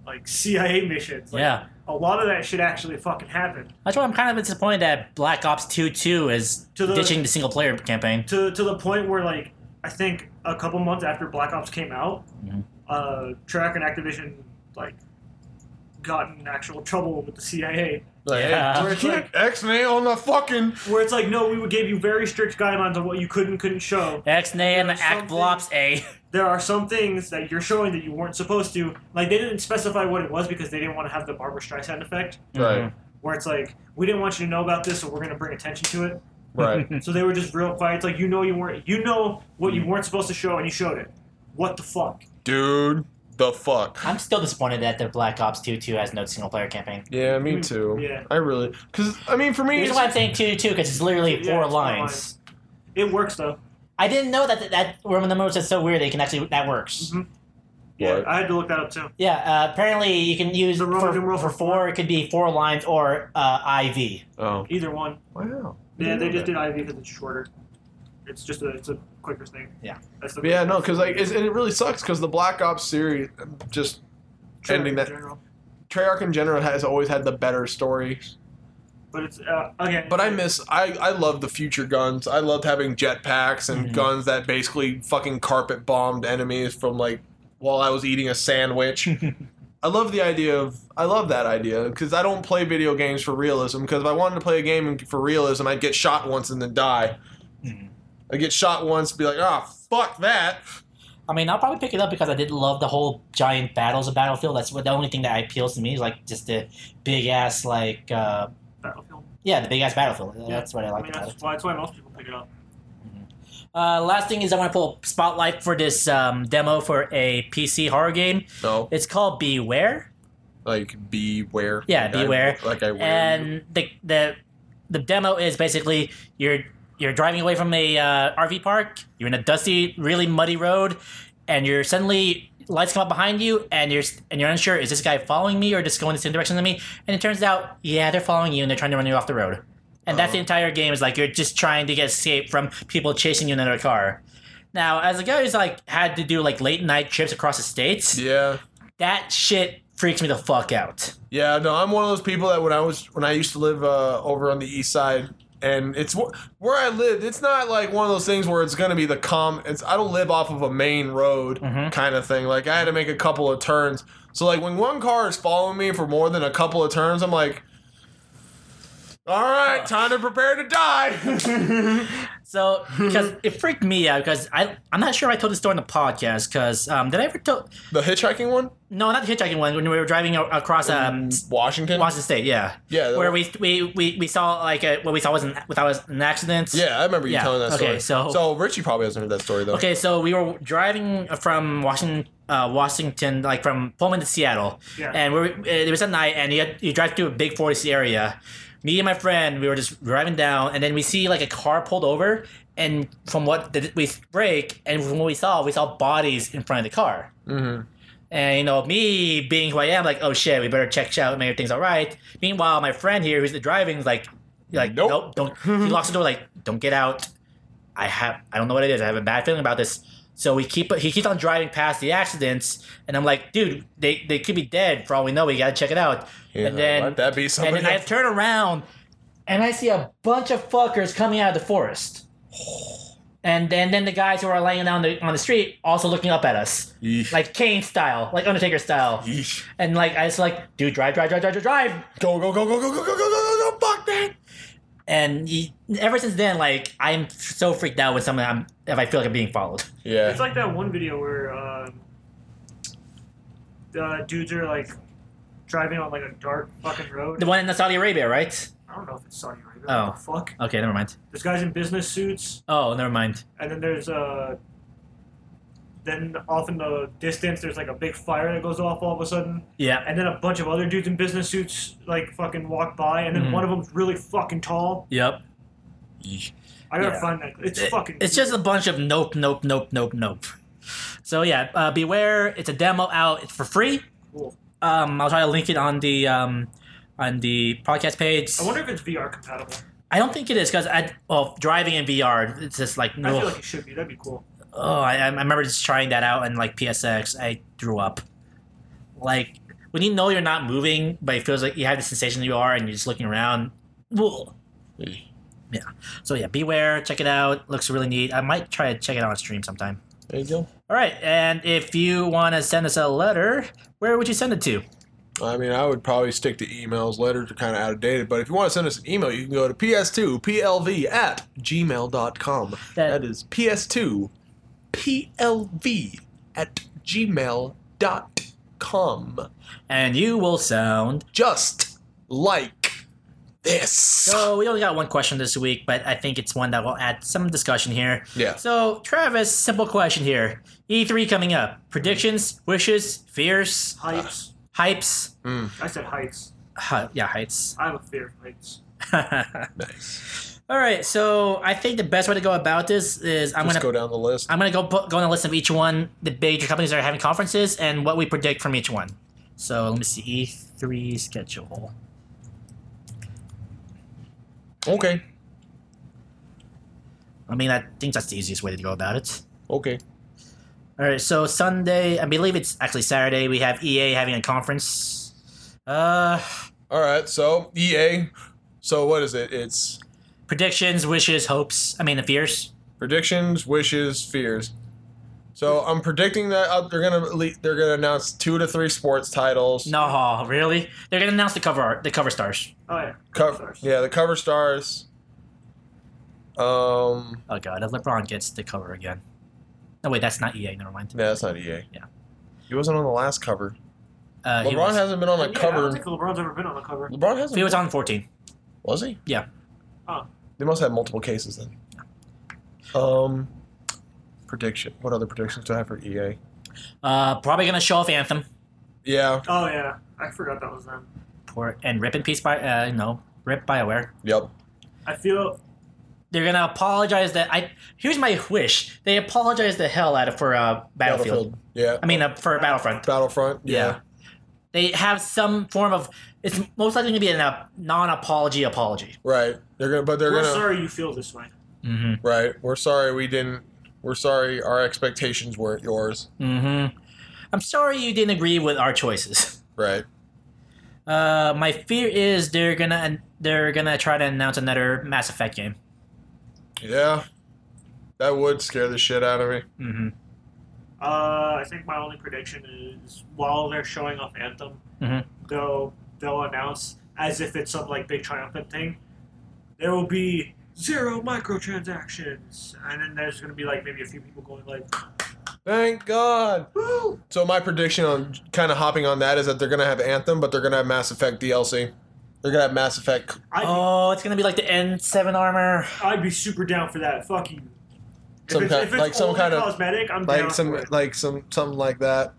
S5: like cia missions like,
S3: Yeah.
S5: a lot of that shit actually fucking happened
S3: That's why I'm kind of disappointed that Black Ops 2 2 is
S5: To the-
S3: ditching the single player campaign.
S5: to to the point where like I think a couple months after Black Ops came out,
S3: Mhm.
S5: uh, Treyarch and Activision like got in actual trouble with the CIA,
S4: Like,
S3: Yeah.
S4: hey, can't X-nay on the fucking
S5: where it's like, no, we gave you very strict guidelines on what you could and couldn't show.
S3: X Nay and
S5: There's
S3: Act
S5: something-
S3: Blops A.
S5: There are some things that you're showing that you weren't supposed to. Like they didn't specify what it was because they didn't want to have the Barbara Streisand effect,
S4: right,
S5: where it's like we didn't want you to know about this, so we're gonna bring attention to it.
S4: right.
S5: So they were just real quiet. It's like you know you weren't, you know what
S4: Hmm.
S5: you weren't supposed to show, and you showed it. What the fuck?
S4: Dude, the fuck.
S3: I'm still disappointed that the Black Ops 2 2 has no single player campaign.
S4: Yeah, me too.
S5: Mm-hmm. Yeah.
S4: I really cuz I mean for me
S3: Here's
S4: it's-
S3: why I'm saying 2 2 because it's literally
S5: Yeah,
S3: four
S5: it's four
S3: lines.
S5: lines. It works though.
S3: I didn't know that that Roman numerals is so weird. They can actually that works.
S5: Mm-hmm. Yeah,
S4: What?
S5: I had to look that up too.
S3: Yeah, uh, apparently you can use
S5: The Roman
S3: for,
S5: numeral
S3: for
S5: for
S3: four. It could be four lines or uh, IV.
S4: Oh.
S5: Either one.
S4: Wow.
S5: Yeah, they just did IV because it's shorter. It's just a it's a quicker thing.
S3: Yeah.
S5: That's the
S4: But yeah, no, cuz like it's, and it really sucks cuz the Black Ops series just
S5: Treyarch
S4: ending
S5: in
S4: that-
S5: General.
S4: Treyarch in general has always had the better story.
S5: But it's uh, again.
S4: But I miss I I love the future guns. I loved having jetpacks and
S3: Mhm.
S4: guns that basically fucking carpet bombed enemies from like while I was eating a sandwich. I love the idea of I love that idea because I don't play video games for realism because if I wanted to play a game for realism I'd get shot once and then die.
S5: Mm-hmm.
S3: Mhm.
S4: I'd get shot once be like, "Ah, fuck that."
S3: I mean, I'll probably pick it up because I did love the whole giant battles of Battlefield. That's what the only thing that appeals to me is like just the big ass like uh,
S5: Battlefield.
S3: yeah, the big ass Battlefield. That's what I
S5: I
S3: like
S5: mean,
S3: about it.
S5: that's why, that's why most people pick it up.
S3: Uh, last thing is I want to pull a spotlight for this um, demo for a PC horror game.
S4: No,
S3: It's called Beware,
S4: like beware.
S3: Yeah,
S4: Like I-
S3: beware.
S4: like I wear you.
S3: and the the the demo is basically you're you're driving away from a uh, RV park. You're in a dusty, really muddy road, and you're suddenly lights come up behind you, and you're and you're unsure is this guy following me or just going the same direction as me? And it turns out, yeah, they're following you and they're trying to run you off the road. And that's the
S4: Oh.
S3: entire game is like you're just trying to get escape from people chasing you in another car. Now, as a guy who's like had to do like late night trips across the states,
S4: Yeah.
S3: that shit freaks me the fuck out.
S4: Yeah, no, I'm one of those people that when I was when I used to live uh, over on the east side, and it's wh- where I lived. It's not like one of those things where it's gonna be the com. It's I don't live off of a main road
S3: Mhm.
S4: kind of thing. Like I had to make a couple of turns. So like when one car is following me for more than a couple of turns, I'm like. All right, time to prepare to die.
S3: So, because it freaked me out because I I'm not sure if I told the story on the podcast because um did I ever tell
S4: the hitchhiking one,
S3: no not the hitchhiking one when we were driving a- across um
S4: Washington.
S3: Washington State yeah
S4: Mm-hmm. Yeah, that
S3: where we, we we we saw like a, what we saw was an without was an accident
S4: Yeah, I remember you
S3: Yeah,
S4: telling that
S3: okay,
S4: story.
S3: so-
S4: Richie probably hasn't heard that story though.
S3: Okay, so we were driving from Washington, uh, Washington, like from Pullman to Seattle,
S5: Yeah.
S3: and we were, it was at night, and you, had, you drive through a big forest area. Me and my friend, we were just driving down, and then we see like a car pulled over, and from what the, we brake, and from what we saw, we saw bodies in front of the car.
S4: Mm-hmm.
S3: And you know, me being who I am, like, oh shit, we better check out, make everything's all right. Meanwhile, my friend here who's the driving is like, like,
S4: Nope.
S3: nope, don't. He locks the door, like, don't get out. I have, I don't know what it is. I have a bad feeling about this. So we keep he keeps on driving past the accidents, and I'm like, dude, they, they could be dead for all we know. We gotta check it out.
S4: Yeah,
S3: and then
S4: might that be somebody
S3: And then I
S4: else?
S3: turn around, and I see a bunch of fuckers coming out of the forest. And then, then the guys who are laying down the, on the street also looking up at us,
S4: Yeesh.
S3: like Kane style, like Undertaker style.
S4: Yeesh.
S3: And like I was like, dude, drive, drive, drive, drive, drive, drive.
S4: Go go go go go go go go go go go! Fuck that!
S3: And he, ever since then, like I'm so freaked out when someone I'm, if I feel like I'm being followed.
S4: Yeah.
S5: It's like that one video where um, uh, dudes are like driving on like a dark fucking road.
S3: The one in Saudi Arabia, right?
S5: I don't know if it's Saudi Arabia.
S3: Oh.
S5: What the fuck?
S3: Okay, never mind.
S5: There's guys in business suits,
S3: Oh, never mind.
S5: and then there's uh, then off in the distance there's like a big fire that goes off all of a sudden,
S3: Yeah,
S5: and then a bunch of other dudes in business suits like fucking walk by, and then
S3: Mhm.
S5: one of them's really fucking tall.
S3: yep.
S5: I gotta
S3: Yeah.
S5: find that. It's
S3: It-
S5: fucking.
S3: It's just a bunch of nope, nope, nope, nope, nope. So yeah, uh, beware. It's a demo out. It's for free.
S5: cool.
S3: Um, I'll try to link it on the um, on the podcast page.
S5: I wonder if it's VR compatible.
S3: I don't think it is because I well driving in VR. It's just like
S5: I
S3: no.
S5: feel like it should be. That'd be cool.
S3: oh, I, I remember just trying that out and like PSX. I threw up. Like when you know you're not moving, but it feels like you have the sensation you are, and you're just looking around. Whoa. Yeah. So yeah, beware. Check it out. Looks really neat. I might try to check it out on stream sometime.
S4: There you go.
S3: All right, and if you want to send us a letter, where would you send it to?
S4: I mean, I would probably stick to emails. Letters are kind of outdated, but if you want to send us an email, you can go to ps2plv at gmail.com.
S3: That-
S4: That is ps2plv at gmail.com.
S3: And you will sound.
S4: Just like this.
S3: So oh, we only got one question this week, but I think it's one that will add some discussion here.
S4: Yeah.
S3: So Travis, simple question here: E3 coming up, predictions, wishes, fears,
S5: Heights.
S3: hypes.
S4: Mm,
S5: I said heights.
S3: Huh, yeah, heights.
S5: I have a fear of heights.
S4: nice.
S3: All right, so I think the best way to go about this is I'm
S4: Let's
S3: gonna
S4: go down the list.
S3: I'm gonna go put, go on a list of each one, the major companies that are having conferences, and what we predict from each one. So let me see E3 schedule.
S4: Okay.
S3: I mean, I think that's the easiest way to go about it.
S4: Okay.
S3: All right, so Sunday, I believe it's actually Saturday. We have EA having a conference. Uh,
S4: All right. So, EA. So, what is it? It's
S3: predictions, wishes, hopes. I mean, the fears.
S4: predictions, wishes, fears. So I'm predicting that uh, they're gonna le- they're gonna announce two to three sports titles.
S3: No, really? They're gonna announce the cover art, the cover stars.
S5: Oh yeah.
S4: Co-
S5: Stars.
S4: yeah, the cover stars. Um,
S3: Oh god, if LeBron gets the cover again. No, wait, that's not EA. Never mind.
S4: no, that's not EA.
S3: Yeah.
S4: he wasn't on the last cover.
S3: Uh, he,
S4: LeBron
S3: was,
S4: hasn't been on a
S5: Yeah, I
S4: cover.
S5: don't think LeBron's ever been on a cover.
S4: LeBron hasn't.
S3: he was on 14.
S4: was he?
S3: Yeah.
S5: Oh.
S4: They must have multiple cases then. Um, prediction. What other predictions do I have for E EA?
S3: Uh, probably gonna show off Anthem.
S4: Yeah.
S5: Oh yeah. I forgot that was them.
S3: Poor, and rip in peace by, uh, no, rip Bioware.
S4: Yep.
S5: I feel
S3: They're gonna apologize that I. Here's my wish. They apologize the hell out of for uh, Battlefield.
S4: Yeah.
S3: I mean, uh, for Battlefront.
S4: Battlefront. Yeah.
S3: They have some form of. It's most likely gonna be an uh, non-apology apology.
S4: Right. They're gonna, but they're
S5: we're
S4: gonna.
S5: sorry you feel this way.
S3: Mm-hmm.
S4: Right. We're sorry we didn't. We're sorry our expectations weren't yours.
S3: Mm-hmm. I'm sorry you didn't agree with our choices.
S4: Right.
S3: Uh, my fear is they're gonna they're gonna try to announce another Mass Effect game.
S4: Yeah. That would scare the shit out of me.
S3: Mm-hmm.
S5: Uh, I think my only prediction is while they're showing off Anthem,
S3: Mhm.
S5: they'll they'll announce as if it's some like big triumphant thing. There will be zero microtransactions, and then there's gonna be like maybe a few people going like,
S4: Thank God.
S5: "Woo!"
S4: So my prediction on kind of hopping on that is that they're gonna have Anthem, but they're gonna have Mass Effect DLC. They're gonna have Mass Effect.
S5: I'd, be-
S3: Oh, it's gonna be like the N7 armor.
S5: I'd be super down for that. Fuck you. If
S4: Some
S5: it's,
S4: kind-
S5: if it's
S4: like some
S5: only
S4: kind of-
S5: cosmetic, I'm down
S4: Like some,
S5: for it.
S4: like some, something like that.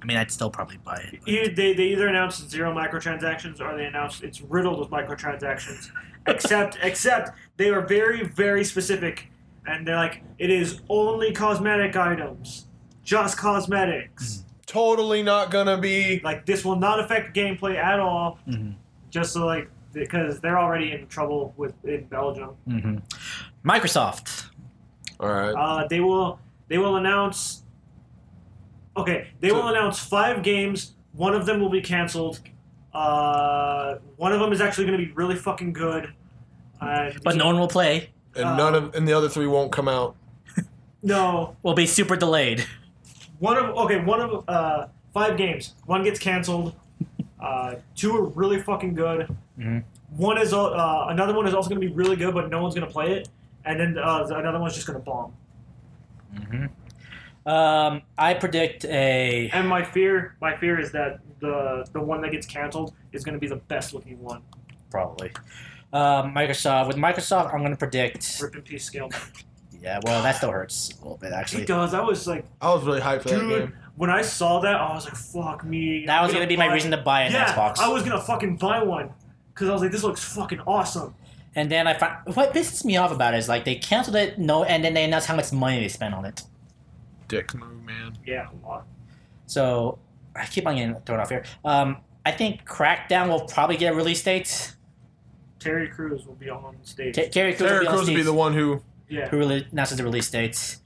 S3: I mean, I'd still probably buy it. but-
S5: Either, they, they either announced zero microtransactions or they announced it's riddled with microtransactions. except except they are very very specific, and they're like it is only cosmetic items, just cosmetics.
S4: Totally not gonna be.
S5: Like this will not affect gameplay at all.
S3: Mhm.
S5: Just so like because they're already in trouble with in Belgium.
S3: Mhm. Mm-hmm. Microsoft.
S4: All right.
S5: Uh, they will They will announce. Okay, they
S4: So-
S5: will announce five games. One of them will be canceled. Uh, one of them is actually going to be really fucking good. Uh,
S3: But no one will play.
S4: and
S5: Uh,
S4: none of and the other three won't come out.
S5: no,
S3: Will be super delayed.
S5: one of okay, one of uh, five games. One gets canceled. Uh, two are really fucking good.
S3: Mhm.
S5: One is al- uh, another one is also going to be really good, but no one's going to play it. And then uh, another one's just going to bomb.
S3: Um, I predict a.
S5: And my fear, my fear is that the the one that gets canceled is going to be the best looking one.
S3: Probably. Um, Microsoft. With Microsoft, I'm going to predict.
S5: Rip and peace scale.
S3: Yeah, well, that still hurts a little bit,
S5: It
S3: actually.
S5: does. I was like,
S4: I was really hyped for that
S5: dude,
S4: game.
S5: when I saw that, I was like, fuck me.
S3: That
S5: I'm
S3: was going to be
S5: buy-
S3: my reason to buy an
S5: yeah,
S3: Xbox.
S5: I was gonna fucking buy one because I was like, this looks fucking awesome.
S3: And then I find what pisses me off about it is like they canceled it, no, and then they announced how much money they spent on it.
S4: Dick move, man.
S5: Yeah, a lot.
S3: So I keep on getting thrown off here. Um, I think Crackdown will probably get a release date.
S5: Terry Crews will be on stage.
S3: K- Terry Crews will
S4: Terry
S3: be, on
S4: Crews would be
S3: stage,
S4: the one who.
S5: yeah,
S3: who really announces the release dates.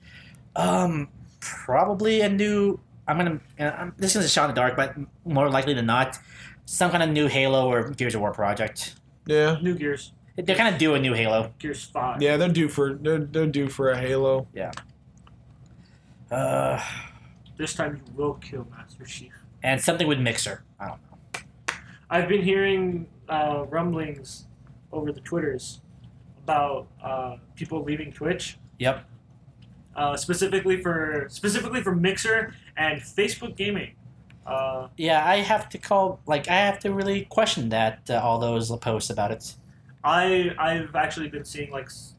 S3: Um, probably a new. I'm gonna. uh, I'm, this is a shot in the dark, but more likely than not, some kind of new Halo or Gears of War project.
S4: Yeah,
S5: New Gears,
S3: They're kind of due a new Halo.
S5: Gears Five.
S4: yeah, they're due for they're they're due for a Halo.
S3: Uh,
S5: This time you will kill Master Chief.
S3: and something with Mixer. I don't know.
S5: I've been hearing uh, rumblings over the Twitters about uh, people leaving Twitch,
S3: Yep.
S5: uh, specifically for specifically for Mixer and Facebook Gaming. Uh,
S3: Yeah, I have to call. Like, I have to really question that uh, all those posts about it.
S5: I I've actually been seeing like s-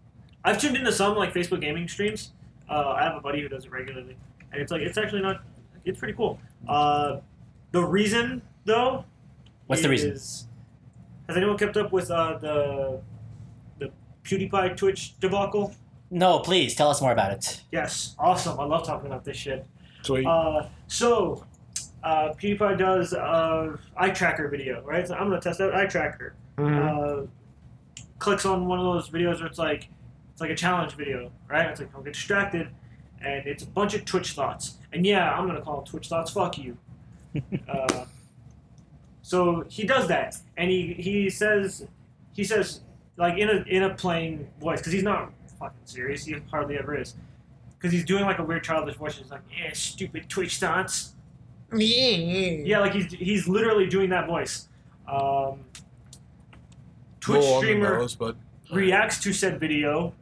S5: I've tuned into some like Facebook gaming streams. Uh, I have a buddy who does it regularly, and it's like it's actually not it's pretty cool. Uh, the reason though,
S3: What's the reason?
S5: is- Has anyone kept up with uh, the the PewDiePie Twitch debacle?
S3: No, please tell us more about it.
S5: Yes, awesome. I love talking about this shit.
S4: Sweet.
S5: Uh, so, uh, PewDiePie does uh, eye tracker video, right? So I'm gonna test out eye tracker
S4: Mhm.
S5: uh, clicks on one of those videos where it's like it's like a challenge video, right? It's like don't get distracted, and it's a bunch of Twitch thoughts. And yeah, I'm gonna call them Twitch thoughts. Fuck you. uh, so he does that, and he he says he says like in a in a plain voice because he's not fucking serious. He hardly ever is. Because he's doing like a weird childish voice. He's like, yeah, stupid Twitch thoughts. Yeah, like he's he's literally doing that voice. Um, Twitch
S4: Roll on the
S5: streamer
S4: nose, but
S5: reacts to said video,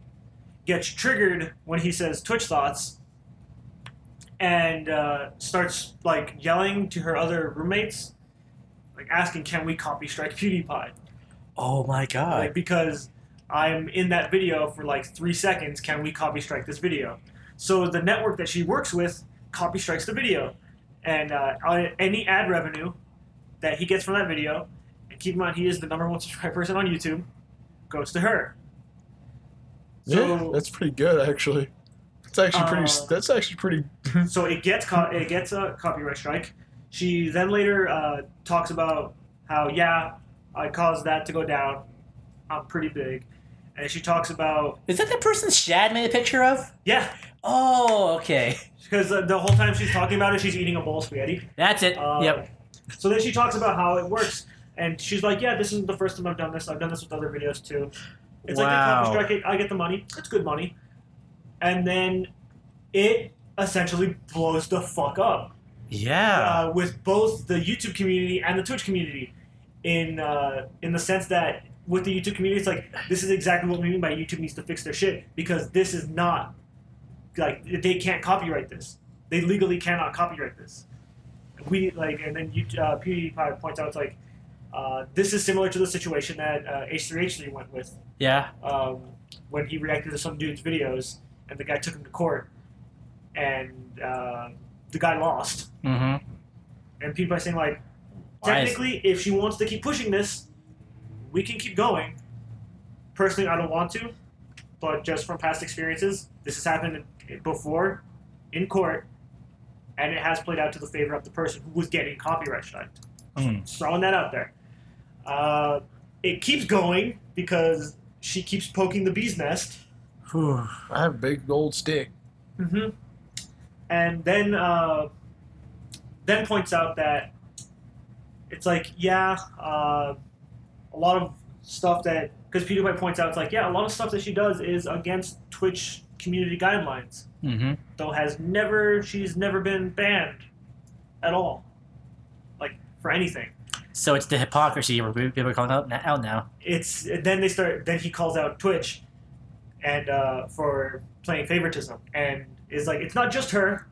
S5: gets triggered when he says Twitch thoughts, and uh, starts like yelling to her other roommates, like asking, "Can we copy strike PewDiePie?"
S3: Oh my god.
S5: Like, because I'm in that video for like three seconds. Can we copy strike this video? So the network that she works with copy strikes the video, and uh, on any ad revenue that he gets from that video, and keep in mind he is the number one subscriber person on YouTube, goes to her.
S4: yeah, that's pretty good actually. It's actually pretty.
S5: Uh,
S4: that's actually pretty.
S5: so it gets co- it gets a copyright strike. She then later uh, talks about how yeah, I caused that to go down. I'm pretty big, and she talks about
S3: Is that the person Shad made a picture of?
S5: yeah,
S3: Oh, okay.
S5: Because uh, the whole time she's talking about it, she's eating a bowl of spaghetti.
S3: That's it.
S5: Uh,
S3: yep.
S5: So then she talks about how it works, and she's like, "Yeah, this isn't the first time I've done this. I've done this with other videos too. It's
S3: Wow.
S5: like they copy strike it. I get the money. It's good money." And then it essentially blows the fuck up
S3: Yeah.
S5: uh, with both the YouTube community and the Twitch community, in uh, in the sense that with the YouTube community, it's like this is exactly what we mean by YouTube needs to fix their shit because this is not like they can't copyright this. They legally cannot copyright this. We like, and then you, uh, PewDiePie points out it's like uh, this is similar to the situation that uh, H3H3 went with
S3: yeah.
S5: um, when he reacted to some dude's videos, and the guy took him to court, and uh, the guy lost
S3: Mm-hmm.
S5: and people are saying like
S3: Why is-
S5: technically if she wants to keep pushing this we can keep going personally i don't want to but just from past experiences this has happened before in court and it has played out to the favor of the person who was getting copyright striked
S3: Mm.
S5: throwing that out there uh, it keeps going because she keeps poking the bee's nest
S4: I have a big gold stick.
S5: Mm-hmm. and then uh, then points out that it's like yeah, uh, a lot of stuff that because PewDiePie points out it's like yeah, a lot of stuff that she does is against Twitch community guidelines.
S3: Mm-hmm.
S5: Though has never she's never been banned at all, like for anything.
S3: So it's the hypocrisy where people are calling out, out now.
S5: It's then they start then he calls out Twitch, and uh, for playing favoritism and is like it's not just her.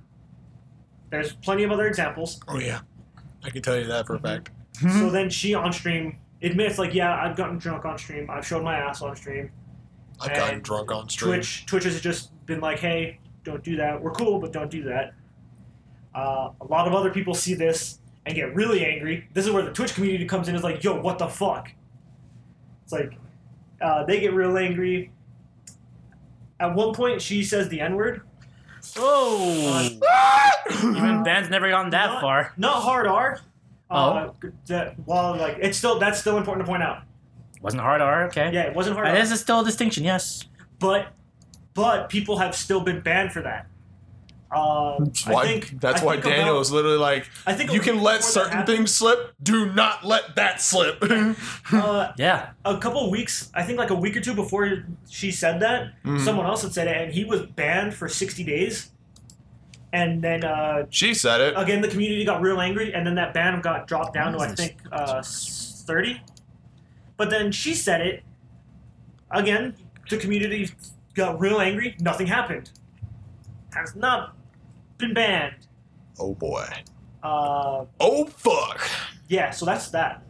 S5: There's plenty of other examples.
S4: Oh yeah, I can tell you that for a fact.
S5: so then she on stream admits like yeah I've gotten drunk on stream I've shown my ass on stream.
S4: I've gotten
S5: Mm-hmm. And
S4: drunk on stream.
S5: Twitch Twitch has just been like hey don't do that we're cool but don't do that. Uh, a lot of other people see this and get really angry. This is where the Twitch community comes in. Is like yo what the fuck. It's like uh, they get real angry. At one point, she says the N word.
S3: Whoa! Even Ben's never gone that
S5: not,
S3: far.
S5: Not hard R. Uh, that, well, like it's still that's still important to point out.
S3: Wasn't hard R, okay.
S5: Yeah, it wasn't hard
S3: That
S5: R,
S3: is still a distinction, yes.
S5: but but people have still been banned for that. Um,
S4: That's
S5: I
S4: why,
S5: think
S4: that's
S5: I
S4: why
S5: think
S4: Daniel
S5: about-
S4: is literally like,
S5: I think
S4: you
S5: a
S4: can
S5: week
S4: let
S5: before that
S4: certain
S5: happened-
S4: things slip. Do not let that slip.
S5: Uh,
S3: Yeah.
S5: a couple weeks, I think like a week or two before she said that,
S4: Mm.
S5: someone else had said it, and he was banned for sixty days. And then uh,
S4: she said it.
S5: again, the community got real angry, and then that ban got dropped down to I think uh, thirty. But then she said it again. The community got real angry. Nothing happened. Has not been banned.
S4: Oh boy.
S5: Uh,
S4: Oh fuck.
S5: yeah, so that's that.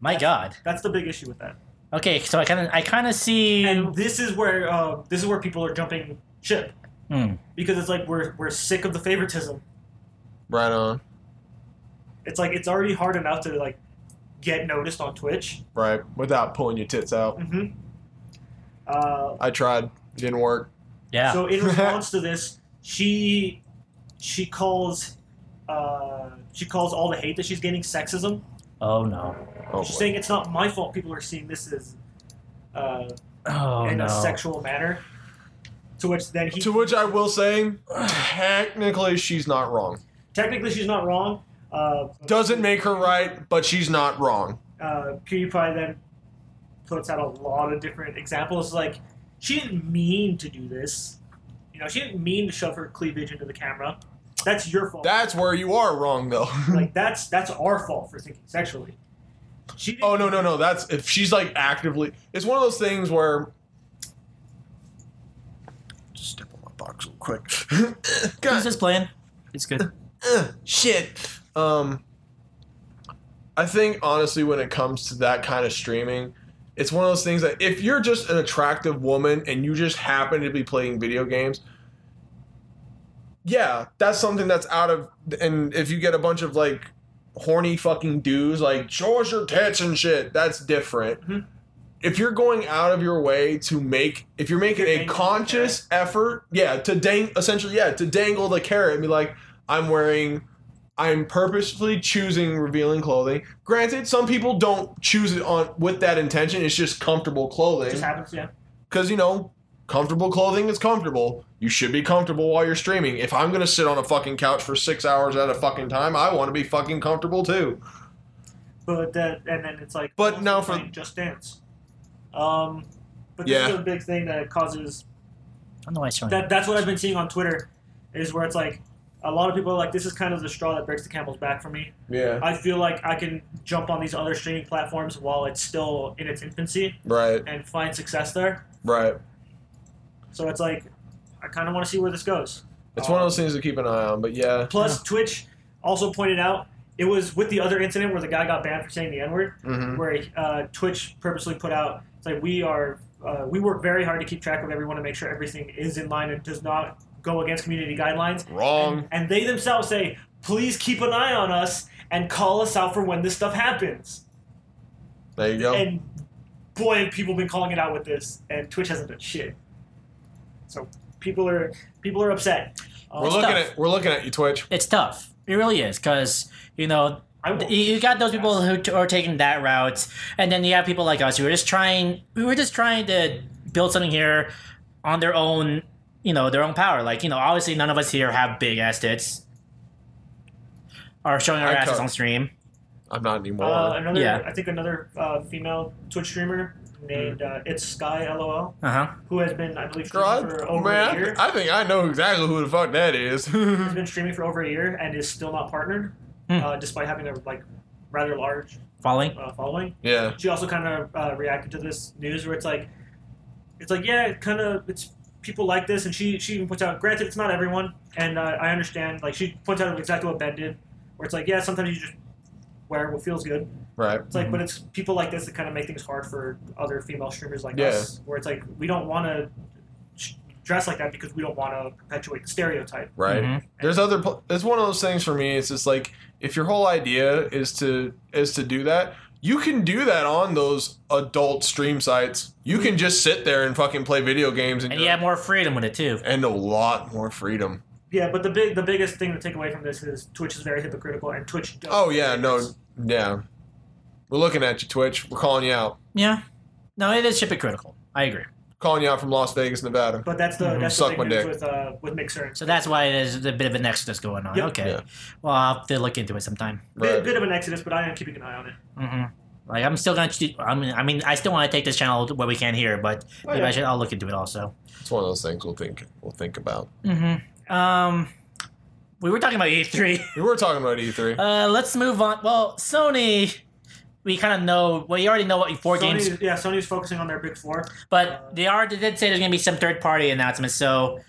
S3: My God.
S5: That's the big issue with that.
S3: Okay, so I kind of, I kind of see.
S5: And this is where uh, this is where people are jumping ship
S3: Hmm.
S5: because it's like we're we're sick of the favoritism.
S4: Right on.
S5: It's like it's already hard enough to like get noticed on Twitch.
S4: Right. Without pulling your tits out.
S5: hmm Uh,
S4: I tried. It didn't work.
S3: yeah.
S5: So in response to this, she she calls uh, she calls all the hate that she's getting sexism.
S3: oh no.
S4: Oh
S5: she's
S4: boy.
S5: saying it's not my fault. People are seeing this as uh,
S3: Oh
S5: in
S3: no.
S5: a sexual manner. To which then he
S4: To which I will say, technically she's not wrong.
S5: technically she's not wrong. Uh,
S4: Doesn't make her right, but she's not wrong.
S5: uh, PewDiePie then puts out a lot of different examples. Like she didn't mean to do this. You know, she didn't mean to shove her cleavage into the camera. That's your fault.
S4: That's where you are wrong though.
S5: like that's that's our fault for thinking sexually. She didn't-
S4: Oh no no no! That's if she's like actively. It's one of those things where. Just step on my box real quick.
S3: He's
S4: God,
S3: just playing. It's good.
S4: uh, shit. Um, I think honestly, when it comes to that kind of streaming, it's one of those things that if you're just an attractive woman and you just happen to be playing video games, yeah, that's something that's out of. And if you get a bunch of like horny fucking dudes like show us your tits and shit, that's different.
S5: Mhm.
S4: If you're going out of your way to make, if you're making
S5: You're
S4: a
S5: dangling
S4: conscious effort, yeah, to dang, essentially, yeah, to dangle the carrot and be like, I'm wearing, I'm purposefully choosing revealing clothing. Granted, some people don't choose it on with that intention. It's just comfortable
S5: It
S4: clothing
S5: just happens, yeah.
S4: because you know comfortable clothing is comfortable you should be comfortable while you're streaming if i'm gonna sit on a fucking couch for six hours at a fucking time i want to be fucking comfortable too
S5: But that and then it's like
S4: But
S5: also
S4: now for-
S5: playing Just Dance. Um, but this
S4: Yeah.
S5: is a big thing that causes
S3: I don't know why it's showing.
S5: that. That's what I've been seeing on Twitter, is where it's like a lot of people are like, "This is kind of the straw that breaks the camel's back for me."
S4: yeah
S5: I feel like I can jump on these other streaming platforms while it's still in its infancy
S4: right
S5: and find success there.
S4: right
S5: So it's like I kind of want to see where this goes.
S4: it's one of those things to keep an eye on but yeah
S5: Plus, Twitch also pointed out it was with the other incident where the guy got banned for saying the N word,
S4: Mhm.
S5: where uh, Twitch purposely put out it's like we are uh, we work very hard to keep track of everyone and make sure everything is in line and does not go against community guidelines.
S4: wrong
S5: And, and they themselves say, please keep an eye on us and call us out for when this stuff happens.
S4: there you go
S5: And boy, have people been calling it out with this, and Twitch hasn't done shit. So people are people are upset. Um,
S4: we're looking
S3: tough.
S4: at we're looking at you twitch
S3: it's tough. It really is because you know
S5: I will- uh,
S3: you you got those people who t- are taking that route, and then you have people like us who are just trying. We were just trying to build something here on their own you know, their own power. Like, you know, obviously none of us here have big ass tits. Are showing our
S4: I
S3: asses
S4: could.
S3: on stream.
S4: I'm not anymore.
S5: Uh, another,
S3: Yeah.
S5: I think another uh, female Twitch streamer named uh, It's Sky LOL,
S3: Uh huh.
S5: who has been, I believe, streaming
S4: God,
S5: for over
S4: man, I
S5: a year.
S4: th- I think I know exactly who the fuck that is.
S5: has been streaming for over a year and is still not partnered,
S3: Hmm.
S5: uh, despite having a like rather large
S3: Following.
S5: uh, following.
S4: yeah.
S5: She also kind of uh, reacted to this news where it's like, it's like yeah, it kind of it's people like this, and she she even puts out. Granted, it's not everyone, and uh, I understand. Like she points out exactly what Ben did, where it's like yeah, sometimes you just wear what feels good.
S4: Right.
S5: It's like, but it's people like this that kind of make things hard for other female streamers like
S4: Yeah.
S5: us, where it's like we don't want to dress like that because we don't want to perpetuate the stereotype.
S4: Right.
S3: Mhm.
S4: There's other. Pl- it's one of those things for me. It's just like if your whole idea is to is to do that, you can do that on those adult stream sites. You can just sit there and fucking play video games and,
S3: And
S4: do
S3: you
S4: it.
S3: have more freedom with it too.
S4: and a lot more freedom.
S5: Yeah, but the big, the biggest thing to take away from this is Twitch is very hypocritical, and Twitch. Does
S4: Oh yeah, no, yeah. We're looking at you, Twitch. We're calling you out.
S3: Yeah. No, it is hypocritical. I agree.
S4: Calling you out from Las Vegas, Nevada.
S5: But that's the
S3: Mhm.
S5: that's
S4: Mm-hmm. Suck
S5: the
S4: my
S5: big news
S4: dick.
S5: with uh, with Mixer. And
S3: So that's why there's a bit of an exodus going on.
S5: Yep.
S3: Okay.
S4: Yeah.
S3: Well, I'll have to look into it sometime.
S5: bit,
S4: Right.
S5: bit of an exodus, but I am keeping an eye on it.
S3: hmm Like I'm still gonna. ch- I mean, I mean, I still want to take this channel where we can hear, but
S5: Oh,
S3: maybe I should. I'll look into it also.
S4: It's one of those things we'll think we'll think about.
S3: Mm-hmm. Um, we were talking about E3.
S4: We were talking about E E3.
S3: Uh, let's move on. Well, Sony, we kind of know. Well, you already know what E four
S5: Sony, uh,
S3: games,
S5: Yeah, Sony's focusing on their big four.
S3: but they are. They did say there's gonna be some third party announcements. So,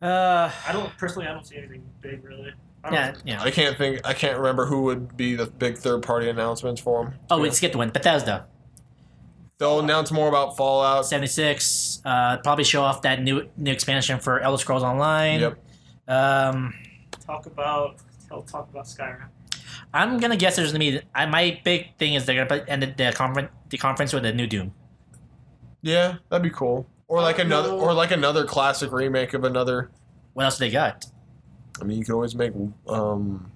S3: uh,
S5: I don't personally, I don't see anything big really. I don't
S3: yeah, yeah.
S4: I can't think. I can't remember who would be the big third party announcements for them.
S3: Oh, we skipped one. Bethesda,
S4: They'll announce more about Fallout.
S3: 76. Uh, probably show off that new new expansion for Elder Scrolls Online.
S4: Yep.
S3: Um,
S5: talk about. I'll talk about Skyrim.
S3: I'm gonna guess there's gonna be. I, my big thing is they're gonna put, end the, the conference the conference with a new Doom.
S4: Yeah, that'd be cool. Or like
S5: Oh,
S4: another,
S5: no.
S4: or like another classic remake of another.
S3: What else do they got?
S4: I mean, you could always make um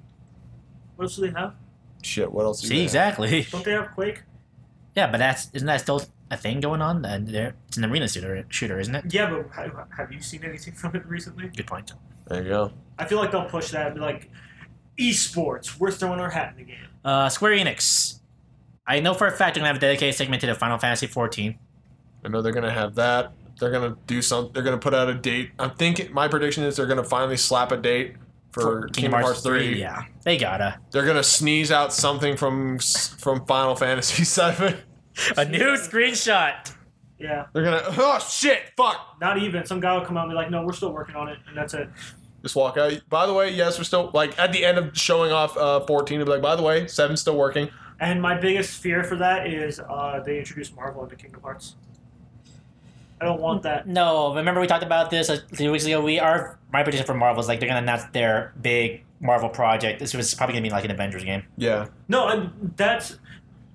S5: What else do they have?
S4: shit. What else? do
S3: See
S4: they have?
S3: exactly.
S5: Don't they have Quake?
S3: Yeah, but that's isn't that still a thing going on? And there, it's an arena shooter, shooter, isn't it?
S5: Yeah, but ha- have you seen anything from it recently?
S3: Good point.
S4: There you go.
S5: I feel like they'll push that and be like, esports. We're throwing our hat in the game.
S3: Uh, Square Enix. I know for a fact they're gonna have a dedicated segment to the Final Fantasy 14.
S4: I know they're gonna have that. They're gonna do some. They're gonna put out a date. I'm thinking. My prediction is they're gonna finally slap a date for, Kingdom Hearts, three.
S3: Yeah, they gotta
S4: They're gonna sneeze out something from s- from Final Fantasy seven.
S3: a new screenshot.
S5: Yeah,
S4: They're gonna. Oh shit! Fuck!
S5: not even. Some guy will come out and be like, no, we're still working on it, and that's it.
S4: Just walk out. By the way, yes, we're still like at the end of showing off uh, 14. It'll be like, by the way, seven's still working.
S5: And my biggest fear for that is uh, they introduce Marvel into Kingdom Hearts. I don't want that.
S3: No, remember we talked about this a few weeks ago. We are my prediction for Marvel is like they're gonna announce their big Marvel project. This was probably gonna be like an Avengers game.
S4: Yeah,
S5: No, I, that's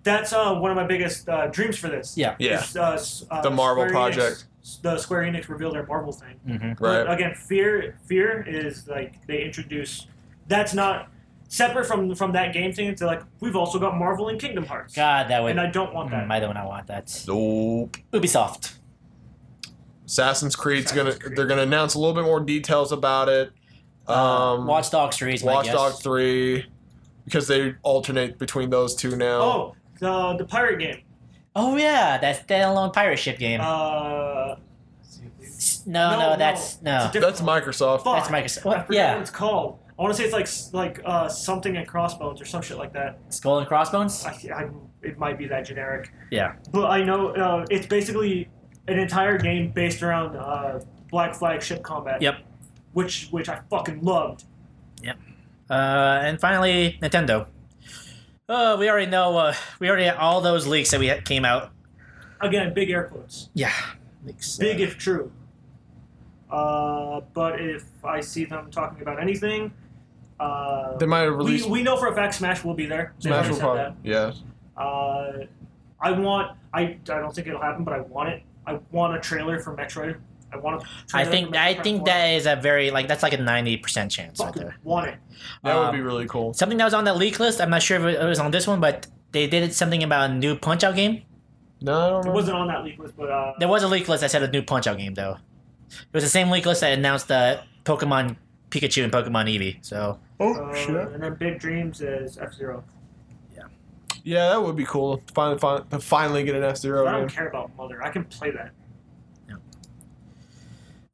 S5: that's uh, one of my biggest uh, dreams for this.
S3: Yeah.
S4: yeah,
S5: Is, uh, s- uh,
S4: The Marvel
S5: Square
S4: project.
S5: Enix, the Square Enix reveal their Marvel thing.
S3: Mm-hmm.
S4: right.
S5: But again, fear fear is like they introduce. That's not separate from from that game thing. It's like we've also got Marvel and Kingdom Hearts,
S3: God, that would.
S5: and I don't want that.
S3: Mm, I do not want that.
S4: Nope.
S3: Ubisoft.
S4: Assassin's Creed's
S5: Assassin's
S4: gonna.
S5: Creed. Uh,
S4: They're gonna announce a little bit more details about it. Um,
S3: Watch Dogs 3 is my
S4: Watch
S3: guess.
S4: Dogs Three, because they alternate between those two now.
S5: oh, the the pirate game.
S3: Oh, yeah, that's standalone pirate ship game. no,
S5: Uh,
S3: no,
S5: no, no.
S3: that's. No.
S5: It's a
S4: that's
S5: different-
S4: Microsoft.
S5: Fuck.
S3: That's Microsoft.
S5: I
S3: What?
S5: forgot what
S3: Yeah.
S5: it's called. I want to say it's like s- like uh, something at Crossbones or some shit like that.
S3: Skull and Crossbones?
S5: I, I, it might be that generic.
S3: Yeah.
S5: But I know uh, it's basically an entire game based around uh, Black Flag ship combat.
S3: Yep.
S5: Which which I fucking loved.
S3: Uh, and finally, Nintendo. Uh, we already know. Uh, we already had all those leaks that we had came out.
S5: Again, big air quotes.
S3: Yeah. Leaks.
S5: Big if true. Uh, but if I see them talking about anything, uh,
S4: They might have
S5: we,
S4: released
S5: we know for a fact Smash will be there. They've
S4: Smash
S5: already
S4: will
S5: said that.
S4: probably. Yeah.
S5: Uh, I want. I, I don't think it'll happen, but I want it. I want a trailer for Metroid. I want a.
S3: I
S5: trailer
S3: think
S5: for
S3: I
S5: Metroid
S3: think
S5: 4.
S3: that is a very like that's like a ninety percent chance right
S5: Fucking
S3: there.
S5: want it.
S4: That would
S3: Um,
S4: be really cool.
S3: Something that was on that leak list. I'm not sure if it was on this one, but they did something about a new Punch Out game.
S4: No, I don't
S5: It
S4: know.
S5: wasn't on that leak list, but uh,
S3: There was a leak list that said a new Punch Out game though. It was the same week list that announced the Pokemon Pikachu and Pokemon Eevee. So
S8: Oh
S5: Uh,
S8: shit!
S5: And then Big Dreams is F Zero.
S4: Yeah, that would be cool. to Finally, fin- to finally get an F
S5: I
S4: Zero
S5: don't
S4: game.
S5: care about Mother. I can play that.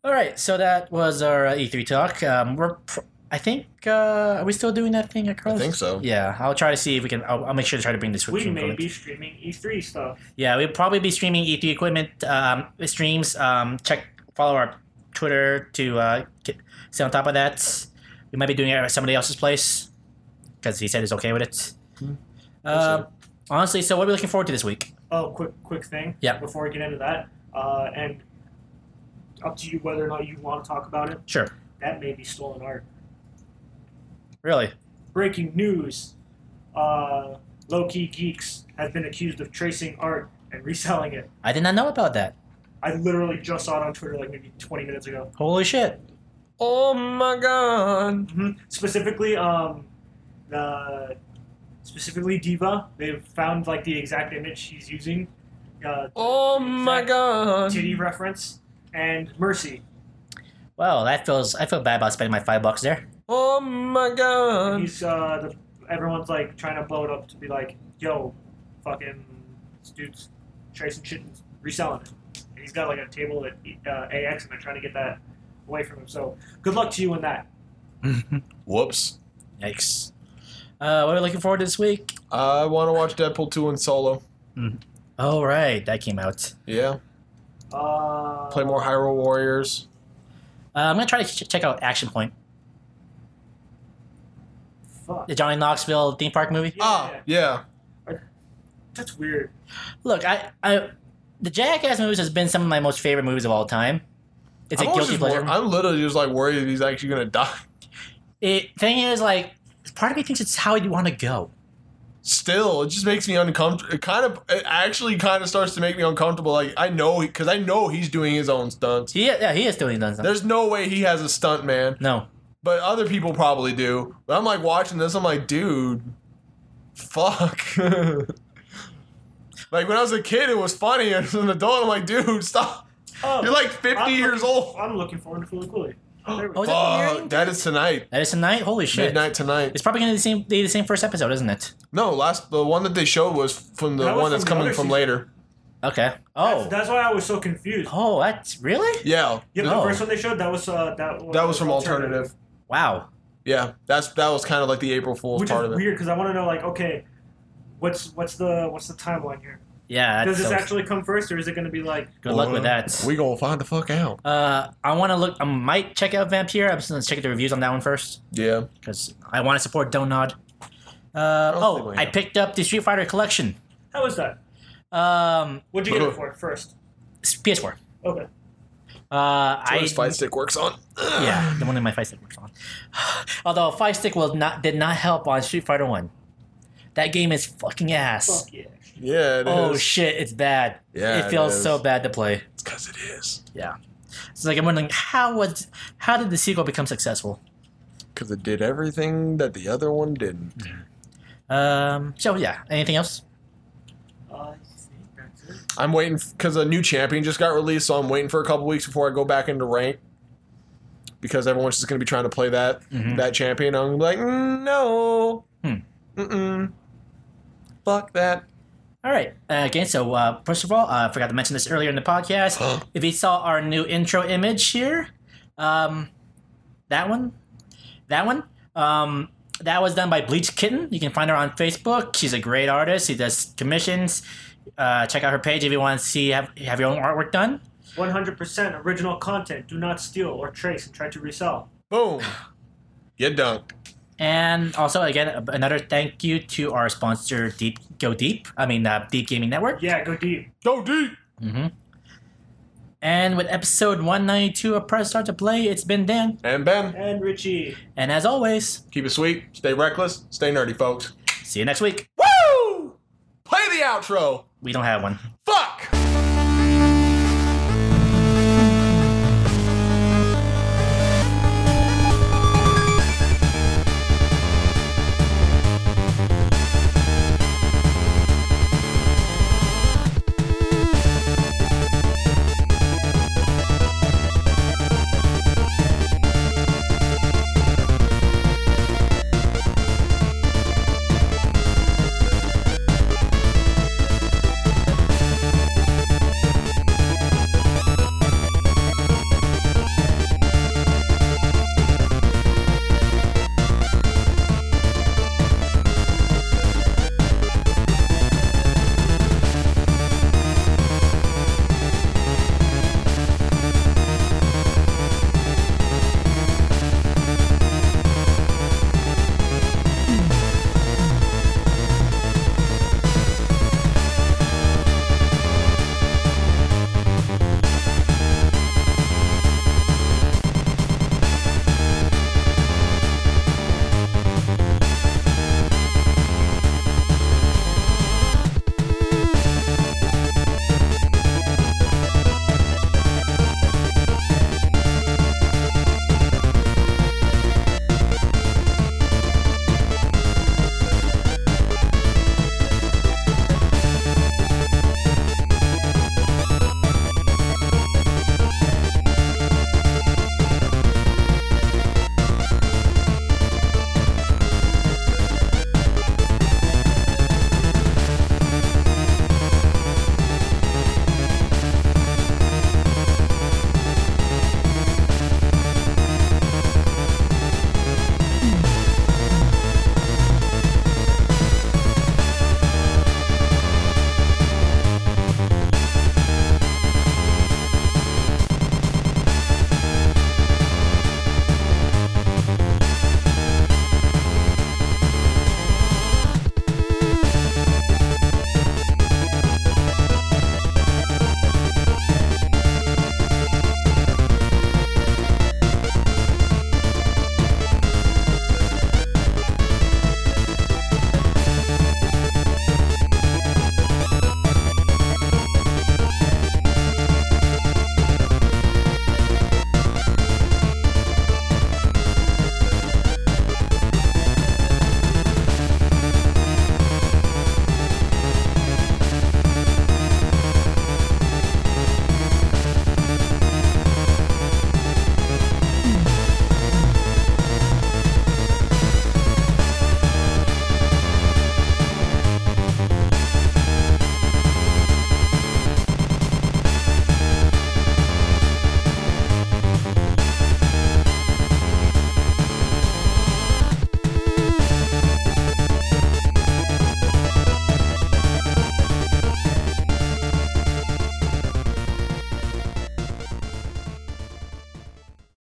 S3: all right, so that was our uh, E3 talk. Um, we're pr- I think uh, are we still doing that thing at Carlos?
S4: think so.
S3: Yeah, I'll try to see if we can. I'll, I'll make sure to try to bring this.
S5: We may be streaming E3 stuff.
S3: Yeah, we'll probably be streaming E3 equipment um, streams. Um, check, follow our Twitter to uh, get, stay on top of that. We might be doing it at somebody else's place because he said he's okay with it. Uh, honestly, so what are we looking forward to this week?
S5: Oh, quick, quick thing.
S3: Yeah.
S5: Before we get into that, uh, and up to you whether or not you want to talk about it.
S3: Sure,
S5: That may be stolen art.
S3: really.
S5: Breaking news: uh, Low Key Geeks have been accused of tracing art and reselling it.
S3: I did not know about that.
S5: I literally just saw it on Twitter like maybe 20 minutes ago.
S3: Holy shit.
S4: Oh my god!
S5: Mhm. Specifically, um, the specifically Diva. They've found like the exact image she's using. Uh,
S4: Oh
S5: my
S4: god!
S5: titty reference and Mercy.
S3: Well, that feels. I feel bad about spending my five bucks there.
S4: Oh my god!
S5: He's uh, the, everyone's like trying to blow it up to be like, yo, fucking this dude's tracing shit and reselling it. And he's got like a table at uh, AX, and they're trying to get that away from him. So good luck to you in that.
S4: Whoops.
S3: Yikes. Uh, what are we looking forward to this week?
S4: I want to watch Deadpool 2 and Solo.
S3: Oh right, that came out.
S4: Yeah.
S5: Uh,
S4: Play more Hyrule Warriors.
S3: Uh, I'm gonna try to ch- check out Action Point,
S5: Fuck.
S3: the Johnny Knoxville theme park movie.
S5: Yeah,
S4: Ah, yeah.
S5: that's weird.
S3: Look, I, I, the Jackass movies has been some of my most favorite movies of all time. It's
S4: I'm
S3: a
S4: always
S3: guilty
S4: just wor-
S3: pleasure.
S4: I'm literally just like worried that he's actually gonna die.
S3: It thing is like part of me thinks it's how you want to go.
S4: Still, it just makes me uncomfortable. It kind of, it actually kind of starts to make me uncomfortable. Like I know, because I know he's doing his own stunts.
S3: He, yeah, he is doing done something.
S4: There's no way he has a stunt man,
S3: No,
S4: but other people probably do. But I'm like watching this, I'm like, dude, fuck. like when I was a kid, it was funny. As an adult, I'm like, dude, stop.
S5: Oh,
S4: You're like 50
S5: I'm
S4: years
S5: looking-
S4: old.
S5: I'm looking forward to Fully Cooley. There we
S3: Oh,
S5: go.
S3: is that premiering?
S4: Fuck, that is tonight.
S3: that is tonight. Holy shit!
S4: Midnight tonight.
S3: It's probably gonna be the same, be the same first episode, isn't it?
S4: No, last the one that they showed was from the
S5: That was
S4: one that's
S5: from the
S4: coming
S5: other
S4: from
S5: season.
S4: later.
S3: Okay.
S5: That's,
S3: Oh,
S5: that's why I was so confused.
S3: oh, that's really
S4: Yeah,
S5: Yeah,
S3: No.
S5: the first one they showed that was uh, that was
S4: that was from alternative.
S3: wow.
S4: Yeah, that's that was kind of like the April Fool's
S5: which
S4: part
S5: is
S4: of it.
S5: weird because I want to know like okay, what's what's the what's the timeline here?
S3: Yeah. That's
S5: Does this
S3: so-
S5: actually come first, or is it going to be like
S3: good luck with that.
S4: We gonna find the fuck out.
S3: Uh, I want to look. I might check out Vampire. I'm just gonna check the reviews on that one first
S4: Yeah.
S3: because I want to support Donod. Uh,
S4: don't think
S3: oh,
S4: we
S3: I
S4: know.
S3: picked up the Street Fighter collection.
S5: how was that?
S3: Um,
S5: What'd you get it for first?
S3: s- PS4.
S5: Okay,
S3: Uh, I
S4: His fight stick works on.
S3: yeah, the one in my Fight Stick works on. Although Fight Stick will not did not help on Street Fighter One. That game is fucking ass.
S5: fuck yeah.
S4: Yeah. It
S3: Oh
S4: is.
S3: shit, it's bad.
S4: Yeah,
S3: it
S4: it
S3: feels
S4: is.
S3: so bad to play.
S4: It's because it is.
S3: Yeah, it's like I'm wondering how was how did the sequel become successful?
S4: Because it did everything that the other one didn't.
S3: Um, so yeah, anything else?
S5: Uh, I think that's it.
S4: I'm waiting because a new champion just got released, so I'm waiting for a couple weeks before I go back into rank. Because everyone's just gonna be trying to play that
S3: Mhm.
S4: that champion. I'm like, "Mm, no.
S3: Hmm.
S4: Mm-mm. Fuck that.
S3: All right. Uh, again, so uh, first of all, uh, I forgot to mention this earlier in the podcast. if you saw our new intro image here, um, that one, that one, um, that was done by Bleach Kitten. You can find her on Facebook. She's a great artist. She does commissions. Uh, check out her page if you want to see have, have your own artwork done.
S5: 100% original content. Do not steal or trace and try to resell.
S4: Boom. You dunked.
S3: And also, again, a- another thank you to our sponsor, Deep Go Deep. I mean, uh, Deep Gaming Network.
S5: Yeah, go deep.
S4: Go deep.
S3: hmm And with episode 192 of Press Start to Play, it's been Dan.
S4: And Ben,
S5: And Richie.
S3: And as always,
S4: keep it sweet, stay reckless, stay nerdy, folks.
S3: see you next week.
S4: Woo! Play the outro.
S3: We don't have one.
S4: Fuck!